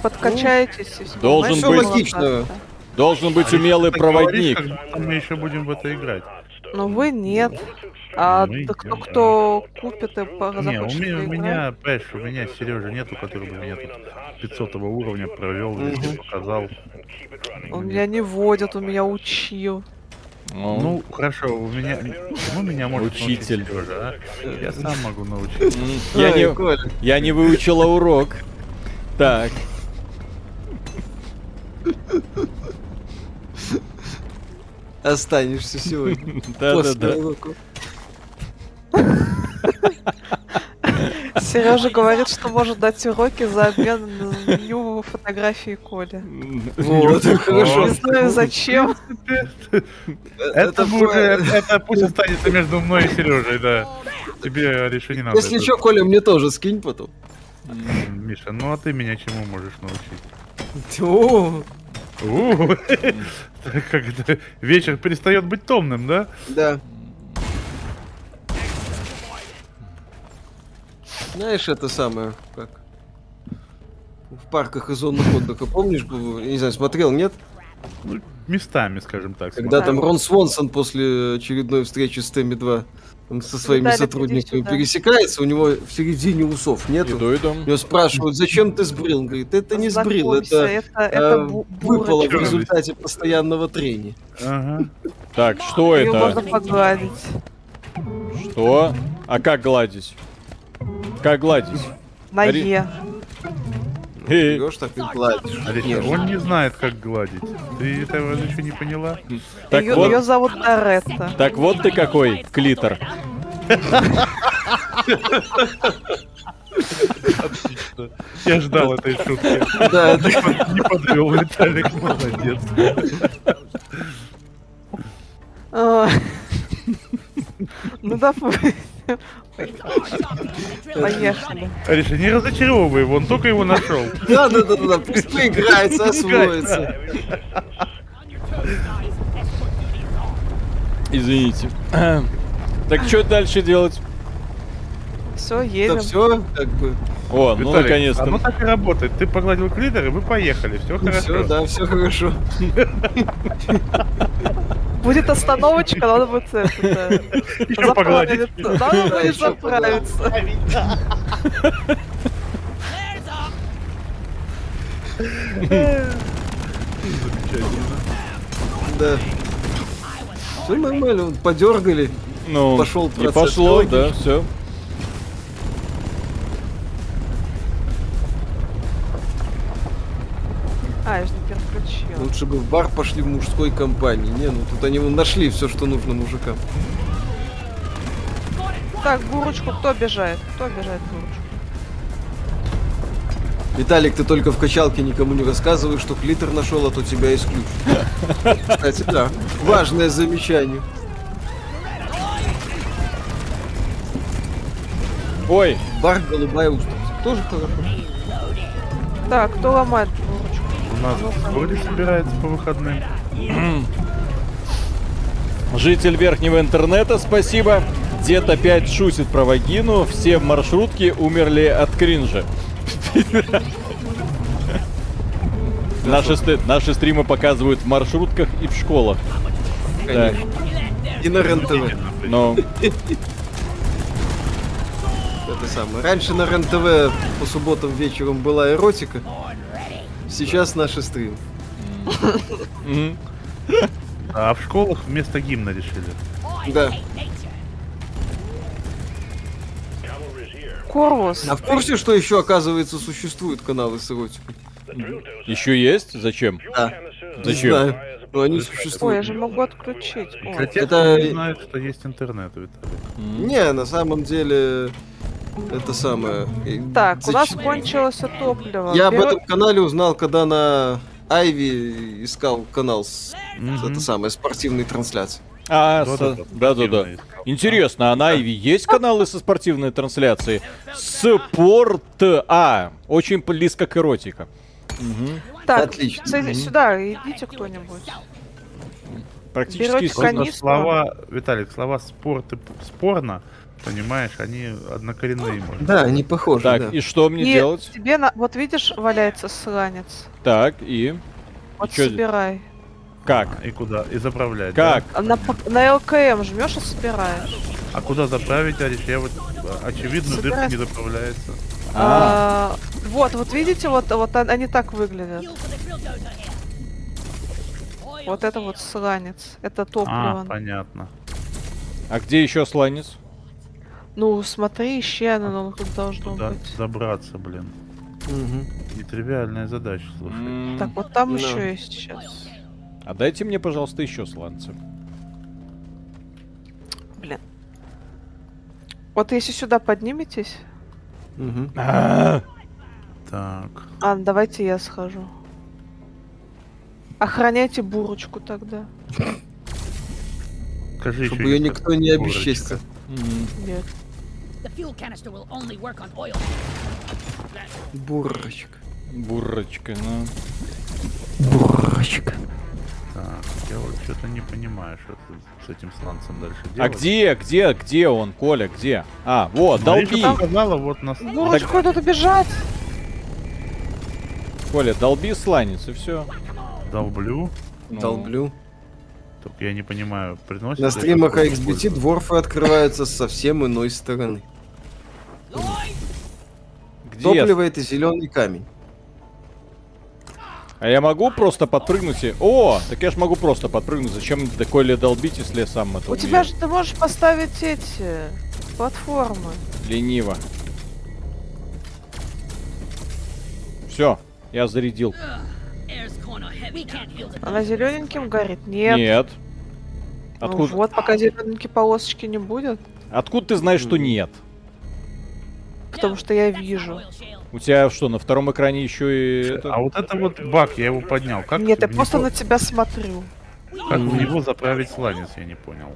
B: подкачаетесь и всё.
A: Должен быть-
B: Знаешь, что было
C: Логично.
B: как-то?
A: Должен быть умелый
D: Ты говоришь,
A: проводник.
D: как будто мы еще будем в это играть.
B: Ну вы нет. А
D: Мы
B: да кто,
D: идем, да.
B: кто купит и по-
D: Не, у
B: захочет
D: меня, у
B: поиграть?
D: меня, понимаешь, у меня Сережа нету, который бы меня тут 500 уровня провел, везде показал.
B: Он меня не водят, у меня учил.
A: Ну,
D: Ну, хорошо, у меня... Почему меня может научить
A: Учитель.
D: Сережа, а? Я сам могу научить.
A: м, я,
C: Ай,
A: не,
C: Коля.
A: я не выучила урок. Так.
C: Останешься сегодня.
A: Да, да,
C: После
A: да.
C: урока.
B: Сережа говорит, что может дать уроки за обмен на ню фотографии Коли.
C: Вот, хорошо.
B: Не знаю зачем.
D: Это мы
C: было-
D: уже, это пусть останется между мной и Сережей, да. Тебе решение надо.
C: Если что, Коля, мне тоже скинь потом.
D: Миша, ну а ты меня чему можешь научить?
C: О,
D: У, так Как это, вечер перестает быть томным, да?
C: Да. Знаешь, это самое, как в парках и зонах отдыха, помнишь, был? я не знаю, смотрел, нет?
D: Ну, местами, скажем так.
C: Когда
B: Смотрел.
C: там Рон Свонсон после очередной встречи с Тэмми 2 он со своими
B: Виталик, иди
C: сотрудниками
B: сюда.
C: пересекается, у него в середине усов нету.
A: Иду, иду.
C: Его спрашивают, зачем ты сбрил? Он говорит, это не сбрил,
B: Познакомься,
C: это,
B: это, это
C: э,
B: бу-
C: выпало в
B: бурочка.
D: бурочка.
C: результате постоянного трения.
D: Ага.
A: Так, что
B: Ее можно
A: это?
B: погладить.
A: Что? А как гладить? Как гладить?
B: На
A: Ари-
B: Е.
A: Э,
C: Берешь так и гладишь.
D: Алиса,
C: Нежно.
D: он не знает, как гладить. Ты этого еще не поняла?
A: Так
B: ее,
A: вот,
B: зовут Доретта.
A: так вот ты какой, клитор.
D: Отлично. Я ждал этой шутки.
C: Да, это
D: Не подвел, Виталик, молодец.
B: А. Ну, допустим. Поехали.
D: Алиса, не разочаровывай его, он только его нашел.
C: Да, да, да, да, да, пусть поиграется, освоится.
A: Извините. Так что дальше делать?
B: Все,
C: Да
B: едем.
C: все, как бы,
A: О, ну
D: Виталик,
C: а
A: наконец-то.
D: Оно так и работает. Ты погладил клитор, и вы поехали. Все
C: все,
D: хорошо.
C: Ну, да, все хорошо.
B: Будет остановочка, надо будет это, да,
D: Еще погладить.
B: заправиться. Надо
C: Да,
B: будет
C: ещё
B: заправиться.
C: Да. Все нормально, вот подергали.
A: Ну,
C: пошёл
A: и
C: процесс
A: пошло,
C: логики.
A: да, все.
B: А, я же не переключила.
C: Лучше бы в бар пошли в мужской компании. Не, ну тут они вон нашли все, что нужно мужикам.
B: Так, бурочку кто бежает? Кто бежает бурочку?
C: Виталик, ты только в качалке никому не рассказывай, что клитор нашел, а то тебя исключат. Кстати, да, важное замечание.
A: Ой,
C: Бар голубая устрица. Тоже хорошо.
B: Так, кто ломает бурочку?
D: У нас вроде собирается по выходным.
A: житель верхнего интернета, спасибо. Дед опять шутит про вагину, все в маршрутке умерли от кринжа. Наши, сты- наши стримы показывают в маршрутках и в школах. Да,
C: И на РЕН-ТВ.
A: ну,
C: Это самое. Раньше на РЕН-ТВ по субботам вечером была эротика. Сейчас наши стрим.
A: мгм.
D: А в школах вместо гимна решили.
C: Да.
B: Корвус.
C: А в курсе, что еще, оказывается, существуют каналы с эротикой?
A: Еще есть? Зачем?
C: Да.
A: Зачем?
C: Знаю. Но они
B: Ну Ой, я
C: существуют.
B: же могу отключить. О,
D: Хотя
C: Это-
D: это... не знают, что есть интернет, Виталик.
C: Не, на самом деле... Это самое. И
B: Так, у нас
C: зач-
B: кончилось топливо.
C: Я об
B: Беру-
C: этом канале узнал, когда на Айви искал канал с,
D: Мгм.
C: с это самое, спортивной трансляцией.
A: А,
D: Да-да-да.
A: со- да-да-да. Интересно, а на Айви есть каналы со спортивной трансляцией? Спорт А. Очень близко к эротика.
B: Так,
C: Отлично.
B: с- сюда идите кто-нибудь.
A: Практически с-
B: Берете
D: Просто
B: Конечно.
D: слова, Виталик, слова спорт и п- спорно, понимаешь, они однокоренные. может.
C: Да, они похожи,
A: Так, и что мне
B: И
A: делать?
B: тебе, на... вот видишь, валяется сланец.
A: Так, и
B: Вот
A: чё-
B: собирай.
A: как?
D: И куда? И заправлять.
A: Как?
B: А На, п- на ЛКМ жмешь и собираешь.
D: да? А куда заправить, Ариш? Я вот а, очевидно дырка
B: Собирать.
D: не заправляется.
B: А, вот, вот видите, вот, вот он- они так выглядят. Вот это вот сланец. Это
D: А,
B: топливо.
D: понятно.
A: А где еще сланец?
B: ну, смотри, ищи, оно ну, тут должно
D: Туда
B: быть.
D: добраться, блин.
C: Мгм.
D: Нетривиальная задача, слушай.
A: М,
B: Так, вот там
C: Да.
B: еще есть сейчас.
A: А дайте мне, пожалуйста, еще сланцы.
B: Блин. Вот если сюда подниметесь,
C: Мгм.
B: А.
D: Так.
B: Ан, а, давайте я схожу. Охраняйте бурочку тогда.
D: Скажи
C: Чтобы
D: еще
C: ее
D: несколько
C: никто не
D: фразочек.
C: обесчестил.
A: М,
B: Нет.
E: The fuel canister will only work on oil.
C: Бурочек.
A: Бурочка, ну.
C: Бурочек.
D: Так, я вот что-то не понимаю, что ты с этим сланцем дальше делать.
A: А где, где, где он, Коля, где? А,
D: Ну,
A: вот, долби!
D: Маришка показала вот нас.
B: Бурочку идут убежать!
A: Коля, долби сланец и Ну, все.
D: Долблю.
C: Ну, Долблю.
D: Только я не понимаю, приносит...
C: На
D: это
C: стримах
D: какую-то
C: XBT
D: пользу?
C: дворфы открываются со совсем иной стороны.
A: Где?
C: Топливо это зеленый камень.
A: А я могу просто подпрыгнуть и... О, так я ж могу просто подпрыгнуть. Зачем до Коля долбить, если я сам это
B: У тебя же ты можешь поставить эти платформы.
A: Лениво. Все, я зарядил.
E: Air's corner heavy. We can't build it.
B: Она зелененьким горит? Нет.
A: Нет.
B: Ну
A: Откуда,
B: вот, пока зелененькие полосочки не будет,
A: откуда ты знаешь, что нет?
B: потому что я
E: That's not
B: вижу.
E: oil shale.
A: У тебя что, на втором экране еще и... это?
D: А вот это вот баг, я его поднял. Как
B: Нет, я
D: в
B: просто
D: него-
B: на тебя смотрю.
D: Как в него заправить сланец, я не понял.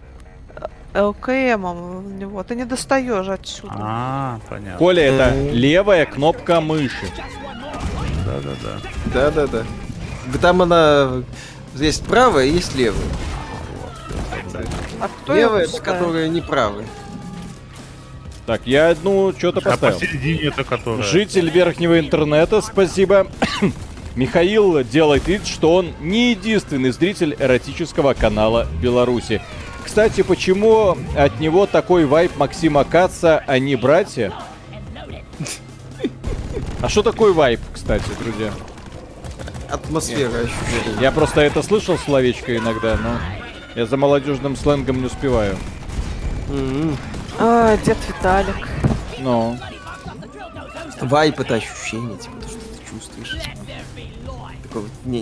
B: ЛКМом в Эм него. Ты не достаешь отсюда.
D: А, понятно.
A: Коля, это левая кнопка мыши.
D: Да-да-да.
C: Да-да-да. Там она... Есть правая, есть левая.
B: А кто его
C: Левая, это
B: пускает?
C: которая не правая.
A: Так, я одну что-то
D: А
A: поставил.
D: посередине это которая...
A: Житель верхнего интернета, спасибо. Михаил делает вид, что он не единственный зритель эротического канала Беларуси. Кстати, почему от него такой вайп Максима Каца, а не братья? А что такое вайп, кстати, друзья?
C: Атмосфера ощущения.
A: Я просто это слышал словечко иногда, но я за молодежным сленгом не успеваю.
C: Мгм.
B: А, дед Виталик.
A: Ну,
C: Вайп это ощущение, типа то, что ты чувствуешь. типа. Такое вот не-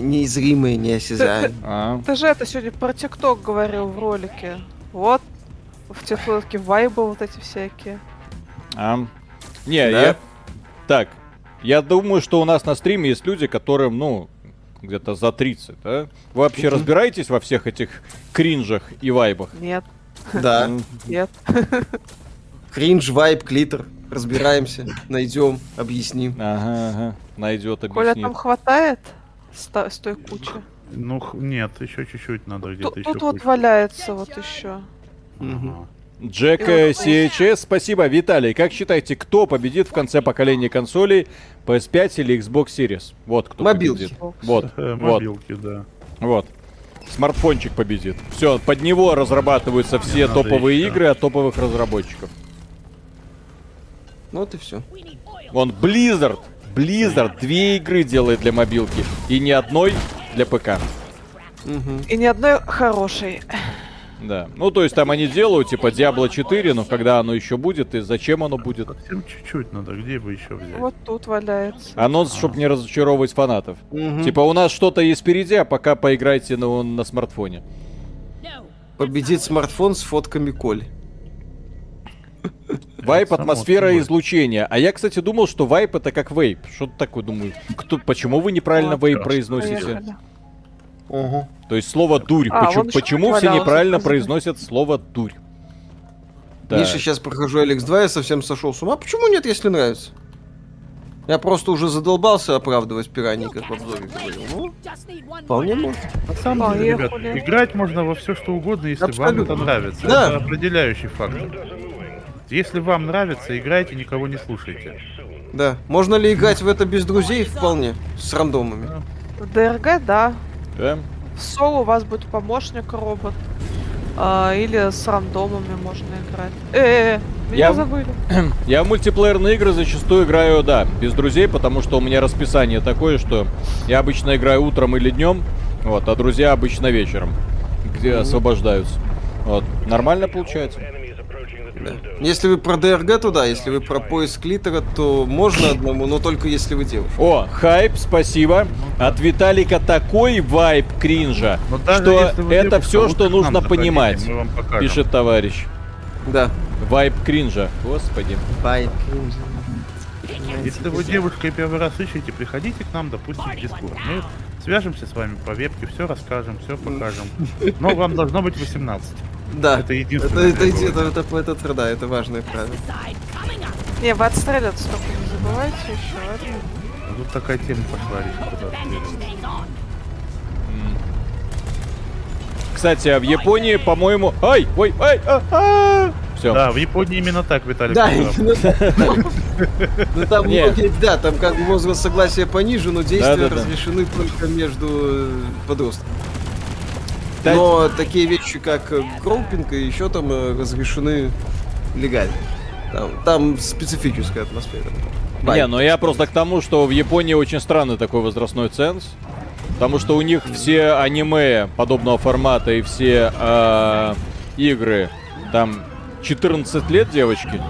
C: неизримое, неосязаемое.
A: а.
B: Ты же это сегодня про ТикТок говорил в ролике. Вот. В ТикТоке вайбы вот эти всякие.
A: А. Не,
C: Да?
A: я... Так, я думаю, что у нас на стриме есть люди, которым, ну, где-то за 30, да? Вы вообще разбираетесь во всех этих кринжах и вайбах?
B: Нет,
C: Да.
A: М,
B: нет.
C: Кринж, вайп, клитер. Разбираемся, найдем, объясним.
A: Ага, ага. Найдет,
B: Коля
A: объяснит.
B: там хватает с, та- с той кучи.
D: Ну, х- нет, еще чуть-чуть надо где-то
B: Тут,
D: еще.
B: тут вот
D: кучу.
B: валяется вот еще.
D: Ага.
A: Джек э, CHS, спасибо. Виталий, как считаете, кто победит в конце поколения консолей PS5 или Xbox Series? Вот кто
C: Мобилки.
A: победит. Вот,
D: Э,
A: вот,
D: Мобилки, да.
A: вот. Смартфончик победит. Все, под него разрабатываются все
D: надо
A: топовые
D: еще.
A: игры от топовых разработчиков.
C: Вот и все.
E: We need oil.
A: Он Blizzard. Blizzard две игры делает для мобилки. И ни одной для ПК.
B: И ни одной хорошей.
A: Да. Ну, то есть там они делают, типа, Diablo 4, но когда оно еще будет и зачем оно будет?
D: Совсем чуть-чуть надо, где бы еще взять?
B: Вот тут валяется.
A: Анонс, чтобы не разочаровывать фанатов. Типа, у нас что-то есть впереди, а пока поиграйте на, на смартфоне.
E: No.
C: Победит смартфон с фотками Коли.
A: Вайп,
D: само
A: атмосфера и
D: собой.
A: излучение. А я, кстати, думал, что вайп это как вейп. Что-то такое, думаю. Кто, почему вы неправильно
B: Вот,
A: вейп
D: да,
A: произносите?
B: Поехали.
A: То есть слово дурь.
B: А,
A: Почему-
B: вон еще
A: почему все
B: валялся,
A: неправильно
B: спасибо.
A: произносят слово дурь? Так.
C: Миша, сейчас прохожу Алекс 2, я совсем сошел с ума. Почему нет, если нравится? Я просто уже задолбался оправдывать пираний, как в обзоре говорил. Ну,
E: Just need one more.
C: вполне может.
D: На самом деле, ребят,
B: Поехали.
D: играть можно во все что угодно, если
C: Абсолютно.
D: вам это нравится.
C: Да.
D: Это определяющий фактор. Если вам нравится, играйте, никого не слушайте.
C: Да. Можно ли играть в это без друзей? Вполне. С рандомами.
B: В ДРГ, да.
A: Да?
B: В соло у вас будет помощник робот. А, или с рандомами можно играть. Э, э, меня
A: Я-
B: забыли.
A: Я в мультиплеерные игры зачастую играю, да, без друзей, потому что у меня расписание такое, что я обычно играю утром или днем, вот, а друзья обычно вечером, где освобождаются. Вот, нормально получается.
C: Да. Если вы про ДРГ, то да. Если вы про поиск литера, то можно одному, но только если вы девушка.
A: О, хайп, спасибо. От Виталика такой вайб кринжа,
D: Но даже
A: что
D: если вы
A: это
D: девушка,
A: все,
D: лучше
A: что
D: к нам
A: нужно
D: заходите,
A: понимать,
D: мы вам покажем.
A: пишет товарищ.
C: Да.
A: Вайб кринжа, господи.
C: Бай.
D: Если вы девушкой первый раз ищете, приходите к нам, допустим, в Дискорд. Мы свяжемся с вами по вебке, все расскажем, все покажем. Но вам должно быть 18.
C: Да.
D: Это
C: Это,
D: единственное.
C: это,
D: требование.
C: это, это, это, это, да, это важное правило.
E: Side coming up.
B: Не, вы отстреляться только не забывайте еще, ладно?
D: А Тут такая тема пошла, Рик, куда
E: Bandage
D: ты.
E: stays on.
A: Кстати, а в Японии, по-моему... Ай, ой, ай, а, Все.
D: Да, в японии именно так, Виталик.
C: Да,
D: сказал.
C: именно так. Ну там
A: Не.
C: многие, да, там как бы возраст согласия пониже, но действия
A: Да-да-да.
C: разрешены только между э, подростками. Но такие вещи, как э, гроупинг и еще там э, разрешены легально. Там, там специфическая атмосфера.
A: Не,
C: Вайб.
A: ну я просто к тому, что в Японии очень странный такой возрастной ценз. Потому что у них все аниме подобного формата и все э, игры там 14 лет девочки.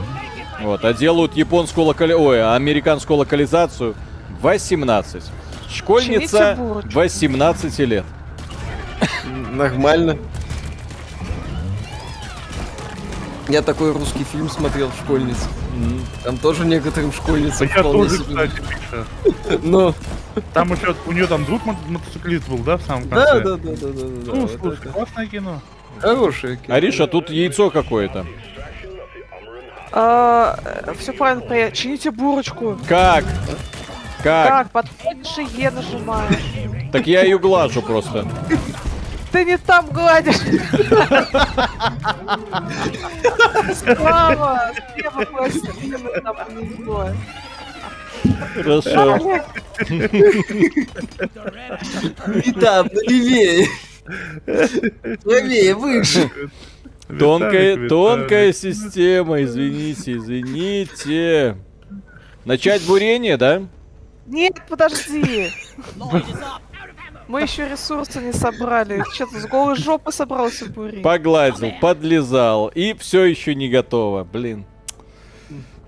A: Вот, а делают японскую локали... Ой, американскую локализацию 18. Школьница
B: Чините бурочку.
A: 18 лет.
C: Нормально. Я такой русский фильм смотрел «Школьниц». Там тоже некоторым школьницам
D: Я
C: вполне
D: тоже,
C: себе- Ну,
D: кстати, Миша.
C: Но-
D: Там еще у нее там друг мо- мотоциклист был, да, в самом конце?
C: Да, да, да, да, да, да.
D: Ну,
C: да, это-
D: слушай, классное кино.
C: Хорошее кино.
A: Ариша, а тут яйцо какое-то.
B: все А, э, правильно, при- чините бурочку.
A: Как? Как?
B: Как? Подходишь и Е нажимаешь.
A: Так я ее глажу просто.
B: Ты не там гладишь. Справа, слева пластина, там внизу.
A: Хорошо.
C: И там, левее. Левее, выше.
A: Тонкая,
D: Виталик,
A: тонкая
D: Виталик.
A: система, извините, извините. Начать бурение, да?
B: Нет, подожди.
E: Lloyd is up. Out of ammo.
B: Мы еще ресурсы не собрали. Че ты с голой жопы собрался бурить?
A: Погладил, подлезал и все еще не готово, блин.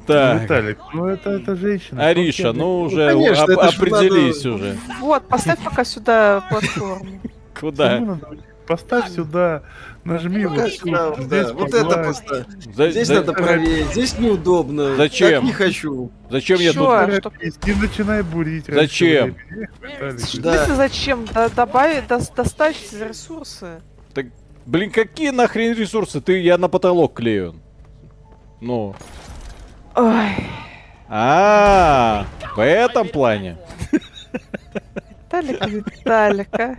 A: Так,
D: Виталик, ну это, это женщина.
A: Ариша, ну уже
C: Ну, конечно,
A: оп-
C: это ж
A: определись уже.
B: Вот, поставь пока сюда платформу.
C: Ну,
A: Куда?
D: Почему надо? Поставь сюда, нажми
E: Пока
D: вот
C: сюда,
D: тут, Ну,
C: Ну, да,
D: здесь
C: вот
D: погладь.
C: это просто.
A: За-
C: Здесь
A: за-
C: надо правее, здесь неудобно.
A: Зачем?
C: Так не хочу.
A: Зачем я
B: Чё?
A: тут?
D: Торопись, Не начинай бурить. раньше
A: Зачем?
D: времени. Виталик,
C: Да.
B: Да. Ты зачем? Да, добавить, дос- достать ресурсы.
A: Так, блин, какие нахрен ресурсы? Ты, я на потолок клею. Ну.
B: Ой,
A: А, в этом плане.
B: Виталик, Виталик, а.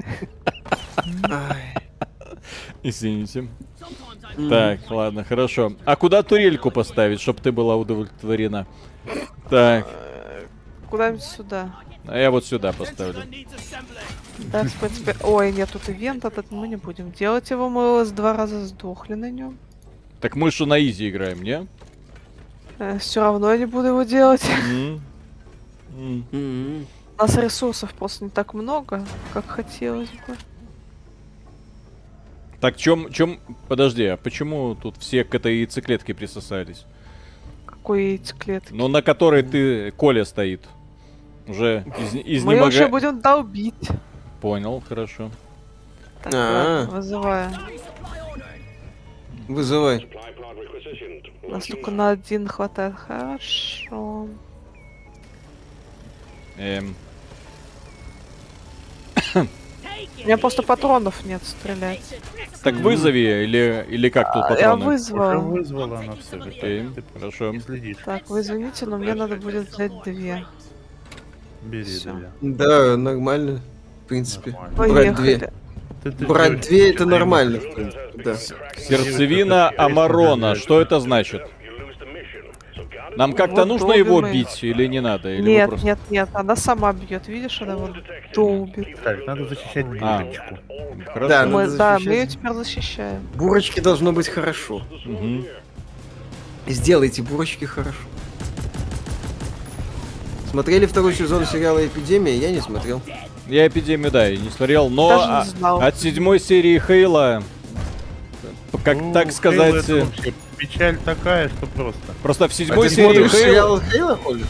A: Извините.
E: Sometimes I
A: Так, ладно, хорошо. А куда турельку поставить, чтобы ты была удовлетворена? Так,
B: Куда-нибудь сюда.
A: а я вот сюда
E: sense
A: поставлю.
E: that needs assembly.
B: Да, в принципе. Ой, нет, тут ивент этот мы не будем делать его. Мы с два раза сдохли на нем.
A: Так мы же на изи играем, не?
B: все Э, равно я не буду его делать.
A: М? М.
C: М.
B: У нас ресурсов просто не так много, как хотелось бы.
A: Так, чем, чем... Подожди, а почему тут все к этой яйцеклетке присосались?
B: Какой эти клетки.
A: Ну, на которой ты, Коля, стоит. Уже из,
B: мы его
A: изнемога-
B: еще будем долбить.
A: Понял, хорошо.
B: Так,
C: А.
B: ладно, вызываю.
C: Вызывай.
B: У нас только на один хватает. Хорошо.
A: Эм,
E: Take it.
B: У меня просто патронов нет стрелять.
A: так вызови или, или как тут
B: А, Я
A: патроны?
D: Уже
B: вызвала.
D: вызвала она все.
A: Окей, хорошо.
D: Не следишь,
B: Так, вы извините, но мне надо будет взять две.
D: бери
B: Всё.
D: две.
C: Да, нормально. В принципе.
D: Нормально.
C: Брать две.
B: Поехали.
D: Ты- ты
C: Брать
D: чё,
C: две
D: чё,
C: это
D: ты
C: нормально,
D: имеешь?
C: в принципе, да.
A: Сердцевина Амарона, что это значит? Нам как-то
B: Вот
A: нужно его
B: долбим мы.
A: бить или не надо? Или вы
B: Нет,
A: просто-
B: нет, нет, она сама бьет, видишь, она вот долбит.
D: Так, надо защищать
A: А.
D: бутылочку.
A: Хорошо.
C: Да,
B: Мы,
C: надо
B: да, ну-
C: защищать.
B: мы ее теперь защищаем.
C: Бурочки должно быть хорошо.
A: Мгм.
C: Сделайте бурочки хорошо. Смотрели второй сезон сериала «Эпидемия»? Я не смотрел.
A: Я эпидемию, да, и не смотрел, но
B: Даже не
A: а-
B: знал.
A: от седьмой серии Хейла, как
D: Ну,
A: так сказать,
D: Хейла
A: э,
D: это вообще Печаль такая, что просто.
A: просто в
C: А
A: седьмой
C: ты
A: серии
C: смотришь
A: Хейла...
C: сериал Хейла, Коля?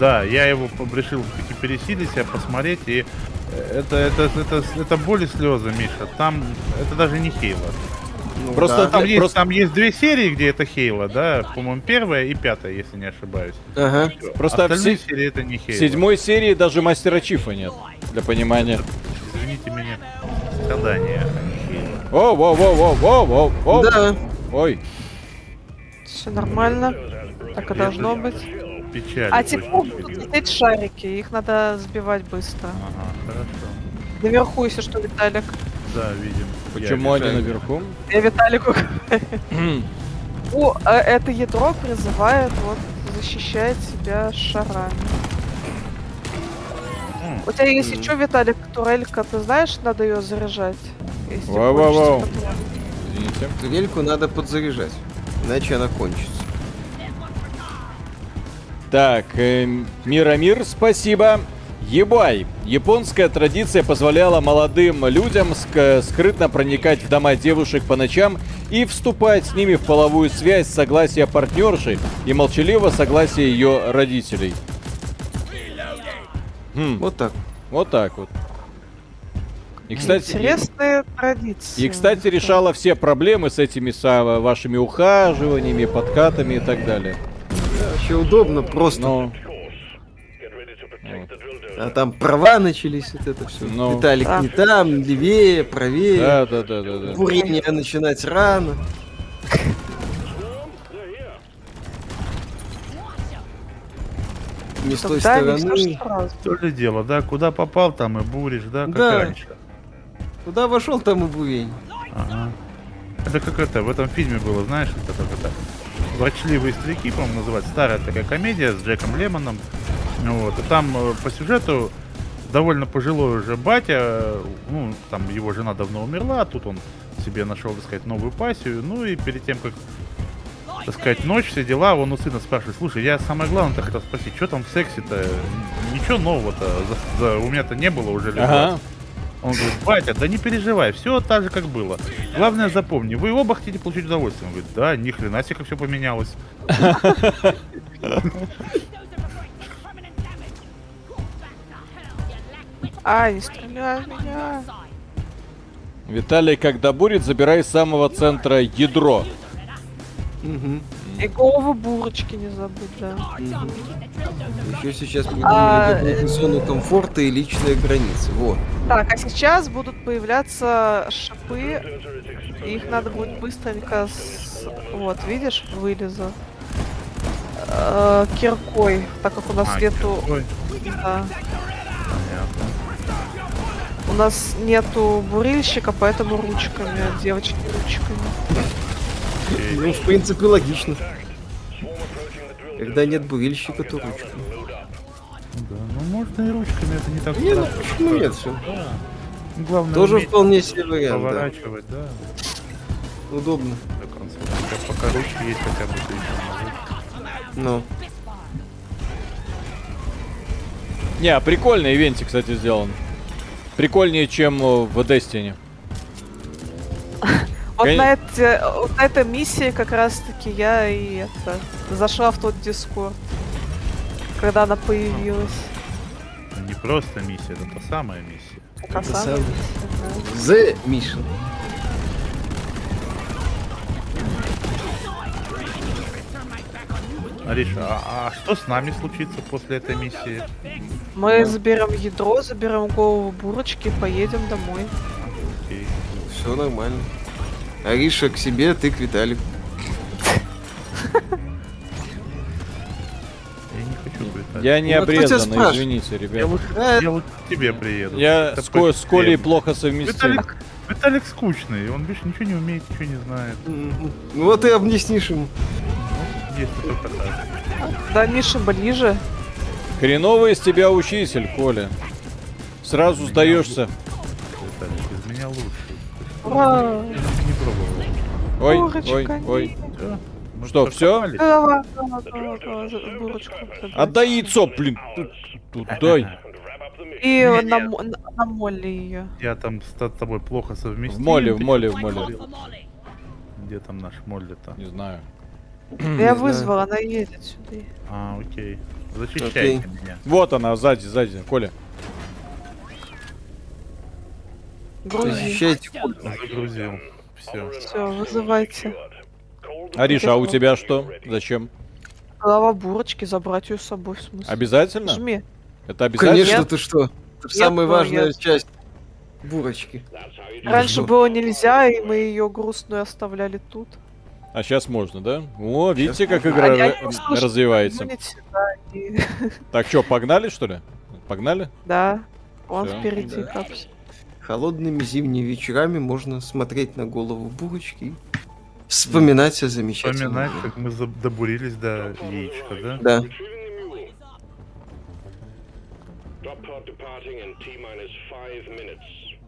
D: Да, я его по- решил таки пересилить себя, посмотреть, и э, это, это, это, это боль и слезы, Миша. Там это даже не Хейла.
C: Ну
A: Просто
C: да.
D: Там есть,
A: Просто-
D: там есть две серии, где это Хейла, да? По-моему, первая и пятая, если не ошибаюсь.
C: Ага.
A: Просто в
D: Остальные
A: се-
D: серии это не
A: в
D: Хейла.
A: седьмой серии даже мастера Чифа нет. Для понимания.
D: Извините меня. Страдания, а не Хейла.
A: О, воу, воу, воу, воу, воу, воу.
C: Да.
A: Ой.
B: Все нормально. Так и должно быть.
D: Печаль.
B: А
D: очень
B: теперь будут
D: сильно.
B: лететь шарики, их надо сбивать быстро.
D: Ага, хорошо.
B: Наверху, если что, Виталик.
D: Да, видим.
A: Почему они
C: обижаю.
A: наверху?
B: Я Виталику О, а это ядро призывает, вот, защищает тебя шарами.
D: М.
B: У тебя, если что, Виталик, турелька, ты знаешь, надо ее заряжать? Если тебе
A: Вау-вау-вау.
B: хочется потом.
A: Извините.
C: Турельку надо подзаряжать, иначе она кончится.
A: Так, эм, Мирамир, спасибо. Ебай. Японская традиция позволяла молодым людям ск- скрытно проникать в дома девушек по ночам и вступать с ними в половую связь с согласия партнерши и молчаливо согласия ее родителей. Хм, вот,
C: Вот так.
A: вот так вот. И, кстати,
B: Интересные традиции.
A: и, кстати, решала все проблемы с этими са- вашими ухаживаниями, подкатами и так далее. Ну,
C: Вообще удобно просто.
A: Но...
C: А там права начались, вот это все.
A: Ну.
C: Виталик
B: Да.
C: не там, левее, правее.
A: Да, да, да, да, да.
C: Бурение начинать рано. Не с той
B: Да, не всё
C: стороны.
B: сразу.
D: То ли дело, да? Куда попал, там и буришь, да? Как
C: Да.
D: раньше.
C: Куда вошел, там и бурень.
D: Ага. Это как это, в этом фильме было, знаешь, это как это. Ворчливые старики, по-моему, называется. Старая такая комедия с Джеком Лемоном. Ну Вот. И там э, по сюжету довольно пожилой уже батя, э, ну, там его жена давно умерла, а тут он себе нашел, так сказать, новую пассию. Ну и перед тем, как, так сказать, ночь, все дела, он у сына спрашивает, слушай, я самое главное-то хотел спросить, что там в сексе-то? Ничего нового-то за- за- у меня-то не было уже лет
A: Ага.
D: 20». Он говорит, батя, да не переживай, все так же, как было. Главное, запомни, вы оба хотите получить удовольствие. Он говорит, да, ни хрена себе, как все поменялось.
B: А, не стреляй в меня.
A: Виталий, когда бурит, забирай с самого центра ядро.
C: Мгм.
B: И голову бурочки не забудь, да.
C: Еще сейчас мы
B: А,
C: будем зону комфорта и личные границы. Вот.
B: Так, а сейчас будут появляться шипы. и Их надо будет быстренько с... Вот, видишь, вылезу. Э, киркой, так как у нас
D: А,
B: нету...
D: ой,
B: да,
D: понятно.
B: у нас нету бурильщика, поэтому ручками, девочки ручками.
D: Окей.
C: Ну, в принципе, логично. Когда нет бурильщика, то ручка.
D: Да, ну можно и ручками, это не так
C: Не, ну
D: страшно.
C: почему нет, все.
D: Да. Ну, Главное,
C: Тоже
D: уметь
C: вполне себе вариант,
D: поворачивать, да.
C: да. Удобно.
D: До конца. Хотя Пока ручки есть хотя бы ты еще
C: Ну.
A: Не, а прикольный ивентик, кстати, сделан. Прикольнее, чем э, в Destiny.
B: Вот
A: Кон-
B: на, эти, вот на этой миссии как раз-таки я и это, зашла в тот дискорд, когда она появилась.
D: можешь. Не просто миссия, это та самая миссия.
B: Как раз она
C: самое.
B: миссия, да.
C: The Mission.
D: Ариша, а, а что с нами случится после этой миссии?
B: Мы заберем ядро, заберем голову бурочки и поедем домой.
D: Окей.
C: Все нормально. Ариша к себе, а ты к Виталику.
D: Я не хочу летать.
A: Я не
C: Ну, а кто тебя
A: обрезанный,
C: спрашивает?
A: извините,
D: Я
A: ребят.
D: лучше,
C: Да,
D: я лучше к тебе приеду.
A: Я
D: Ты
A: с,
D: такой
A: Ко- с Колей
D: приятный.
A: плохо совместим.
D: Виталик, Виталик скучный, он, видишь, ничего не умеет, ничего не знает.
C: Мгм. Ну вот и объяснишь ему.
D: Есть только так.
B: Да, Миша ближе.
A: Хреновый из тебя учитель, Коля. Сразу сдаешься.
D: Виталик, из меня лучше.
B: Ура!
C: Ну
D: Я даже не пробовал.
A: Ой,
B: Бурочка,
A: ой,
B: нет.
A: ой.
D: Всё, мы
A: Что, всё?
D: прокопались.
B: Да, давай, давай, давай, давай, за- бурочку.
A: Отдай яйцо, блин. Тут, тут дай.
B: И
D: Не-не.
B: на, мо- на- на молли ее.
D: Я там с т- тобой плохо
A: В
D: совместил.
A: моле, в
D: Ты-
A: моле, в
E: My call
A: моле.
E: for Molly.
D: Где там наш Молли-то?
A: Не знаю.
B: Я вызвала, она едет сюда.
D: А, окей. Защищайте меня.
A: Вот она, сзади, сзади, Коля.
B: Грузи.
C: Защищайте.
D: Загрузил. Все.
B: Все, вызывайте.
A: Ариша, а у тебя что? Зачем?
B: Голова бурочки, забрать ее с собой, в смысле.
A: Обязательно?
B: Жми.
A: Это обязательно?
C: Конечно,
B: Нет.
C: ты что? Это
B: Нет,
C: самая
B: ну,
C: важная
B: я-
C: часть бурочки.
B: Раньше
C: Жду.
B: было нельзя, и мы ее грустную оставляли тут.
A: А сейчас можно, да? О, видите, как
B: А
A: игра
B: я
A: ра-
B: не услышала.
A: развивается.
B: Unity, да, Ну, и-
A: Так что, погнали, что ли? Погнали?
B: Да, он
A: Всё.
B: впереди.
C: Да.
B: как всё.
C: Холодными зимними вечерами можно смотреть на голову бурочки и вспоминать о замечательном.
D: Вспоминать,
C: мире.
D: как мы за- добурились до яичка, да?
C: Да.
F: Drop pod departing in T minus five minutes.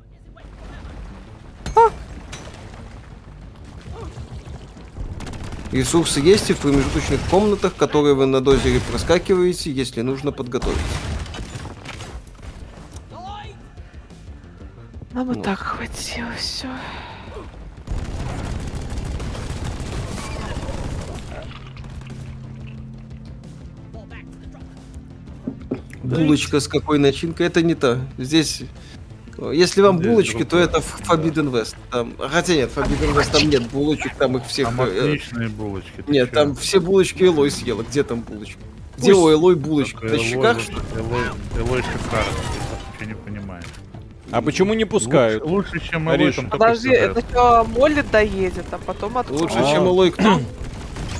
C: Ресурсы есть и в промежуточных комнатах, которые вы на дозере проскакиваете, если нужно подготовить.
B: Нам и
C: Ну.
B: так хватило все.
C: Булочка с какой начинкой, это не то. Здесь... э, Если вам
D: Здесь
C: булочки, то
D: другое,
C: это F- Forbidden West. Там... Хотя нет, Forbidden West там нет булочек, там их всех...
D: Там
C: э,
D: отличные булочки. ты
C: Нет,
D: чё?
C: там все булочки Элой съела. Где там булочки? Где
A: Пусть-
C: у Элой булочки?
D: Так,
C: На
D: Элой-
C: щеках, что ли?
D: Элой, Элой шикарно, ты просто ничего не понимаешь.
A: А почему не пускают?
D: Лучше, лучше, чем Элой,
A: Ариш.
D: там только
B: Подожди,
D: сюжет.
B: это что, Молли доедет, а потом откроет.
C: Лучше,
A: А.
C: чем Элой кто?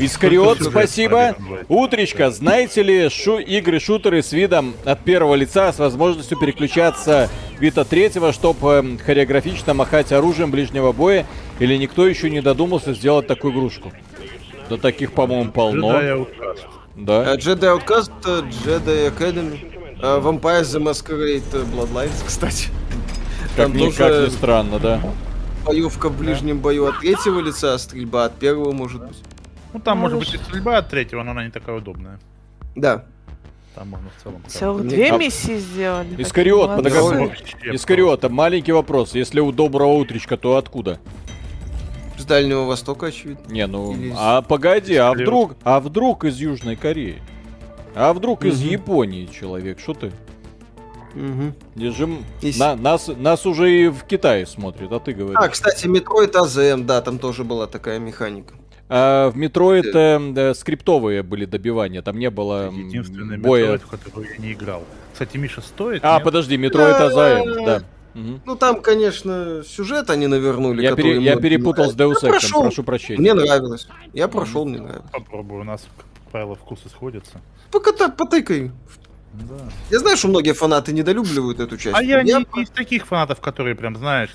A: Искариот,
D: Только сюжет
A: спасибо.
D: смотри, там,
A: Утречка, знаете ли, шу игры-шутеры с видом от первого лица, с возможностью переключаться вид от третьего, чтобы хореографично махать оружием ближнего боя, или никто еще не додумался сделать такую игрушку? Да таких, по-моему, полно.
D: Джедая Outcast.
C: Э,
A: Да.
C: Jedi Outcast, э, Jedi Academy, э, Vampire the Masquerade э, Bloodlines, кстати.
A: Как
C: Там
A: ни,
C: тоже-
A: как ни странно, да.
C: Боевка в ближнем бою от третьего лица, а стрельба от первого, может быть.
D: Ну там может
B: Можешь.
D: быть и стрельба от третьего, но она не такая удобная.
C: Да.
D: Там можно в целом.
B: Целых
C: Мне
B: две
A: кап-
B: миссии сделали.
A: Искариот,
B: Молодцы.
A: подогов-
D: Там
C: Ой.
D: вообще
A: Искариота, маленький вопрос. Если у доброго утречка, то откуда?
C: С Дальнего Востока, очевидно.
A: Не, ну,
C: Или из-
A: а погоди, а
D: Искариот.
A: вдруг, а вдруг из Южной Кореи? А вдруг из
C: Мгм.
A: Японии человек? Что ты?
C: Мгм.
A: Держим.
C: Из-
A: На, нас, нас уже и в Китае смотрят, а ты говоришь.
C: А, кстати, Метроид АЗМ, да, там тоже была такая механика.
A: А в метро это м, да, скриптовые были добивания, там не было м,
D: Единственный
A: боя.
D: Metroid, в который я не играл. Кстати, Миша стоит.
A: А,
D: нет?
A: подожди, метро это АЗМ, да. Мгм.
C: Ну там, конечно, сюжет они навернули.
A: Я, пере-
C: который
A: я
C: многим
A: перепутал с
C: нравится.
A: Deus
C: Я
A: Ex,
C: прошел.
A: прошу прощения.
C: Мне нравилось. Я прошел, мне нравилось.
D: Попробую, у нас, как правило, вкусы сходятся.
C: Пока так потыкай.
D: Да.
C: Я знаю, что многие фанаты недолюбливают эту часть.
D: А я не
C: про-
D: из таких фанатов, которые прям, знаешь,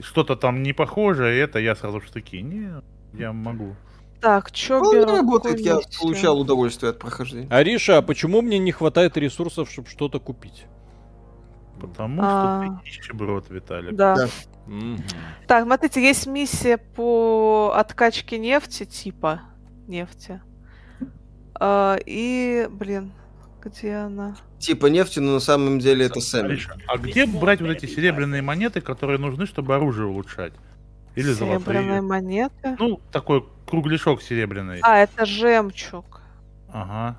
D: что-то там не похоже, и это я сразу в штыки. Не, я могу.
B: Так, что
C: Вполне работает, я получал удовольствие от прохождения.
A: Ариша, а почему мне не хватает ресурсов, чтобы что-то купить?
D: Потому что
B: А.
D: ты нищеброд, Виталик.
B: Да.
C: Да.
A: Мгм.
B: Так, смотрите, есть миссия по откачке нефти, типа нефти. А, и, блин, где она?
C: Типа нефти, но на самом деле это сэндвич.
D: Ариша, а где брать вот эти серебряные монеты, которые нужны, чтобы оружие улучшать? Или
B: Серебряные
D: золотые?
B: монеты.
D: Ну, такой кругляшок серебряный.
B: А, это жемчуг.
D: Ага.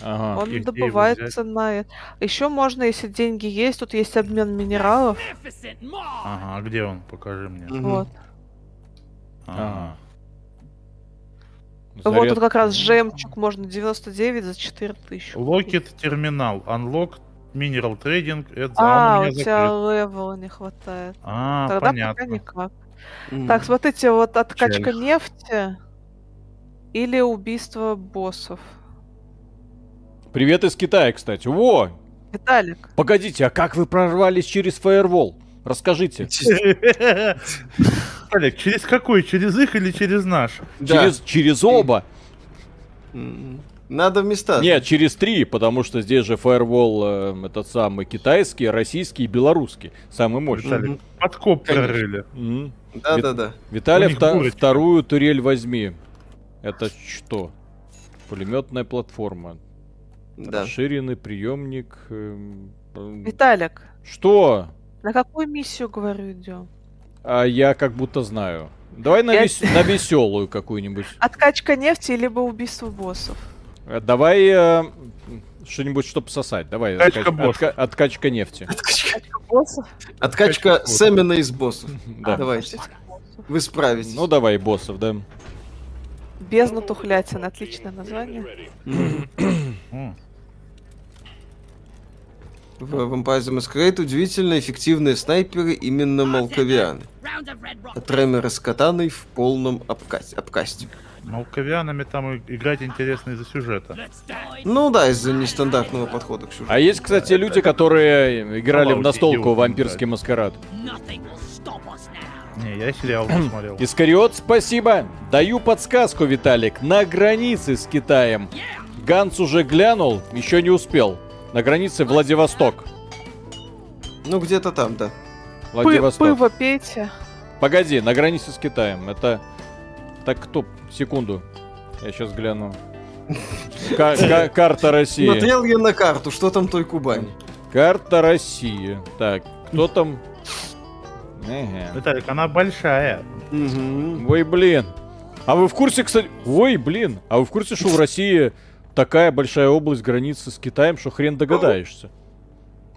A: Ага.
B: Он
D: и где его
B: добывается на... Еще можно, если деньги есть, тут есть обмен минералов.
E: Magnificent Maw!
D: Ага, а где он? Покажи мне.
C: Мгм.
B: Вот.
D: Ага.
B: Вот
A: Заряд-
B: тут как раз жемчуг можно 99 за 4000.
D: Локет терминал. Unlock Mineral Trading. Это он
B: А,
D: у
B: у
D: меня
B: тебя
D: закрыт.
B: левела не хватает.
D: А,
B: Тогда
D: понятно.
B: пока никак.
C: Мгм.
B: Так, смотрите, вот откачка
D: Челюсть.
B: нефти или убийство боссов.
A: Привет из Китая, кстати. Во!
B: Виталик,
A: Погодите, а как вы прорвались через фаервол? Расскажите.
D: Олег, через какой? Через их или через наш?
C: Да.
A: Через, через оба.
C: Мгм. Надо в места.
A: Нет, через три, потому что здесь же фаервол э, этот самый китайский, российский и белорусский. Самый мощный.
D: Виталик, подкоп
C: Конечно.
D: прорыли.
A: Мгм.
C: Да-да-да.
A: Виталий,
D: У них
A: вта-
D: дурочка.
A: вторую турель возьми. Это что? Пулеметная платформа.
C: Да.
A: Расширенный приемник. эм, эм,
B: Виталик,
A: Что?
B: на какую миссию, говорю, идем?
A: А я как будто знаю. Давай на,
B: Я-
A: вес- на веселую какую-нибудь.
B: Откачка нефти либо убийство боссов.
A: Э, Давай э, что-нибудь, чтобы сосать. Давай.
D: Откачка
A: откач-
D: боссов.
A: отка- откачка нефти.
C: Откачка-
B: Боссов?
C: Откачка
D: Откачка.
C: Сэмина из боссов.
A: Да.
C: Давайте.
B: Боссов.
C: Вы справитесь.
A: Ну давай, боссов, да.
B: Бездна тухлятин. Отличное название.
F: Ready.
D: М.
C: В Vampire the Masquerade удивительно эффективные снайперы именно молковианы.
E: Round of red rock.
C: Тремеры с катаной в полном обкасте. обкасте.
D: Молковианами ну, там и- играть интересно из-за сюжета.
E: Let's die.
C: Ну да, из-за нестандартного подхода к сюжету.
A: А есть, кстати, люди, которые играли в настолку
D: идиот,
A: «Вампирский
D: да.
A: маскарад».
E: Nothing will stop us now.
D: Не, я сериал посмотрел.
A: Искариот, спасибо. Даю подсказку, Виталик. На границе с Китаем.
E: Yeah.
A: Ганс уже глянул, еще не успел. На границе Владивосток.
C: Ну где-то там, да.
B: Пы-
A: Владивосток.
B: Пыво пейте.
A: Погоди, на границе с Китаем. Это... Так кто? Секунду. Я сейчас гляну. Ка- ка- карта России.
C: Смотрел я на карту, что там той Кубань.
A: Карта России. Так, кто там? Ага.
D: Виталик, она большая.
C: Мгм.
A: Ой, блин. А вы в курсе, кстати... Ой, блин. А вы в курсе, что в России такая большая область границы с Китаем, что хрен догадаешься?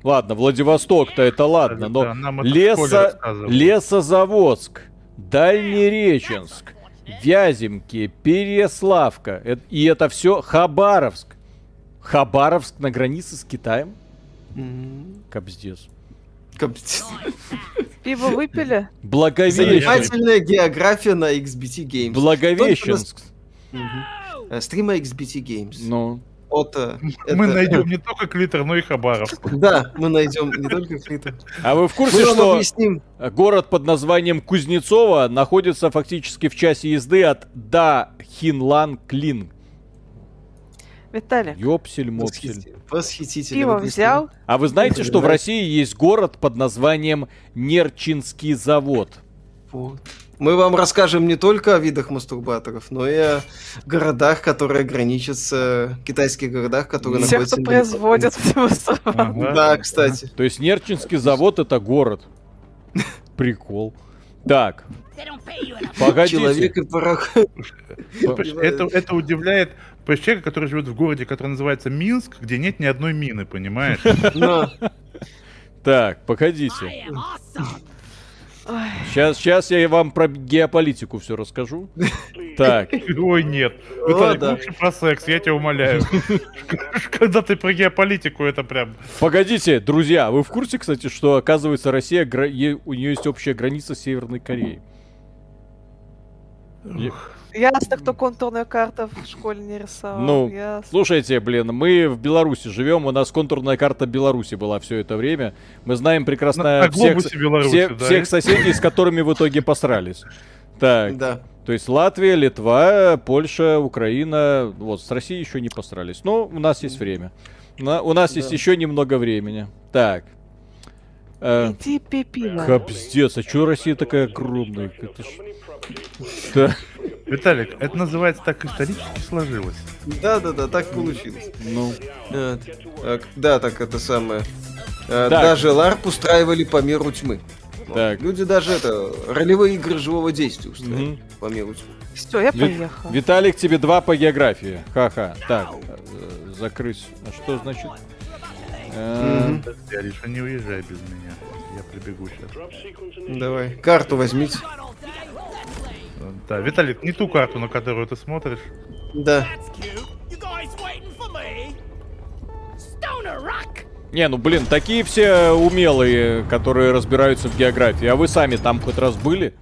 A: Ладно, Владивосток-то это ладно,
D: Да, нам
A: но
D: это в школе
A: леса...
D: рассказывали.
A: Лесозаводск, Дальнереченск, Вяземки, Переславка. Э- И это все Хабаровск. Хабаровск на границе с Китаем?
C: Мгм.
A: Кобздец.
C: Компетент-
B: Пиво выпили?
A: Благовещенск.
C: Занимательная география на XBT Games.
A: Благовещенск.
C: Э, Стрима XBT Games.
A: Ну,
C: От, э,
D: Мы
C: это-
D: найдем не только Клитер, но и Хабаров.
C: Да, мы найдем не только Фрита.
A: а вы в курсе,
C: Мы вам
A: что
C: объясним.
A: Город под названием Кузнецово находится фактически в часе езды от Дахинлан Клин.
B: Виталик,
A: Ёпсель мопсель.
C: Восхити- Восхитительно.
B: пиво
C: объясним.
B: взял?
A: А вы знаете, что в России есть город под названием Нерчинский завод?
C: Вот. Мы вам расскажем не только о видах мастурбаторов, но и о городах, которые граничат с э, китайских городах, которые
B: Все,
C: находятся...
B: кто
C: на-
B: производит пиво.
D: Ага.
C: Да, кстати.
A: То есть Нерчинский завод это город. Прикол. Так,
E: They don't pay you enough.
A: погодите.
C: Человек и порог.
A: П-
D: Понимаешь, Это, это удивляет понимаешь, человека, который живет в городе, который называется Минск, где нет ни одной мины, понимаешь?
C: Но
A: Так,
E: I
A: погодите.
E: am awesome.
A: Сейчас, сейчас я вам про геополитику все расскажу. Так,
D: Ой, нет.
C: О,
D: Виталик,
C: да.
D: лучше про секс, я тебя умоляю. Когда ты про геополитику, это прям...
A: погодите, друзья, вы в курсе, кстати, что оказывается Россия, гра- е- у нее есть общая граница с Северной Кореей? Е-
B: Ясно, кто контурную карту в школе не рисовал.
A: Ну,
B: Ясно.
A: Слушайте, блин, мы в Беларуси живем, у нас контурная карта Беларуси была все это время. Мы знаем прекрасно
D: На- на
A: всех,
D: глобусе Беларуси,
A: все-
D: да.
A: всех соседей, с которыми в итоге посрались. Так,
C: да.
A: то есть Латвия, Литва, Польша, Украина, вот, с Россией еще не посрались. Но у нас есть время. На- у нас есть
C: Да.
A: еще немного времени. Так. Э,
B: Иди пей пиво.
A: Капздец, а чё Россия такая огромная? Это ж- Да,
D: Виталик, это называется так исторически сложилось.
C: Да, да, да, так получилось.
A: ну.
C: Вот. Так, Да, так это самое. Э,
A: Так.
C: Даже Ларп устраивали по миру тьмы. Вот.
A: Так.
C: Люди даже это ролевые игры живого действия устраивали
A: Мгм.
C: по миру тьмы.
B: Все, я
A: Ви-
B: поехал.
A: Виталик, тебе два по географии. Ха-ха. Так, э, закрыть. А что значит? Э,
D: Подожди, Ариша, не уезжай без меня. Я прибегу сейчас.
C: Давай. Карту возьмите.
D: Да, Виталик, не ту карту, на которую ты смотришь.
C: Да.
E: That's cute. You guys waiting for me? Stoner rock.
A: Не, ну блин, такие все умелые, которые разбираются в географии. А вы сами там хоть раз были?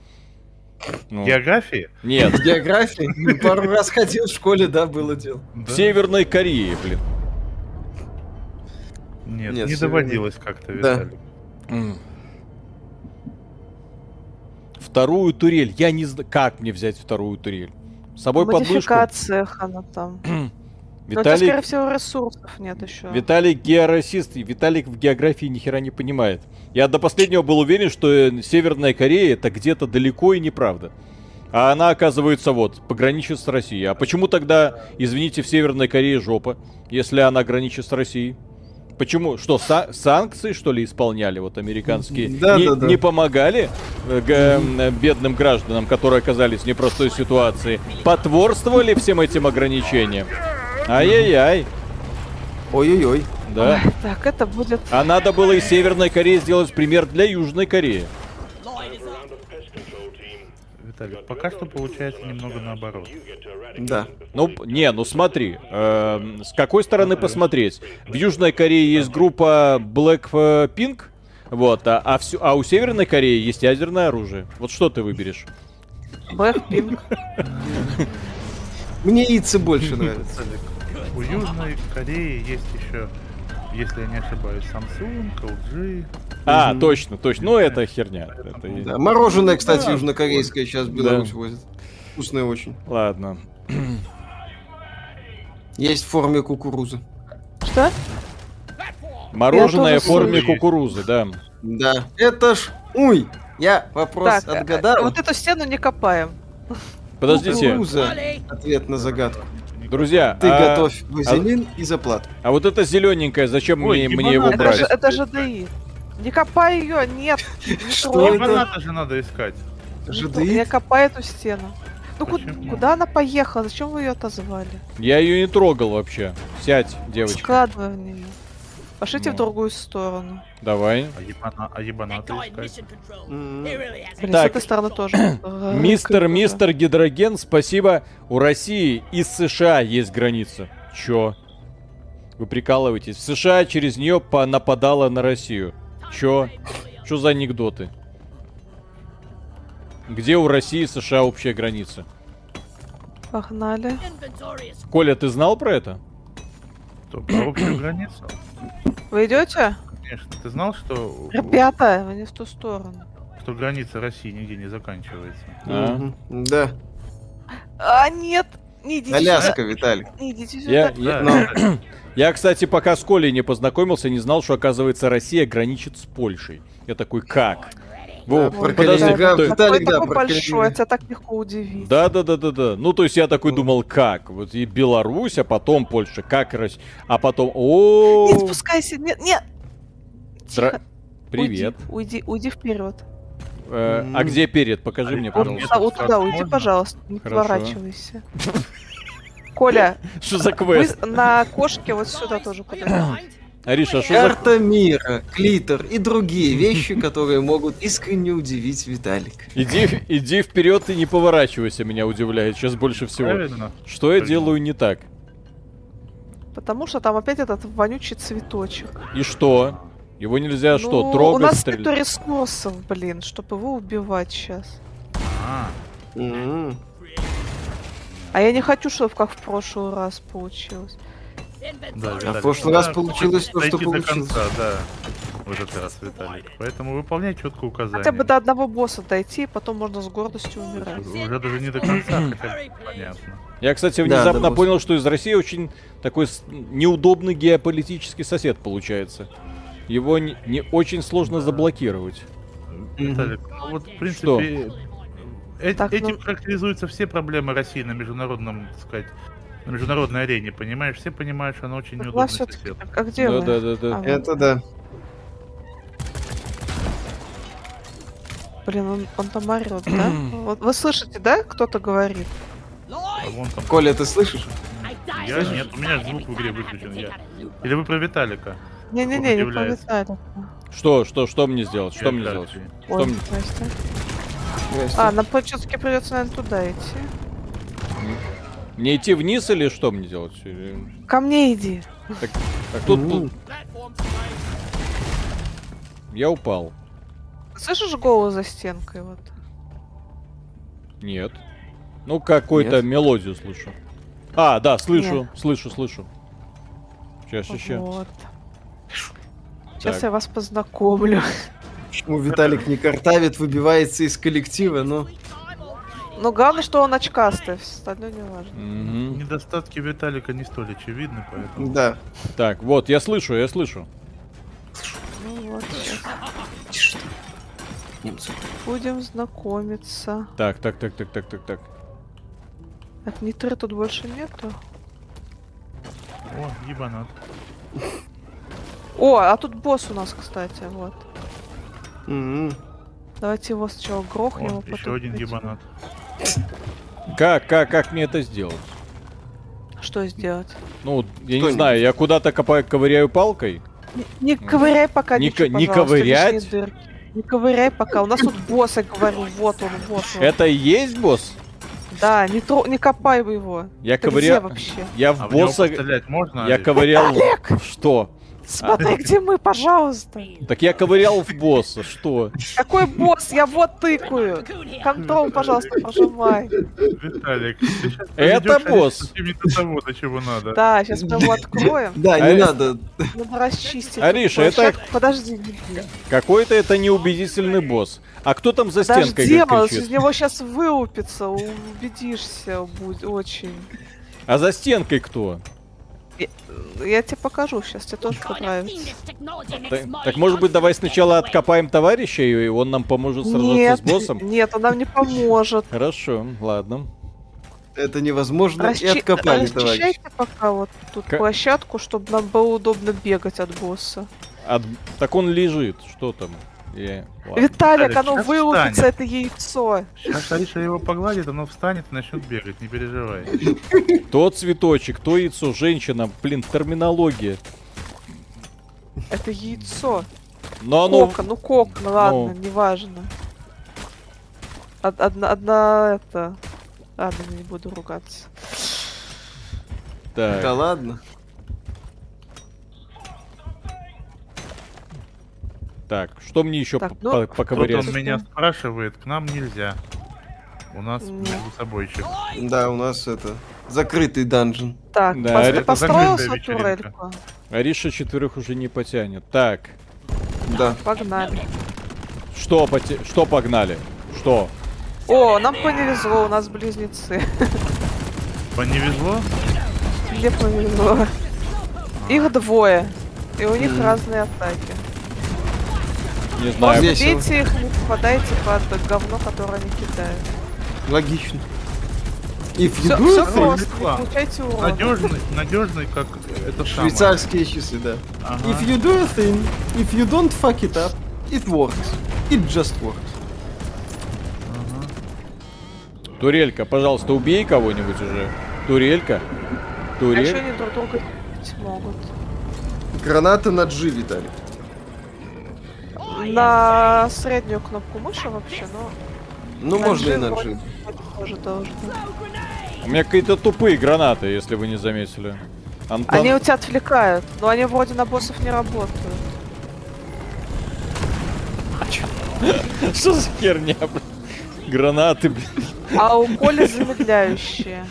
A: Ну,
D: Географии?
A: Нет.
C: Географии. Ну, Пару раз ходил в школе, да, было дело.
A: В Северной Корее, блин.
D: Нет,
C: Нет,
D: не
C: всё
D: доводилось как-то,
C: Да.
D: Виталик.
A: М. Вторую турель. Я не знаю, как мне взять вторую турель. С собой подмышку.
B: Модификациях она там. Но Ну, это,
A: Виталик,
B: скорее всего, ресурсов нет еще.
A: Виталик георасист, и Виталик в географии ни хера не понимает. Я до последнего был уверен, что э, Северная Корея это где-то далеко и неправда. А она, оказывается, вот, пограничит с Россией. А почему тогда, извините, в Северной Корее жопа, если она граничит с Россией? Почему? Что, са- санкции, что ли, исполняли вот американские?
C: Да,
A: не,
C: да, да.
A: не помогали э, г- э, бедным гражданам, которые оказались в непростой ситуации? Потворствовали всем этим ограничениям? Ай-яй-яй,
C: Ой-ой-ой.
A: да.
B: Так, это будет...
A: А надо было из Северной Кореи сделать пример для Южной Кореи.
E: Line is up.
F: Round of pest control team.
D: Виталик, пока что получается немного наоборот.
C: Да.
A: Ну, п- не, ну смотри, эм, с какой стороны посмотреть? В Южной Корее есть группа Black э, Pink, вот, а, а, всю- а у Северной Кореи есть ядерное оружие. Вот что ты выберешь?
B: Блэкпинк.
C: Мне яйцы больше нравятся.
D: У Южной Кореи есть еще, если я не ошибаюсь, Samsung, LG.
A: А, точно, точно. Ну, это херня. Это и-
C: Да, мороженое, кстати, южнокорейское сейчас в
A: Да.
C: Беларусь возит. Вкусное очень.
A: Ладно.
C: Есть в форме кукурузы.
B: Что?
A: Мороженое
B: тоже
A: в форме
D: слышу.
A: кукурузы, да.
C: Да. Это ж... Уй! Я вопрос
B: Так, а-
C: отгадал.
B: вот эту стену не копаем.
A: Подождите,
C: Кукуруза. Ответ на загадку.
A: друзья,
C: Ты
A: а,
C: готовь вазелин и заплату.
A: а вот это зелененькое, зачем мне,
D: Ой,
A: мне
D: лимонад.
A: его
D: Это
B: Это
A: брать?
B: же, это же ДИ. Не копай ее, нет.
C: Что
B: трогай.
C: это?
D: Ебаната же надо искать.
B: Не
C: ЖДИ?
B: трогай, Я копаю эту стену. Ну ку-
D: Почему?
B: куда она поехала? Зачем вы ее отозвали?
A: Я ее не трогал вообще. Сядь, девочка.
B: Складывай в нее. Пошлите в
A: Ну.
B: другую сторону.
A: Давай.
D: А, ебана, а ебаната искать.
C: М.
B: Блин,
A: Так.
B: с этой стороны тоже.
C: А,
A: Мистер, мистер Гидроген, спасибо. У России и США есть граница. Чё? Вы прикалываетесь. В США через нее нападала на Россию. Чё? Чё за анекдоты? Где у России и США общая граница?
B: Погнали.
A: Коля, ты знал про это?
D: Что, про общую границу?
B: Вы идете?
D: Конечно. Ты знал, что,
B: Ребята, вы не в ту сторону.
D: что граница России нигде не заканчивается?
A: А?
C: Мгм. Да.
B: А, нет! Не идите сюда.
C: Аляска, Виталик.
B: Не идите сюда.
A: Я, я-
D: Да,
C: ну.
D: кстати,
A: я, кстати, пока с Колей не познакомился, не знал, что, оказывается, Россия граничит с Польшей. Я такой, как? Во,
C: про
A: подожди,
C: Калининград,
A: то-
B: Такой,
C: да, Виталик, да,
B: такой
C: про
B: большой,
C: Калининград.
B: тебя так легко удивить.
A: Да, да, да, да, да. Ну, то есть я такой думал, как? Вот и Беларусь, а потом Польша, как Россия, а потом.
B: Не
A: О,
B: спускайся, нет, нет!
A: Дра-
B: Тихо,
A: привет.
B: Уйди, уйди, уйди вперед.
A: Э, А где перед? Покажи
D: А
A: мне,
D: вот
B: А
A: пожалуйста.
D: Пожалуйста.
B: туда, вот туда уйди,
D: Можно?
B: пожалуйста, не
A: Хорошо.
B: поворачивайся. Коля,
A: Что за
B: А вы
A: квест?
B: на кошке вот сюда тоже подойдите.
D: а
A: Ариша, что за
C: Карта мира, клитор и другие вещи, которые могут искренне удивить Виталик.
A: Иди, иди вперед и не поворачивайся, меня удивляет сейчас больше всего.
D: Правильно.
A: Что я
D: Правильно.
A: делаю не так?
B: Потому что там опять этот вонючий цветочек.
A: И что? Его нельзя Э,
B: Ну,
A: что,
B: У нас
A: трогать,
B: нету
A: стрелять?
B: ресурсов, блин, чтобы его убивать сейчас.
D: А,
C: М.
B: А я не хочу, чтобы как в прошлый раз получилось.
D: да,
C: А в
D: Виталик,
C: прошлый
D: да,
C: раз получилось то, что
D: дойти до
C: получилось.
D: конца, да. В этот раз, Виталик. Поэтому выполняй четкое указание.
B: Хотя бы до одного босса дойти, и потом можно с гордостью умирать.
D: Уже даже не до конца, хотя бы понятно.
A: Я, кстати,
C: Да,
A: внезапно
C: допустим.
A: понял, что из России очень такой с- неудобный геополитический сосед получается. Его не, не очень сложно заблокировать.
D: Виталик, ну вот, в принципе,
A: Что?
D: э-
B: Так,
D: этим
B: ну-
D: характеризуются все проблемы России на международном, так сказать, на международной арене, понимаешь? Все понимают, что она очень
B: Была
D: неудобный
B: все-таки.
D: сосед.
B: А где
A: Да,
B: вы?
A: да, да, да.
B: А,
C: Это да.
B: Блин, он, он там орет, да? Вот вы слышите, да? Кто-то говорит.
D: А вон там.
C: Коля, ты слышишь?
D: Я нет, у меня звук в игре выключен. Я. Или вы про Виталика?
B: Не-не-не, не про
D: Удивляется.
B: Виталика.
A: Что, что, что мне сделать? Что
D: Я
A: мне
D: Виталик.
A: сделать? Что
B: Ой,
A: мне-
B: здрасте.
C: Здрасте.
B: А, нам все-таки придется, наверное, туда идти.
A: Мне идти вниз или что мне делать? Или-
B: Ко мне иди.
A: Так тут
C: М.
A: я упал.
B: Слышишь голос за стенкой? Вот.
A: Нет. Ну, какую-то
C: Нет.
A: мелодию слышу. А, да, слышу, слышу, слышу. Сейчас, сейчас.
B: Вот. Сейчас я вас познакомлю.
C: Почему Виталик не картавит, выбивается из коллектива, но...
B: Но Ну, главное, что он очкастый, все остальное не важно.
A: Мгм.
D: Недостатки Виталика не столь очевидны, поэтому...
C: Да.
A: Так, вот, я слышу, я слышу.
B: Ну вот, сейчас
C: Немцы.
B: будем знакомиться.
A: Так, так, так, так, так, так, так.
B: Так, нитры тут больше нету.
D: О, ебанат.
B: О, а тут босс у нас, кстати, вот.
C: М.
B: Давайте его сначала
D: О,
B: грохнем, а потом...
D: еще один
B: этим.
D: ебанат.
A: Как, как, как мне это сделать?
B: Что сделать?
A: Ну, я не
C: Что-нибудь.
A: знаю, я куда-то копаю, ковыряю палкой.
B: Не ковыряй пока
A: Не
B: ничего,
A: ко- не
B: пожалуйста,
A: ковырять?
B: лишние дырки. Не ковыряй пока. У нас тут босс, я говорю, вот он, вот он.
A: Это и есть босс?
B: Да, не, тро... не копай вы его.
A: Я
B: Ты
A: ковыря-
B: где вообще?
A: Я
D: А
A: в
D: в него
A: босса...
D: пострелять можно?
A: Я
D: Или-
A: ковырял...
B: Олег!
A: Что?
B: Смотри, где мы, пожалуйста.
A: Так я ковырял в босса, что?
B: Какой босс? Я вот тыкаю. Контрол, пожалуйста, прожимай.
D: Виталик, ты сейчас
A: Это
D: поведёшь
A: босс.
D: Алису не до того, до чего надо.
B: Да, сейчас мы его откроем.
C: Да, не
A: Ари-
C: надо.
B: Надо расчистить.
A: Ариша,
B: Ой,
A: это-
B: щас, Подожди, не-
A: Какой-то это неубедительный босс. А кто там за стенкой
B: подожди, он
A: говорит,
B: из
A: кричит?
B: него сейчас вылупится, убедишься, будет очень.
A: А за стенкой кто?
B: Я тебе покажу сейчас, тебе тоже понравится.
A: Так, так, может быть давай сначала откопаем товарища, и он нам поможет сражаться
B: Нет,
A: с боссом?
B: нет, он нам не поможет.
A: Хорошо, ладно.
C: Это невозможно. И
B: Расчи-
C: откопали, товарищ.
B: Расчищайте пока вот тут
A: Ка-
B: площадку, чтобы нам было удобно бегать от босса.
A: От- Так он лежит, что там? Э, ладно.
B: Виталик,
D: Виталик,
B: оно
D: щас
B: вылупится,
D: встанет.
B: это яйцо.
D: Сейчас Алиса его погладит, оно встанет и начнет бегать, не переживай.
A: То цветочек, то яйцо, женщина, блин, терминология.
B: Это яйцо.
A: Но оно...
B: Кока, ну кока, ну ладно, неважно. Од- Одна, одна это... Ладно, не буду ругаться.
A: Так.
C: Да ладно.
A: Так, что мне еще
B: Так,
A: по-
B: ну-
A: по-
D: Кто-то
A: поковырять?
D: меня спрашивает, к нам нельзя. У нас
B: Нет.
D: между собойчик.
C: Да, у нас это закрытый данжен.
B: Так,
A: Да,
B: пос-
A: это
B: ты построил
D: закрытая
B: свою
D: вечеринка.
B: турельку?
A: Ариша четверых уже не потянет. Так,
C: Да.
B: Погнали.
A: что, поте- что погнали? Что?
B: О, нам повезло, у нас близнецы.
D: Поневезло?
B: Мне повезло. Их двое. И у них разные атаки.
A: Не знаю.
C: Здесь- Весело.
B: Бейте их, не попадайте под говно, которое они кидают.
C: Логично. И
B: Все,
C: фигу-
B: просто,
D: легко.
B: не получайте урон.
D: Надежный, надежный, как это самое.
C: Швейцарские часы, да.
D: Ага.
C: If you do a thing, if you don't fuck it up, it works. It just works.
A: Турелька, пожалуйста, убей кого-нибудь уже. Турелька.
B: А еще
A: Турель.
B: они друг друга ебать могут.
C: Граната на G, Виталик.
B: На среднюю кнопку мыши вообще, но...
C: Ну,
B: на
C: можно и
B: G
C: на
B: вроде
C: G.
B: Тоже должно.
A: У меня какие-то тупые гранаты, если вы не заметили. Антон,
B: Они у тебя отвлекают, но они вроде на боссов не работают.
A: что за херня, блин? Гранаты, блин.
B: А у Коли замедляющие.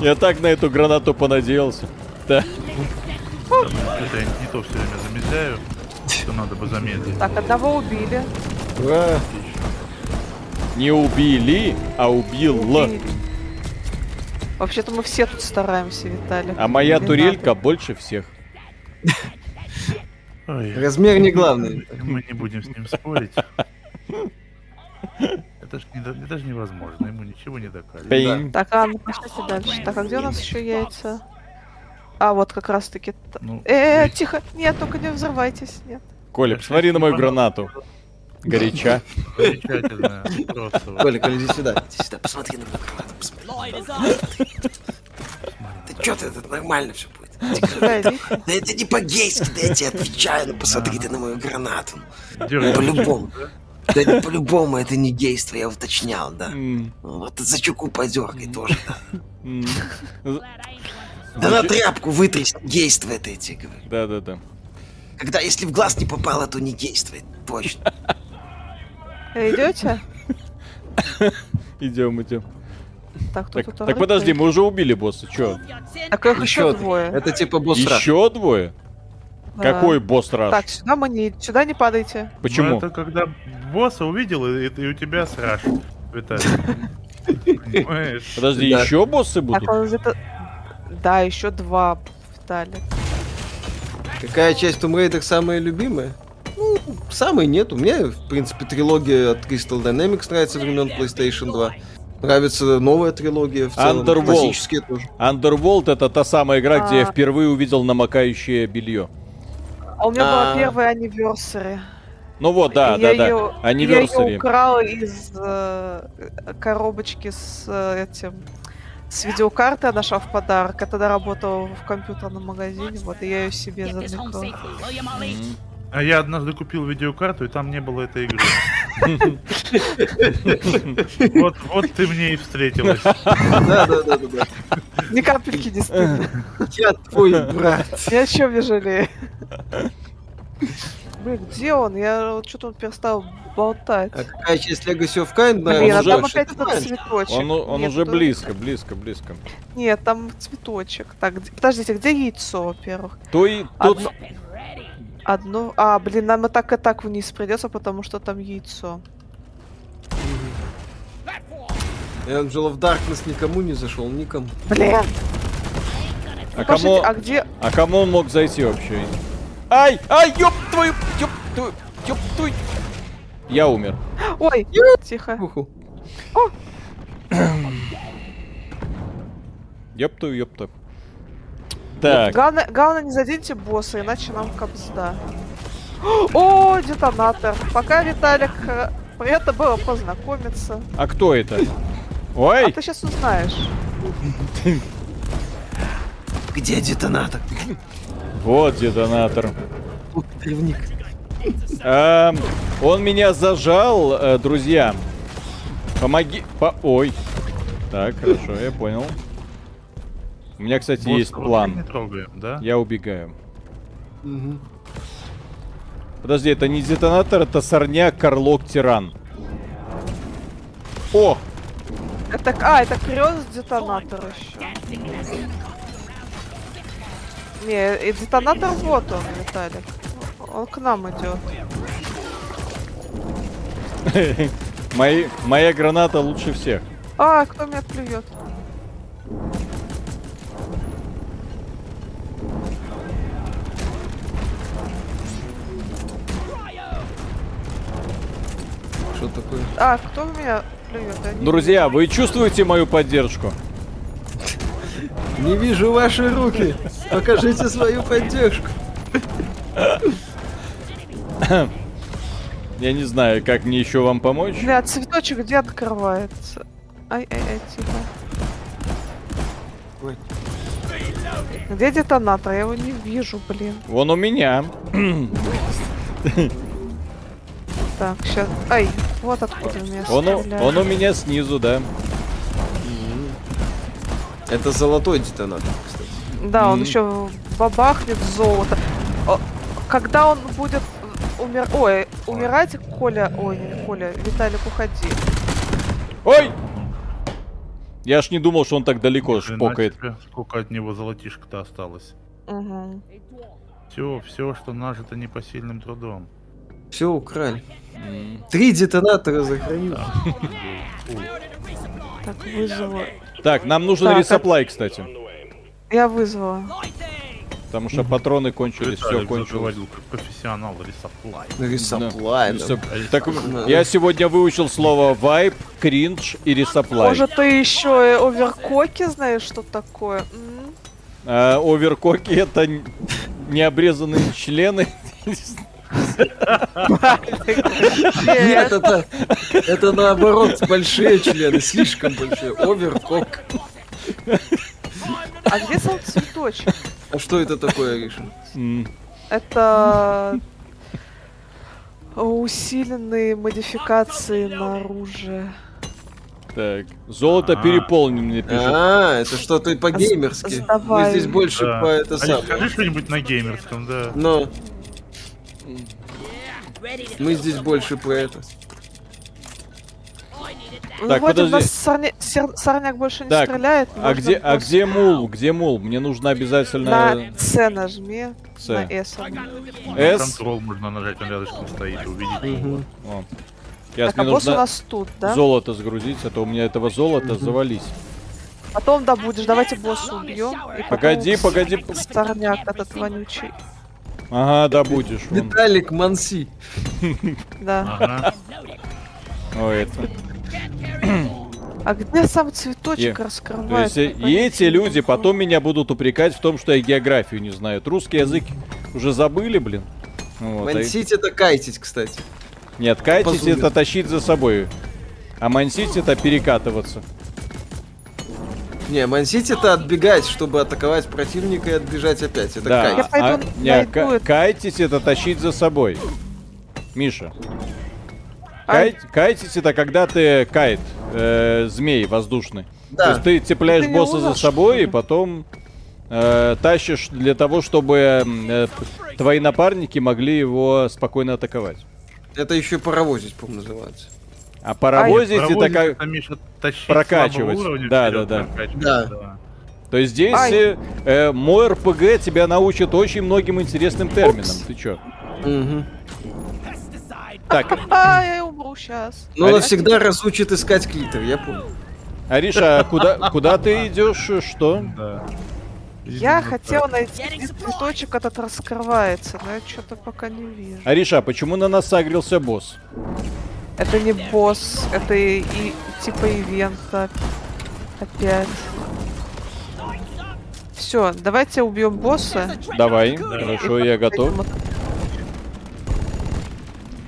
A: Я так на эту гранату понадеялся. Да.
D: Это я не то все время замедляю, что надо бы замедлить.
B: Так, одного убили.
C: Ура.
A: Не убили, а убил.
B: убили. Вообще-то мы все тут стараемся, Виталик.
A: А моя
B: Не
A: турелька
B: надо.
A: больше всех.
D: Ой,
C: Размер не главный.
D: мы не будем с ним спорить. Это ж, недо- это ж невозможно, ему ничего не докажешь.
A: Пень.
B: Так, ладно, пошлите дальше. Так, а где у нас еще яйца? А, вот как раз таки... та-
D: Ну,
B: Э,
D: ведь-
B: тихо, нет, только не взрывайтесь, нет.
A: Коля, посмотри на мою гранату. Горяча.
D: Замечательно. Просто вот.
C: Коля, Коля, иди сюда. Иди сюда, посмотри на мою гранату. Посмотри. Да чё ты, это нормально все будет.
B: Да, видите?
C: Да это не по-гейски, да я тебе отвечаю, ну посмотри ты на мою гранату.
D: Дёргай.
A: ну,
C: По-любому. Да это по-любому это не гейство, я уточнял, да.
A: М,
C: Вот за чуку подергай тоже, да.
A: м.
C: Да на тряпку вытрясти гейство это я тебе говорю.
A: Да-да-да.
C: Когда если в глаз не попало, то не действует. Точно.
B: Э, Идете?
A: Идем, идем.
B: Так, тут
A: Так, так подожди, мы уже убили босса, чё?
B: Так их еще двое.
C: типа босс
A: Еще двое?
B: Да.
A: Какой босс раш?
B: Так, сюда мы не, сюда не падайте.
A: Почему?
D: Ну, это когда босса увидел, и, и у тебя сраж. Виталий. Понимаешь?
A: Подожди,
C: Да.
A: еще боссы будут?
B: Так, он где-то... Да, еще два, Виталик.
C: Какая часть Tomb Raider самая любимая? Ну, самой нет. У меня, в принципе, трилогия от Crystal Dynamics нравится времен PlayStation 2. Нравится новая трилогия в целом.
A: Underworld.
C: Классические тоже.
A: Underworld это та самая игра, где я
B: А.
A: впервые увидел намокающее белье.
B: А у меня была
C: А.
B: первая anniversary.
A: Ну вот, да,
B: И
A: да,
B: я её-
A: да.
B: Я ее
A: Anniversary.
B: украла из э, коробочки с э, этим с видеокарты я нашла в подарок. Я тогда работала в компьютерном магазине, вот, и я ее себе
E: Get this home
B: заныкала.
E: safely, will you, Molly?
A: М.
D: А я однажды купил видеокарту, и там не было этой игры. Вот, вот ты мне и встретилась.
C: Да, да, да, да, да.
B: Ни капельки не стыдно.
C: Я твой
A: Э.
C: брат.
B: Ни о чем не жалею. Блин, где он? Я вот что-то он перестал болтать.
C: А какая часть Legacy of Kind? Да,
B: Блин, а
A: уже-
B: там
C: что
B: опять
C: ты
B: этот
C: знаешь?
B: цветочек.
A: Он, у- он
B: Нет,
A: уже
B: тут-
A: близко, близко, близко.
B: Нет, там цветочек. Так, где- подождите, где яйцо, во-первых?
A: То и тот... а
B: Одно... Одно... А, блин, нам и так и так вниз придется, потому что там яйцо.
C: Angel of Darkness никому не зашел, никому.
B: Блин,
A: А
B: подождите,
A: кому,
B: а где...
A: а кому он мог зайти вообще? Ай, ай, ёб твою, ёб твою, ёб твою. Я умер.
B: Ой, тихо.
C: Уху.
A: Ёб твою, ёб твою. Так,
B: Главное, главное, не заденьте босса, иначе нам капсда. О, детонатор. Пока, Виталик, э, приятно было познакомиться.
A: а кто это?
B: А
A: Ой,
B: ты сейчас узнаешь.
C: Где детонатор?
A: вот детонатор.
C: Ух, древник.
A: Эм, он меня зажал, э, друзья. Помоги... По... Ой. Так, хорошо, я понял. У меня, кстати, есть
D: Вот, вот мы Не
A: план.
D: трогаем, да?
A: Я убегаю.
C: Мгм.
A: Подожди, это не детонатор, это сорняк, корлок, тиран. О!
B: Это, а, это крест детонатор еще. Не, и детонатор вот он, Виталик. Он к нам идет.
A: Мои, моя граната лучше всех.
B: А, кто меня плюет?
C: Что такое?
B: А, кто меня плюет? Я не-
A: Друзья, вы чувствуете мою поддержку?
C: Не вижу ваши руки. Покажите свою поддержку.
A: Я не знаю, как мне еще вам помочь.
B: Бля, цветочек где открывается? Ай-ай-ай, тихо.
C: Ой.
B: Где детонатор? Я его не вижу, блин.
A: Вон у меня.
B: Так, сейчас. Ай, вот откуда меня
A: Он, у-
B: стреляют.
A: он у меня снизу, да.
C: Это золотой детонатор, кстати.
B: Да, он еще бабахнет золото. О, Когда он будет умер... Ой, умирать, Коля... Ой, не Коля, Виталик, уходи.
A: Ой! Я ж не думал, что он так далеко
D: Хрена
A: шпокает.
D: себе, Сколько от него золотишка-то осталось.
B: Угу.
D: Все, все, что нажито непосильным трудом.
C: Все украли. Три детонатора захоронил.
B: Так, вызову.
A: Так, нам нужен
B: Так, а-
A: ресоплай, кстати.
B: Я вызвала.
A: Потому что патроны кончились, все
D: Виталик
A: кончилось.
D: заговорил как профессионал рисоплай.
C: Ну Рисоплай. да.
A: Ресоп- Так, я сегодня выучил слово вайп, кринж и ресоплай.
B: Может, ты еще и оверкоки знаешь, что такое? М?
A: А, оверкоки это н- необрезанные члены.
C: Нет, это, это наоборот, большие члены, слишком большие. Оверкок.
B: А где сам цветочек?
C: А что это такое, Гриша?
A: М,
B: Это усиленные модификации на оружие.
A: Так, золото
D: А.
A: переполнено, мне пишут.
C: А, это что-то и по-геймерски. Мы
B: Сдавай.
C: здесь больше
D: Да.
C: по это
D: А
C: самое.
D: Скажи что-нибудь на геймерском, да.
C: Но мы здесь больше по это.
B: Ну,
A: Так,
B: вроде у
A: подожди.
B: нас сорня- сер- сорняк больше не
A: Так,
B: стреляет.
A: А где, а где мул? Где мул? Мне нужно
B: На
A: обязательно
B: С нажми,
A: Э, С.
B: на S. он.
A: S.
D: Контрол можно нажать, он рядышком стоит и увидеть.
C: Мгм.
A: О. Сейчас
B: Так, а
A: мне
B: босс у
A: нужно
B: нас тут, да?
A: золото сгрузить, а то у меня этого золота завались.
B: Потом добудешь, давайте босса убьем. и потом
A: Погоди, погоди, п-
B: Сорняк этот вонючий.
A: Ага, добудешь. вон.
C: Виталик Манси.
B: Да.
D: Ага.
A: Ой, это.
B: А где сам цветочек
A: Е. То
B: раскрывается?
A: есть э, и эти люди потом меня будут упрекать в том, что я географию не знаю. Вот Русский язык уже забыли, блин. Вот, а-
C: Мансить это кайтить, кстати.
A: Нет, кайтить
C: Позубит.
A: это тащить за собой. А мансить это перекатываться.
C: Не, Мансити-то отбегать, чтобы атаковать противника и отбежать опять. Это
A: Да,
C: кайф.
B: Я пойду
A: а- не,
B: найду
A: ка-
B: это.
A: кайтесь это тащить за собой. Миша.
B: А?
A: Кай- кайтесь это когда ты кайт, э, змей воздушный.
C: Да.
A: То есть ты цепляешь
B: Ты не
A: босса за
B: ловишь,
A: собой
B: что
A: и
B: ли?
A: потом э, тащишь для того, чтобы м, э, п- твои напарники могли его спокойно атаковать.
C: Это еще паровозить, по-моему, называется.
A: А паровозить это
D: Паровозик
A: как...
D: это, Миша, тащить
A: прокачивать.
D: слабого уровня
A: Да,
D: вперед,
A: да, да.
D: прокачивать,
C: Да.
A: То есть здесь
B: Ай.
A: э, э, мой РПГ тебя научит очень многим интересным терминам. Ты чё?
C: Мгм.
E: Pesticide.
A: Так,
B: А, я умру сейчас.
C: Но
A: А-
C: навсегда Ну, разучит искать клитор, я понял.
A: Ариша, а куда, куда ты идешь? Что?
D: Да.
B: Я
D: Видимо,
B: хотела найти, где цветочек этот раскрывается, но я что-то пока не вижу.
A: Ариша, а почему на нас сагрился босс?
B: Это не босс, это и, и типа ивента. Опять. Все, давайте убьем босса.
A: Давай,
D: Давай.
A: хорошо, я готов.
B: Поэтому-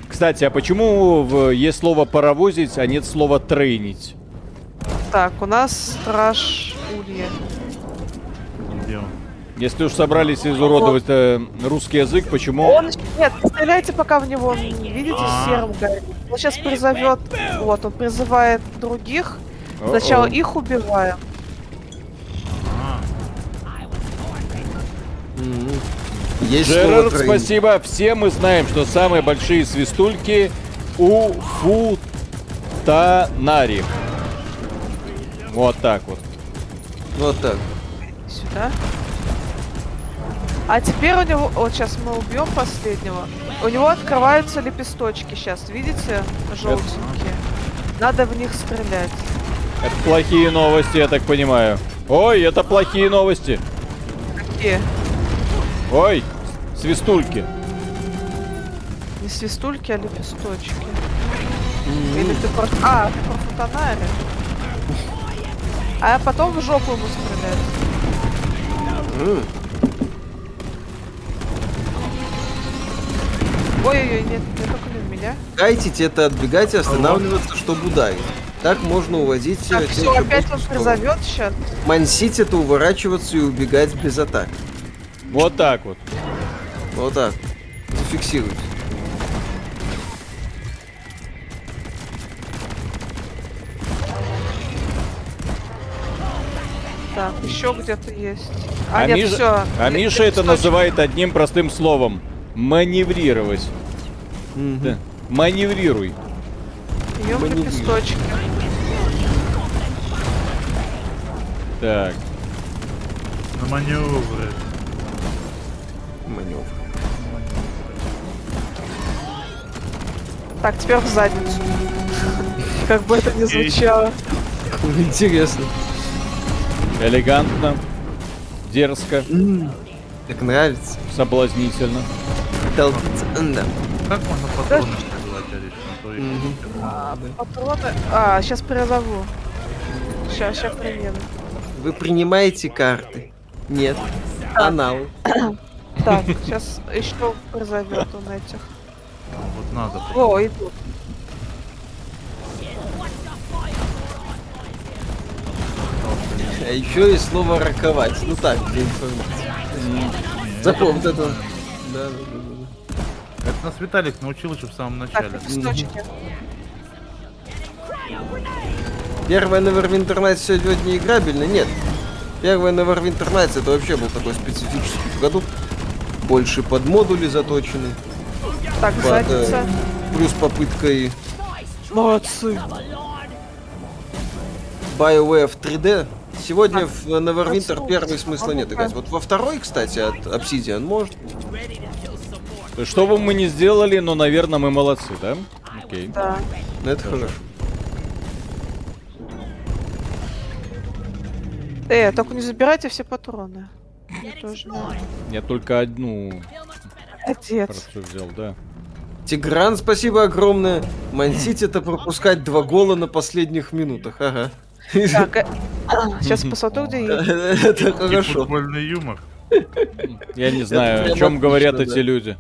A: Кстати, а почему в- есть слово паровозить, а нет слова трейнить?
B: Так, у нас страж Улья.
D: так, где он?
A: Если уж собрались изуродовать э, русский язык, почему?
B: Он... Нет, не стреляйте пока в него, он, видите, серым горит. Он сейчас призовет, вот, он призывает других.
A: О-о.
B: Сначала их убиваем.
D: А,
C: Мгм. Есть
A: Джерард,
C: слово тройник.
A: спасибо. Все мы знаем, что самые большие свистульки у футанарих. Вот так вот.
C: Вот так.
B: Сюда. А теперь у него... Вот сейчас мы убьем последнего. У него открываются лепесточки сейчас, видите? Желтенькие. Надо в них стрелять.
A: Это плохие новости, я так понимаю. Ой, это плохие новости.
B: Какие?
A: Ой, свистульки.
B: Не свистульки, а лепесточки. Или ты про... А, ты про футонари. А потом в жопу ему стрелять. Ой-ой-ой, нет, не только на меня.
C: Кайтить это отбегать и останавливаться, чтобы ударить. Так можно уводить... э,
B: Так,
C: тех
B: все,
C: же
B: опять он
C: боссов в сторону.
B: призовет сейчас.
C: Мансить это уворачиваться и убегать без атак.
A: Вот так вот.
C: Вот так. Зафиксируйте.
B: Так, еще где-то есть. А,
A: А,
B: нет, Э,
A: Миша,
B: все.
A: а Миша это называет одним простым словом. Маневрировать. Да. Маневрируй.
B: Бьем
C: маневрировать.
B: лепесточки.
A: Так.
D: на маневры.
C: Маневр.
B: Так, теперь в задницу. Как бы это ни звучало.
C: Интересно.
A: Элегантно. Дерзко.
C: Так нравится.
A: Соблазнительно.
C: Толпится. Да.
D: Как можно патроны стрелять, Ариш? А то их-
B: Патроны. А, сейчас призову. Сейчас, сейчас приеду.
C: Вы принимаете карты? Нет. Анал.
B: Так, сейчас еще призовет он этих.
D: Вот надо.
B: О, идут.
C: А еще есть слово раковать. Ну так, для информации. Запомни вот это. Да, да, да,
D: Это нас Виталик научил еще в самом
B: Так,
D: начале.
B: лепесточки.
C: да. Первая Neverwinter Nights сегодня играбельно? Нет. Первая Neverwinter Nights это вообще был такой специфический году. Больше под модули заточенный.
B: Так,
C: под, э,
B: задница.
C: плюс попыткой
B: Молодцы.
C: BioWare в 3D. Сегодня в Neverwinter
B: отсюда.
C: первый смысла нет играть. Вот во второй, кстати, от Obsidian может.
A: Что бы мы ни сделали, но, наверное, мы молодцы, да? Окей.
B: Да.
C: Но это хорошо.
B: Э, только не забирайте все патроны. Мне тоже надо.
A: Я только одну
B: Отец.
A: порцию взял, да.
C: Тигран, спасибо огромное. Мансить это пропускать два гола на последних минутах. Ага.
B: Так, сейчас посмотрю, где я.
C: Это
D: И
C: хорошо.
D: футбольный юмор.
A: Я не
C: Это
A: знаю, о
C: прям
A: чем говорят
C: отлично,
A: эти
C: да.
A: люди.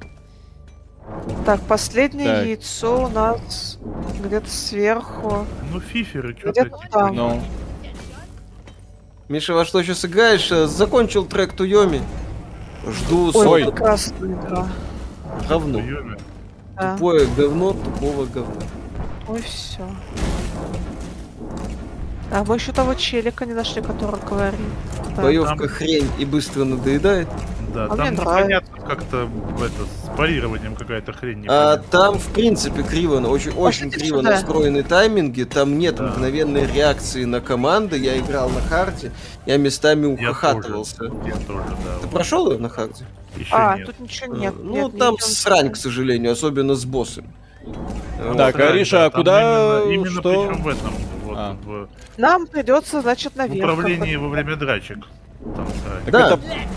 B: Так, последнее
A: Так.
B: яйцо у нас где-то сверху.
D: Ну, фиферы, что
B: Где-то
D: ты?
B: там.
A: Ну,
C: Миша, во что сейчас играешь? Э, Закончил трек Туйоми. Жду
B: Ой,
A: Ой.
B: это прекрасная игра.
C: говно.
D: Юми.
B: Да.
C: Тупое говно, тупого говна.
B: Ой, все. А мы еще того челика не нашли, который говорит. Да.
C: Боевка
D: Там-
C: хрень и быстро надоедает.
D: Да,
B: А мне
D: там
B: нравится.
D: непонятно как-то это, с парированием какая-то хрень не
C: А там, в принципе, криво, на- очень, очень
B: Пошлите
C: криво
B: сюда.
C: настроены тайминги, там нет
D: Да.
C: мгновенной реакции на команды. Я играл на харде, я местами
D: Я тоже,
C: ухахатывался.
D: я тоже, да.
C: Ты прошел ее на харде?
D: Еще
B: А,
D: нет.
B: тут ничего нет.
C: Э,
B: нет,
C: ну,
B: нет,
C: там
B: ничего не
C: срань, к
B: сказать.
C: сожалению, особенно с боссами. Вот.
A: Так,
D: Срань,
A: Ариша,
D: да,
A: а
D: там
A: куда,
D: Именно, именно
A: что?
D: причем в этом, вот,
A: А.
D: в,
B: Нам придется, значит,
D: в
B: наверх.
D: управлении во время драчек. Там срань.
A: Так,
C: Да.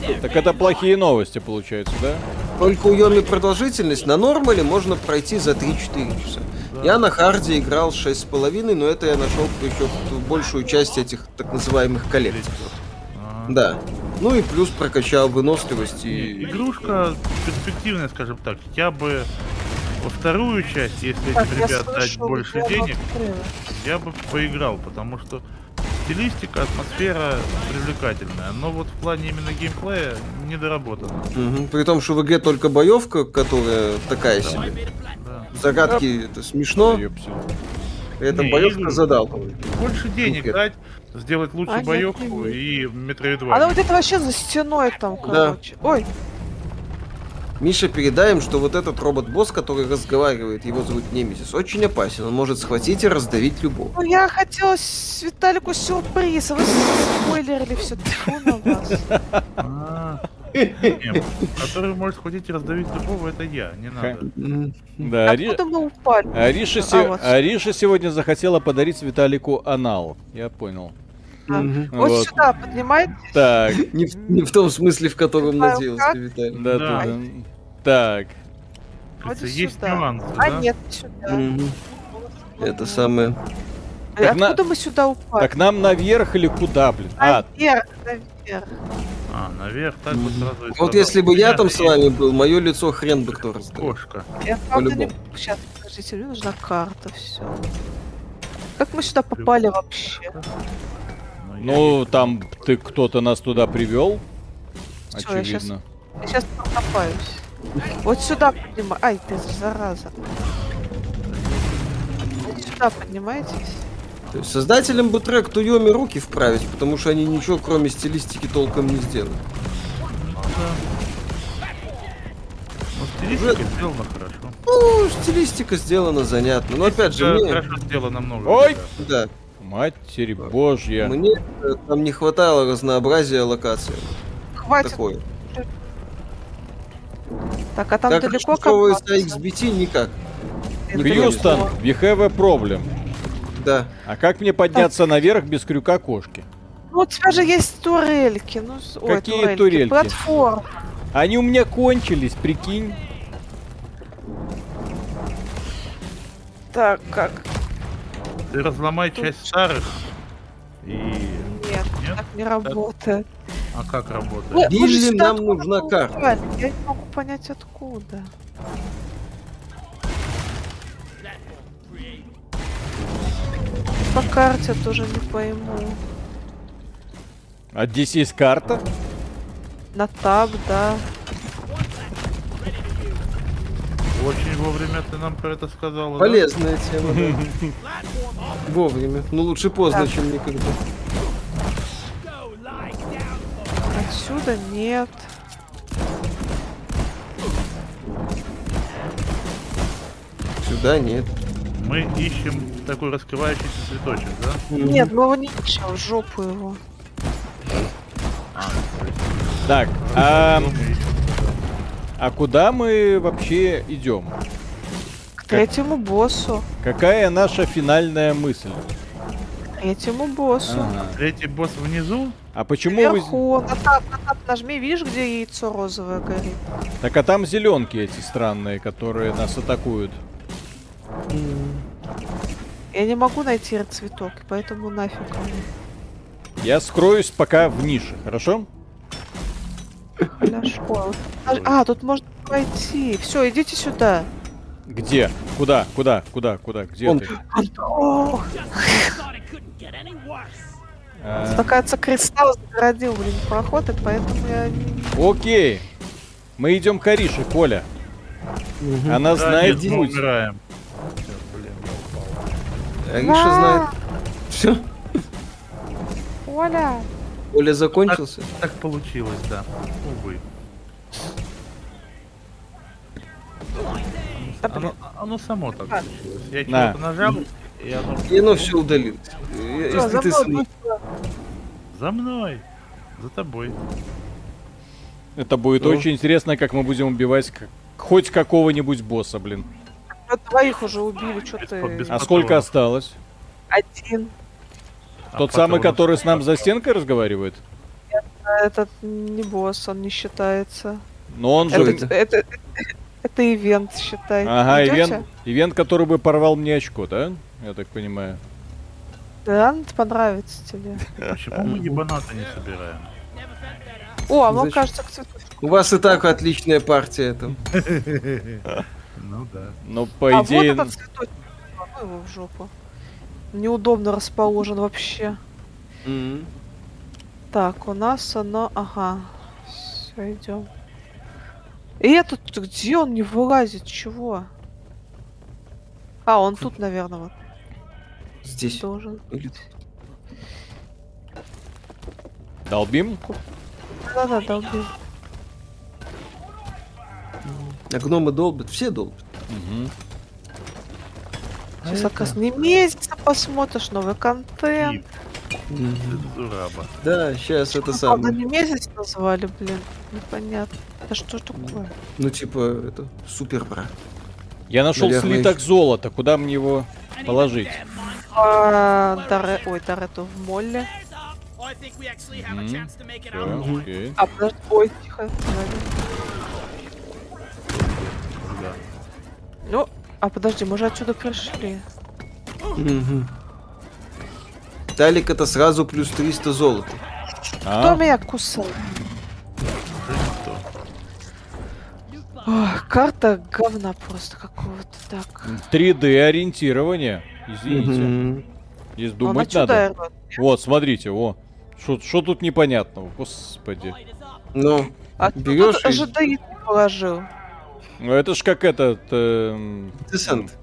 A: это, так это плохие новости, получается, да?
C: Только у Йоми продолжительность на нормале можно пройти за 3-4 часа. Я на харде играл 6,5, но это я нашел еще большую часть этих так называемых коллекций.
D: А.
C: Да. Ну и плюс прокачал выносливость и...
D: Игрушка перспективная, скажем так. Я бы во вторую часть, если
B: Так,
D: этим
B: я
D: ребят дать
B: слышала,
D: больше
B: где она
D: денег,
B: открылась.
D: я бы поиграл, потому что стилистика, атмосфера привлекательная, но вот в плане именно геймплея недоработано.
C: Мгм. При том, что в игре только боевка, которая такая себе.
D: Да.
C: Загадки это смешно,
A: Ёпсель.
C: при этом
D: Не,
C: боевка
D: игры-
C: задал.
D: Больше денег
C: Супер.
D: дать, сделать лучшую
B: А,
D: боевку
B: нет,
D: и
B: Она
D: метроидванию.
B: А, ну вот это вообще за стеной там, короче. Ой,
C: Миша, передаем, что вот этот робот-босс, который разговаривает, его зовут Немезис, очень опасен. Он может схватить и раздавить любого.
B: ну я хотела с Виталику сюрприз, а вы спойлерили все. Тьфу на вас.
D: А. Нет, Который может схватить и раздавить любого, это я, не надо.
C: М.
A: Да, Ари-
B: Откуда мы упали?
A: Ариша,
B: А,
A: се-
B: вот.
A: Ариша сегодня захотела подарить Виталику анал. Я понял.
C: Мгм.
B: Вот,
A: Вот.
B: сюда поднимайте.
A: Так,
C: Не в, не в том смысле, в котором
B: Павел,
C: надеялся,
B: как?
C: Виталий.
A: да,
D: Да.
A: да, да. Так,
D: Кажется,
B: Вроде
D: Есть
B: сюда.
D: нюансы,
B: А
D: да?
B: нет, сюда.
C: Мгм. Это самое.
B: Э,
A: Так на-
B: Откуда мы сюда упали?
A: так нам наверх или куда, блин? А,
B: Наверх, наверх.
D: А, наверх, так вот сразу и
C: Вот
D: сказал.
C: если бы
D: У меня
C: я там с
D: есть
C: вами был, мое лицо хрен бы кто раздавил.
D: Кошка.
B: Я правда не...
C: По-любому.
B: Сейчас, подождите, мне нужна карта, все. Как мы сюда попали вообще?
A: ну там ты кто-то нас туда привел.
B: Всё, я щас-
A: Очевидно.
B: Я сейчас прокопаюсь. Вот сюда поднимай. Ай, ты зараза. Вот сюда поднимаетесь.
C: То есть создателям бы трек Туйоми руки вправить, потому что они ничего кроме стилистики толком не сделали.
D: Ну, стилистика сделана хорошо.
C: Ну, стилистика сделана занятно. Но опять же,
D: Да,
C: мне...
D: хорошо сделано много.
A: Ой!
C: Да,
A: Матери божья.
C: мне э, там не хватало разнообразия локаций.
B: Хватит.
C: Такое.
B: Так, а там
C: как
B: далеко
C: расшифровывается
B: копаться?
C: XBT никак.
B: Это
C: никто не
A: Хьюстон,
B: далеко.
A: we have a problem.
C: Да.
A: А как мне подняться наверх без крюка кошки?
B: Ну, у тебя же есть турельки. Ну, с- ой,
A: Какие турельки?
B: Платформ.
A: Они у меня кончились, прикинь.
B: Так, как?
D: Ты разломай часть старых. И...
B: Нет,
D: Нет?
B: так не работает.
D: А как работает?
B: Мы- мы
C: Билли,
B: же сюда
C: нам нужна
B: откуда-то
C: карта.
B: упали. Я не могу понять, откуда. По карте тоже не пойму.
A: А здесь есть карта?
B: На таб, да.
D: Очень вовремя ты нам про это сказала. да?
C: Полезная тема, да. Вовремя. Ну лучше поздно,
B: Так.
C: чем никогда.
B: Отсюда нет.
C: Сюда нет.
D: Мы ищем такой раскрывающийся цветочек, да?
B: Нет, мы его не ищем, в жопу его.
A: Так, а, а куда мы вообще идем?
B: К третьему боссу.
A: Какая наша финальная мысль?
B: К третьему боссу.
C: А.
A: Ага.
D: Третий босс внизу.
A: А почему вы... з-
B: Вверху. На таб, на таб нажми, видишь, где яйцо розовое горит?
A: Так а там зеленки эти странные, которые нас атакуют.
B: Я не могу найти цветок, поэтому нафиг. они.
A: Я скроюсь пока в нише, хорошо?
B: Хорошо. А, тут можно пройти. Все, идите сюда.
A: Где? Куда? Куда? Куда? Куда? Где
C: Он-
A: ты?
B: Ох,
E: Thought it couldn't get any worse.
A: А,
B: Оказывается, кристалл загородил, блин, проход, и поэтому я... не-
A: Окей. Мы идем к Арише, Коля. Она
D: Да,
A: знает
D: нет, ну, мы
A: путь.
D: умираем. Всё, блин, я упал.
C: Ариша А знает. Все,
B: Оля!
C: Оля закончился.
D: Так получилось, да. Увы.
B: Да, блин.
D: Оно, оно само так получилось. Я
A: На.
D: чего-то нажал, и оно...
C: И оно все удалилось. И-
B: Всё, ну,
C: и ты
B: за мной,
C: сын.
D: За мной! За тобой.
A: Это будет
C: Ну.
A: очень интересно, как мы будем убивать к- хоть какого-нибудь босса, блин.
B: Вот Двоих уже убили, что
D: без-
B: ты...
A: А
D: А Потом.
A: сколько осталось?
B: Один.
D: А
A: Тот
D: потом
A: самый,
D: он-
A: который с нам за стенкой разговаривает?
B: А Этот не босс, он не считается.
A: Но он же...
B: Это, это, это ивент, считай.
A: Ага,
B: Идёте?
A: ивент, ивент, который бы порвал мне очко, да? Я так понимаю.
B: Да, он понравится тебе.
D: Почему мы ебаната не собираем?
B: О, а вам
C: Зачем?
B: кажется, к цвету.
C: У вас и так отличная партия там.
D: Ну да.
A: Но
B: а
A: по идее...
B: вот этот цветочек. Ну его в жопу. Неудобно расположен вообще.
C: Мгм.
B: Так, у нас оно... Ага. Все, идем. И этот, где он не вылазит? Чего? А, он тут, наверное, вот
C: Здесь.
B: должен.
C: Или тут.
A: Долбим?
B: Да-да, долбил.
C: А гномы долбят, все долбят.
A: Мгм.
B: Сейчас отказ не месяца посмотришь, новый контент. А,
D: Киев, Зураба.
C: Да, сейчас это
B: Правда,
C: самое.
B: не месяц назвали, блин. Непонятно. Да что ж такое?
C: Ну, типа, это супер враг.
A: Я нашел
C: Наверное,
A: слиток
C: еще.
A: золота. Куда мне его положить?
B: А, Доре... Ой, Доретто в молле.
E: Heads up! Oh, I think we actually have
A: Mm.
E: a chance to make it out.
A: Всё, окей.
B: А, подожди, ой, тихо. ладно.
D: Да.
B: Ну, а подожди, мы же отсюда пришли.
C: Талик это сразу плюс 300 золота.
A: А?
B: Кто меня кусал? Ох, карта говна просто какого-то так.
A: 3D ориентирование. Извините.
C: Мгм.
A: Здесь
B: Ну, она
A: думать
B: чудо
A: надо.
B: орёт.
A: Вот, смотрите, о. Что тут непонятного? Господи.
C: Ну,
B: А ты
C: Берёшь
B: тут
C: и-
B: ожидает не положил.
A: Ну это ж как этот... эм,
C: десант.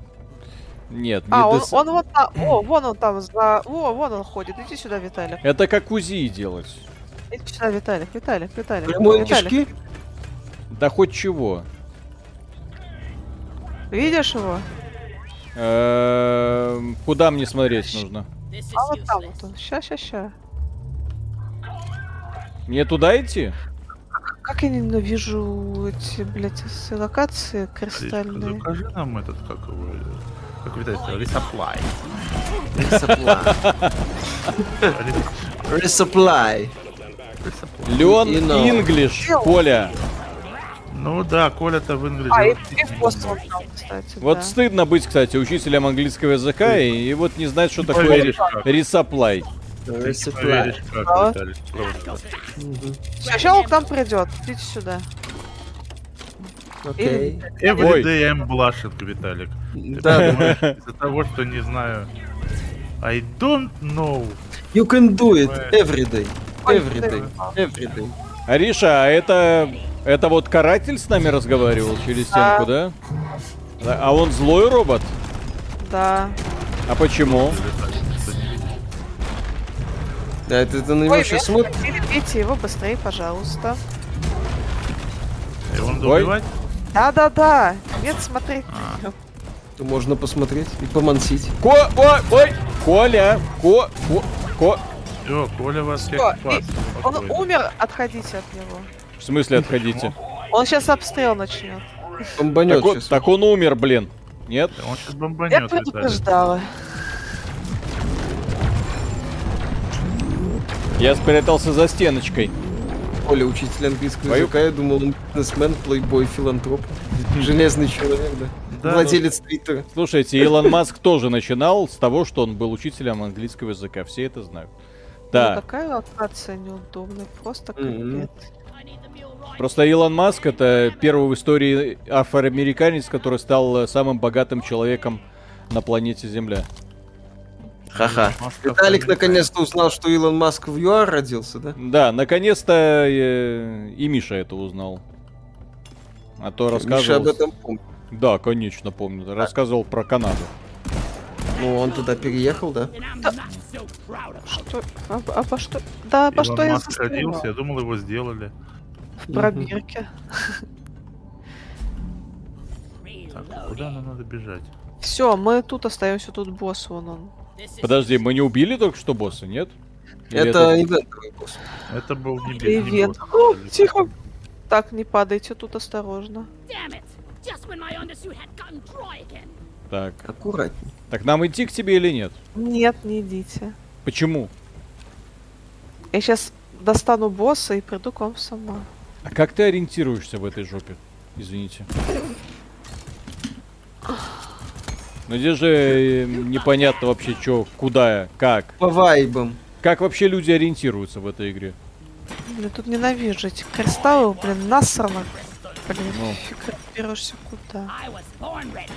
A: Нет, не
B: А, он,
A: дес-
B: он вот там. О, вон он там за. О, вон он ходит. Иди сюда, Виталик.
A: Это как УЗИ делать.
B: Иди сюда, Виталик, Виталик, Виталик.
C: Прямой
B: Виталик.
C: кишки?
A: Да хоть чего.
B: Видишь его?
A: Эм, Куда мне смотреть нужно?
E: This is
B: А вот там
E: useless.
B: вот он. Ща, ща, ща.
A: Мне туда идти?
B: Как я ненавижу эти, блядь, эти локации
D: Олечка,
B: кристальные.
D: Закажи нам этот, как его... э, Как Виталий сказал, ресаплай.
C: Resupply. Resupply.
A: Леон
C: И на.
A: Инглиш,
B: Леон.
A: Коля.
D: Ну да, Коля-то в Инглизе
B: А, и,
D: вообще
B: и
D: не
B: босс
D: помог.
B: вон там, кстати,
A: Вот
B: да.
A: стыдно быть, кстати, учителем английского языка и, и вот не знать, что
D: Не
A: такое
D: поверишь,
A: ре-
D: как.
A: ресаплай.
D: Ты не
C: Resupply.
D: поверишь, как,
B: Да.
D: Виталий, просто.
B: Ща, ща он к нам придет. Идите сюда.
C: Окей.
D: Every
A: Ой.
D: day I'm blushing, Виталик. Ты
C: Да, да.
D: понимаешь, из-за того, что не знаю. I don't know.
C: You can do it every day.
B: Ой,
C: Every day. Every day.
A: Ариша, а это... Это вот каратель с нами разговаривал через
B: Да.
A: стенку, да? Да, А он злой робот?
B: Да.
A: А почему?
C: Да, это ты на
B: Ой,
C: него
B: меня
C: сейчас смотришь.
B: схватили, бейте его быстрее, пожалуйста.
D: И он
A: Ой.
D: добивать?
B: Да-да-да. Нет, смотри.
D: А,
C: Можно посмотреть и помансить.
A: Ко... Ой, ой! Коля! Ко... Ко... Ко...
D: Все, Коля вас всех
B: Что?
D: спас.
B: И- Он
D: Спокойно.
B: умер, отходите от него.
A: В смысле отходите?
B: Он сейчас обстрел начнет.
C: Бомбанет
A: Так, он-
C: сейчас.
A: так он умер, блин. Нет?
D: Он сейчас
B: Я
D: бомбанет, Виталик.
B: предупреждала.
A: Я спрятался за стеночкой.
C: Коля, учитель английского
A: Твою-
C: языка, я думал, он бизнесмен, плейбой, филантроп. Железный человек, да.
D: Да,
C: Владелец
A: ну,
C: Твиттера.
A: Слушайте, Илон Маск тоже начинал с того, что он был учителем английского языка. Все это знают.
B: Ну,
A: Да.
B: такая локация неудобная, просто
C: Мгм.
B: капец.
A: Просто Илон Маск это первый в истории афроамериканец, который стал э, самым богатым человеком на планете Земля.
C: Ха-ха.
D: Маска
C: Виталик
D: вспоминает.
C: наконец-то узнал, что Илон Маск в ЮАР родился, да?
A: Да, наконец-то э, и Миша это узнал. А то
C: Миша
A: рассказывал...
C: об этом помнит.
A: Да, конечно, помню. Рассказывал про Канаду.
C: Ну, он туда переехал, да?
E: and I'm not so proud of
B: Что? А, а по что? Да, по что
D: Илон
B: я
D: Маск
B: застряла?
D: родился, я думал, его сделали.
B: В пробирке.
D: Так,
E: reloading.
D: А куда нам надо бежать?
B: Все, мы тут остаемся, тут босс вон он.
E: This is
A: Подожди, мы не убили только что босса, нет? Или
C: Это инвентовый босс.
D: Это был не бе- не
B: Привет.
D: бот.
B: О, тихо. Так, не падайте, тут осторожно.
E: damn it! Just when my undersuit had gotten dry again.
A: Так.
C: Аккуратнее.
A: Так нам идти к тебе или нет?
B: Нет, не идите.
A: Почему?
B: Я сейчас достану босса и приду к вам сама.
A: А как ты ориентируешься в этой жопе? Извините. Ну здесь же э, непонятно вообще, что, куда, как.
C: По вайбам.
A: Как вообще люди ориентируются в этой игре?
B: Я тут ненавижу эти кристаллы, блин, насрано. Блин,
A: Ну.
B: фиг разберешься куда.
E: I was born ready.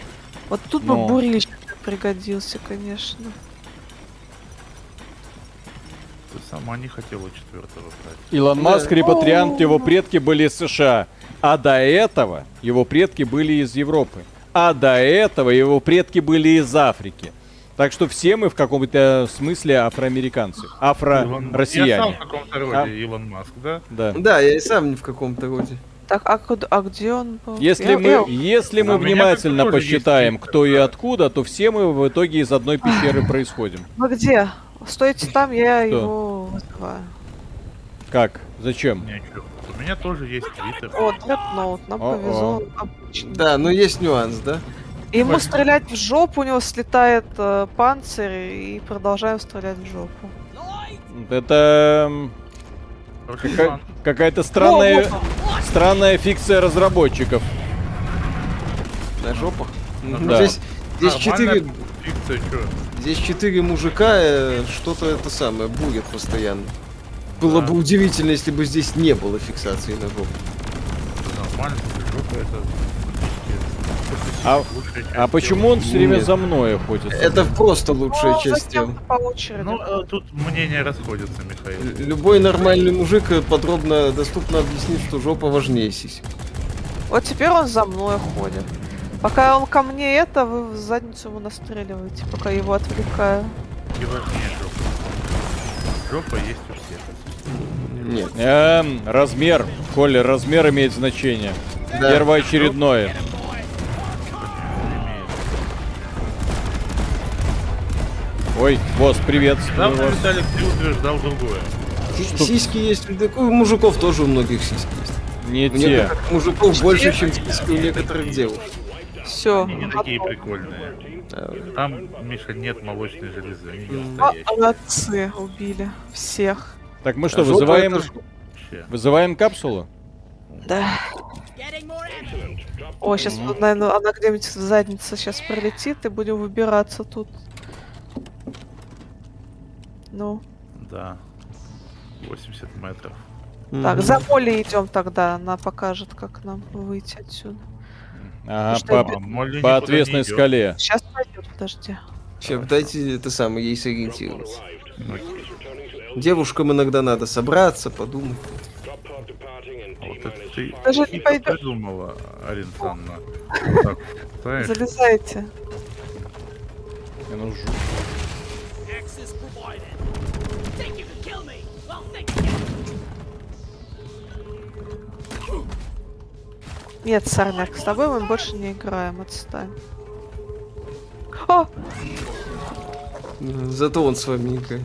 B: Вот тут
A: Ну.
B: бы бурильщик пригодился, конечно.
D: Ты сама не хотела четвертого брать.
A: Илон Маск,
C: Да.
A: репатриант, его предки были из США. А до этого его предки были из Европы. А до этого его предки были из Африки. Так что все мы в каком-то смысле афроамериканцы.
D: Илон- Я сам в
A: Афро-россияне.
D: каком-то роде
A: А?
D: Илон Маск, да?
A: Да.
C: Да, я и сам в каком-то роде.
B: Так, а, куда- а где он был? Э,
A: Если
B: Я-
A: мы,
B: я-
A: если мы
D: У меня
A: внимательно
D: тоже есть
A: посчитаем,
D: чисто,
A: кто и
D: да.
A: откуда, то все мы в итоге из одной пещеры происходим.
B: Вы где? Стойте там, я
A: Кто?
B: его вызываю.
A: Как? Зачем?
D: Ничего. У меня тоже есть твиттер.
B: О, трэпноут, нам
A: О-о.
B: повезло, он обычный.
C: Да, но есть нюанс, да?
B: Ему
D: Ой.
B: стрелять в жопу, у него слетает э, панцирь, и продолжаем стрелять в жопу.
E: Lloyd,
A: Это м,
D: Хороший
A: ка-
D: план.
A: какая-то
B: О,
A: странная,
B: вот
A: странная фикция разработчиков.
C: На жопах. Ну,
A: да.
C: Здесь, здесь
D: Нормальная
C: четыре,
D: фикция, чё?
C: здесь четыре мужика, э, что-то это самое, будет постоянно. Было
D: Да.
C: бы удивительно, если бы здесь не было фиксации на жопу.
D: Это Нормально, жопа это... фактически
A: А-
D: лучшая часть
A: А почему он все время
C: Нет.
A: за мной охотится?
C: Это просто лучшая
B: Ну,
C: часть
B: зачем
C: темы.
B: ты по очереди?
D: Ну, э, тут мнения расходятся, Михаил.
C: Л- Любой нормальный мужик э, подробно, доступно объяснит, что жопа важнее сись.
B: Вот теперь он за мной ходит. Пока он ко мне это, вы в задницу ему настреливаете, пока я его отвлекаю.
D: И важнее жопа. Жопа есть у всех.
A: Ну,
C: Нет.
A: Эм, размер. Коля, размер имеет значение.
C: Да.
A: Первоочередное. Ой, босс, Ну, приветствую
D: Давно,
A: вас.
D: Виталик, ты утверждал другое.
C: Си- Сиськи есть, у дек- у мужиков тоже у многих сиськи есть.
A: Не
C: У некоторых
A: те.
C: мужиков больше, чем сиськи у некоторых девушек.
B: Все.
D: Они не такие прикольные.
C: Да.
D: Там, Миша, нет молочной железы, они не
A: Ну, а-
D: настоящие.
B: А, Молодцы, убили всех.
A: Так мы что,
C: А Жопа
A: вызываем,
C: это жопа.
D: Вообще.
A: вызываем капсулу?
B: Да.
E: getting more energy.
B: О, сейчас, наверное, она где-нибудь в заднице сейчас прилетит, и будем выбираться тут. Ну,
D: Да. 80 метров.
B: так,
C: Мгм.
B: за Молли идем тогда, она покажет, как нам выйти отсюда.
A: Ага,
B: Что
A: по,
D: А Молли
A: по
D: никуда не
A: отвесной
D: идет.
A: скале.
B: Сейчас пойдет, подожди.
C: Ща, дайте это самое ей сориентироваться.
F: Arrived.
C: Девушкам иногда надо собраться, подумать.
F: Drop pod departing in
D: Вот
F: T
D: это
F: minus
D: ты
B: Даже не пойдет.
D: придумала, Арина Александровна. Вот так вот, знаешь,
B: Залезайте.
A: Не, ну, жу-
E: Access provided. Think you can kill me? Well, think again.
B: Нет, Сарняк, с тобой мы больше не играем, отстань. О,
C: М, Зато он с вами не играет.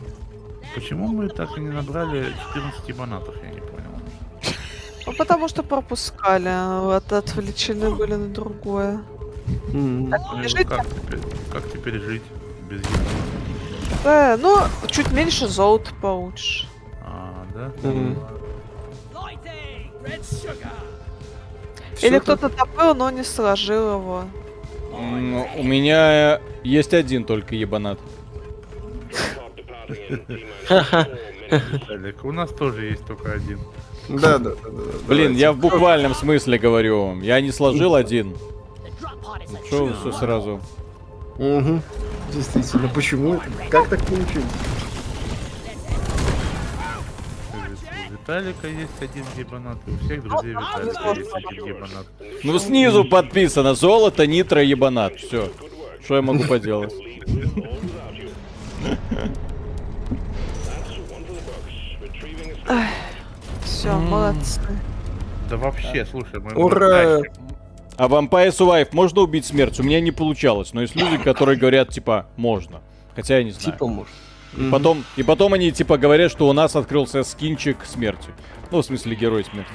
D: Почему мы так и не набрали 14 банатов, я не понял.
B: ну потому что пропускали, а от, отвлечены были на другое.
C: М.
D: Ну,
B: Лежите.
D: Как теперь, как теперь жить без еды?
B: Да, ну, чуть меньше золота получишь.
D: А, да?
C: Мгм.
E: Lighting, red sugar.
C: Всё
B: Или
C: так.
B: кто-то добыл, но не сложил его.
A: М, У меня есть один только ебанат.
F: pod departing in T minus four minutes.
D: Виталик, у нас тоже есть только один.
C: Да, да, да, да, да,
A: Блин,
C: давайте.
A: я в буквальном смысле говорю. Я не сложил один. Ну,
E: The drop pod is a
A: Что вы все сразу?
C: Мгм. Действительно, почему? это? Как так получилось?
D: У Виталика есть один ебанат, и у всех друзей Виталика есть один ебанат.
A: Ну снизу подписано золото, нитро, ебанат. Все. Что я могу поделать?
F: Leave this all without you. That's one for the books. Retrieving is
B: Все, молодцы.
D: Да вообще, слушай, мы...
C: Ура!
A: А Vampire Survive можно убить смерть? У меня не получалось, но есть люди, которые говорят, типа, можно. Хотя я не знаю.
C: Типа может.
A: И потом, и потом они типа говорят, что у нас открылся скинчик смерти. Ну, в смысле, герой смерти.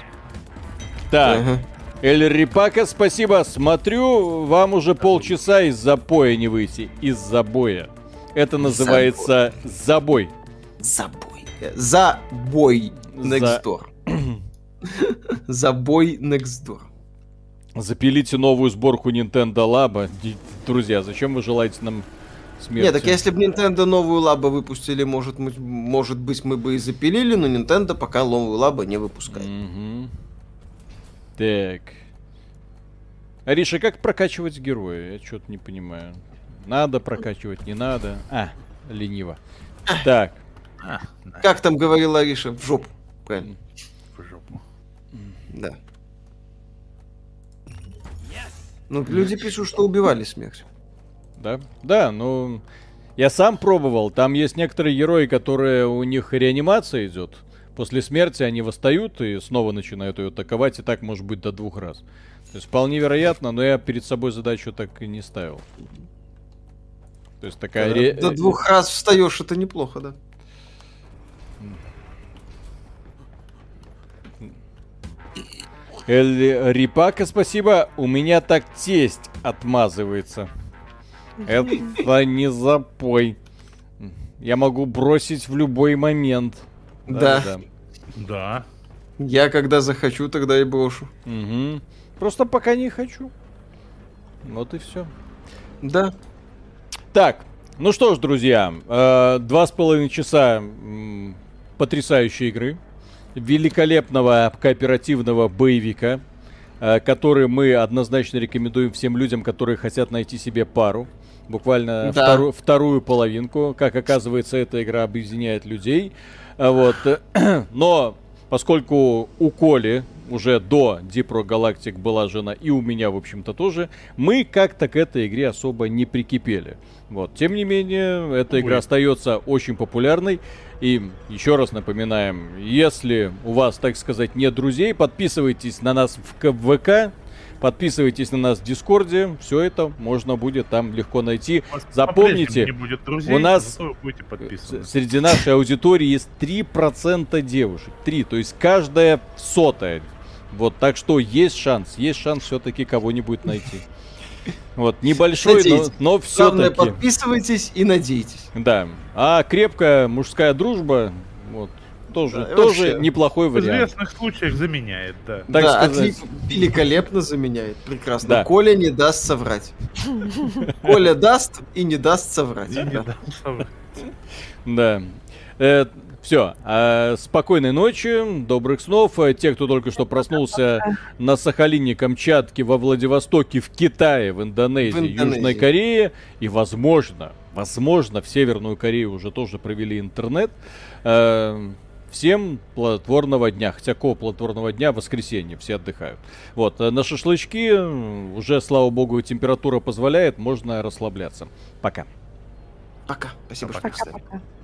A: Так.
C: Ага.
A: Эль Рипака, спасибо. Смотрю, вам уже полчаса из запоя не выйти. Из забоя. Это называется забой.
C: Забой. Э, Забой
A: За-
C: next door. Забой next door.
A: Запилите новую сборку Nintendo Lab. Друзья, зачем вы желаете нам смерти?
C: Не, так если бы Nintendo новую лабу выпустили, может, мы- может быть, мы бы и запилили, но Nintendo пока новую лабу не выпускает.
A: Мгм. Так. Ариша, как прокачивать героя? Я что-то не понимаю. Надо прокачивать, не надо. А, лениво. Так.
C: Как там говорила Ариша? В жопу. Правильно.
D: В жопу.
C: Да. Ну, люди пишут, что убивали смерть.
A: Да? Да, ну... Я сам пробовал. Там есть некоторые герои, которые у них реанимация идет. После смерти они восстают и снова начинают ее атаковать, и так может быть до двух раз. То есть вполне вероятно, но я перед собой задачу так и не ставил. То есть такая... Э, ре-
C: Э, До двух раз встаешь, это неплохо, да?
A: Эль Рипака, спасибо. У меня так тесть отмазывается. Это не запой. Я могу бросить в любой момент.
C: Да.
D: Да.
C: Я когда захочу, тогда и брошу.
A: Мгм. Просто пока не хочу. Вот и все.
C: Да.
A: Так, ну что ж, друзья, э, два с половиной часа м, потрясающей игры, великолепного кооперативного боевика, э, который мы однозначно рекомендуем всем людям, которые хотят найти себе пару. Буквально
C: Да.
A: втору- вторую половинку. Как оказывается, эта игра объединяет людей. А Вот. э, Но поскольку у Коли уже до Deep Rock Galactic была жена, и у меня, в общем-то, тоже, мы как-то к этой игре особо не прикипели. Вот. Тем не менее, эта игра
D: Ой.
A: остается очень популярной. И еще раз напоминаем, если у вас, так сказать, нет друзей, подписывайтесь на нас в КВК, подписывайтесь на нас в Дискорде, все это можно будет там легко найти.
D: У вас по-прежнему
A: Запомните,
D: Не будет друзей,
A: у нас-
D: зато вы будете подписаны.
A: с- Среди нашей аудитории есть 3% девушек. 3, то есть каждая сотая. Вот, так что есть шанс, есть шанс все-таки кого-нибудь найти. Вот, небольшой, но,
C: Надеюсь.
A: но
C: Главное,
A: все-таки.
C: подписывайтесь и надейтесь.
A: Да. А крепкая мужская дружба, вот, тоже,
C: Да, и
A: тоже
C: вообще.
A: неплохой
D: В
A: вариант.
D: известных случаях заменяет, да.
A: Так
C: да,
A: сказать.
C: отлично, великолепно заменяет. Прекрасно.
A: Да.
C: Коля не даст соврать. Коля даст и не даст соврать.
D: И не
C: Да.
D: дам соврать.
A: Да. все. спокойной ночи, добрых снов. Э, Те, кто только что проснулся на Сахалине, Камчатке, во Владивостоке, в Китае, в Индонезии,
C: В Индонезии.
A: Южной Корее и, возможно, возможно, в Северную Корею уже тоже провели интернет. Э, Всем плодотворного дня. Хотя какого плодотворного дня? Воскресенье. Все отдыхают. Вот. э, На шашлычки э, уже, слава богу, температура позволяет. Можно расслабляться. Пока.
C: Пока. Спасибо, что прислали.
B: Пока-пока.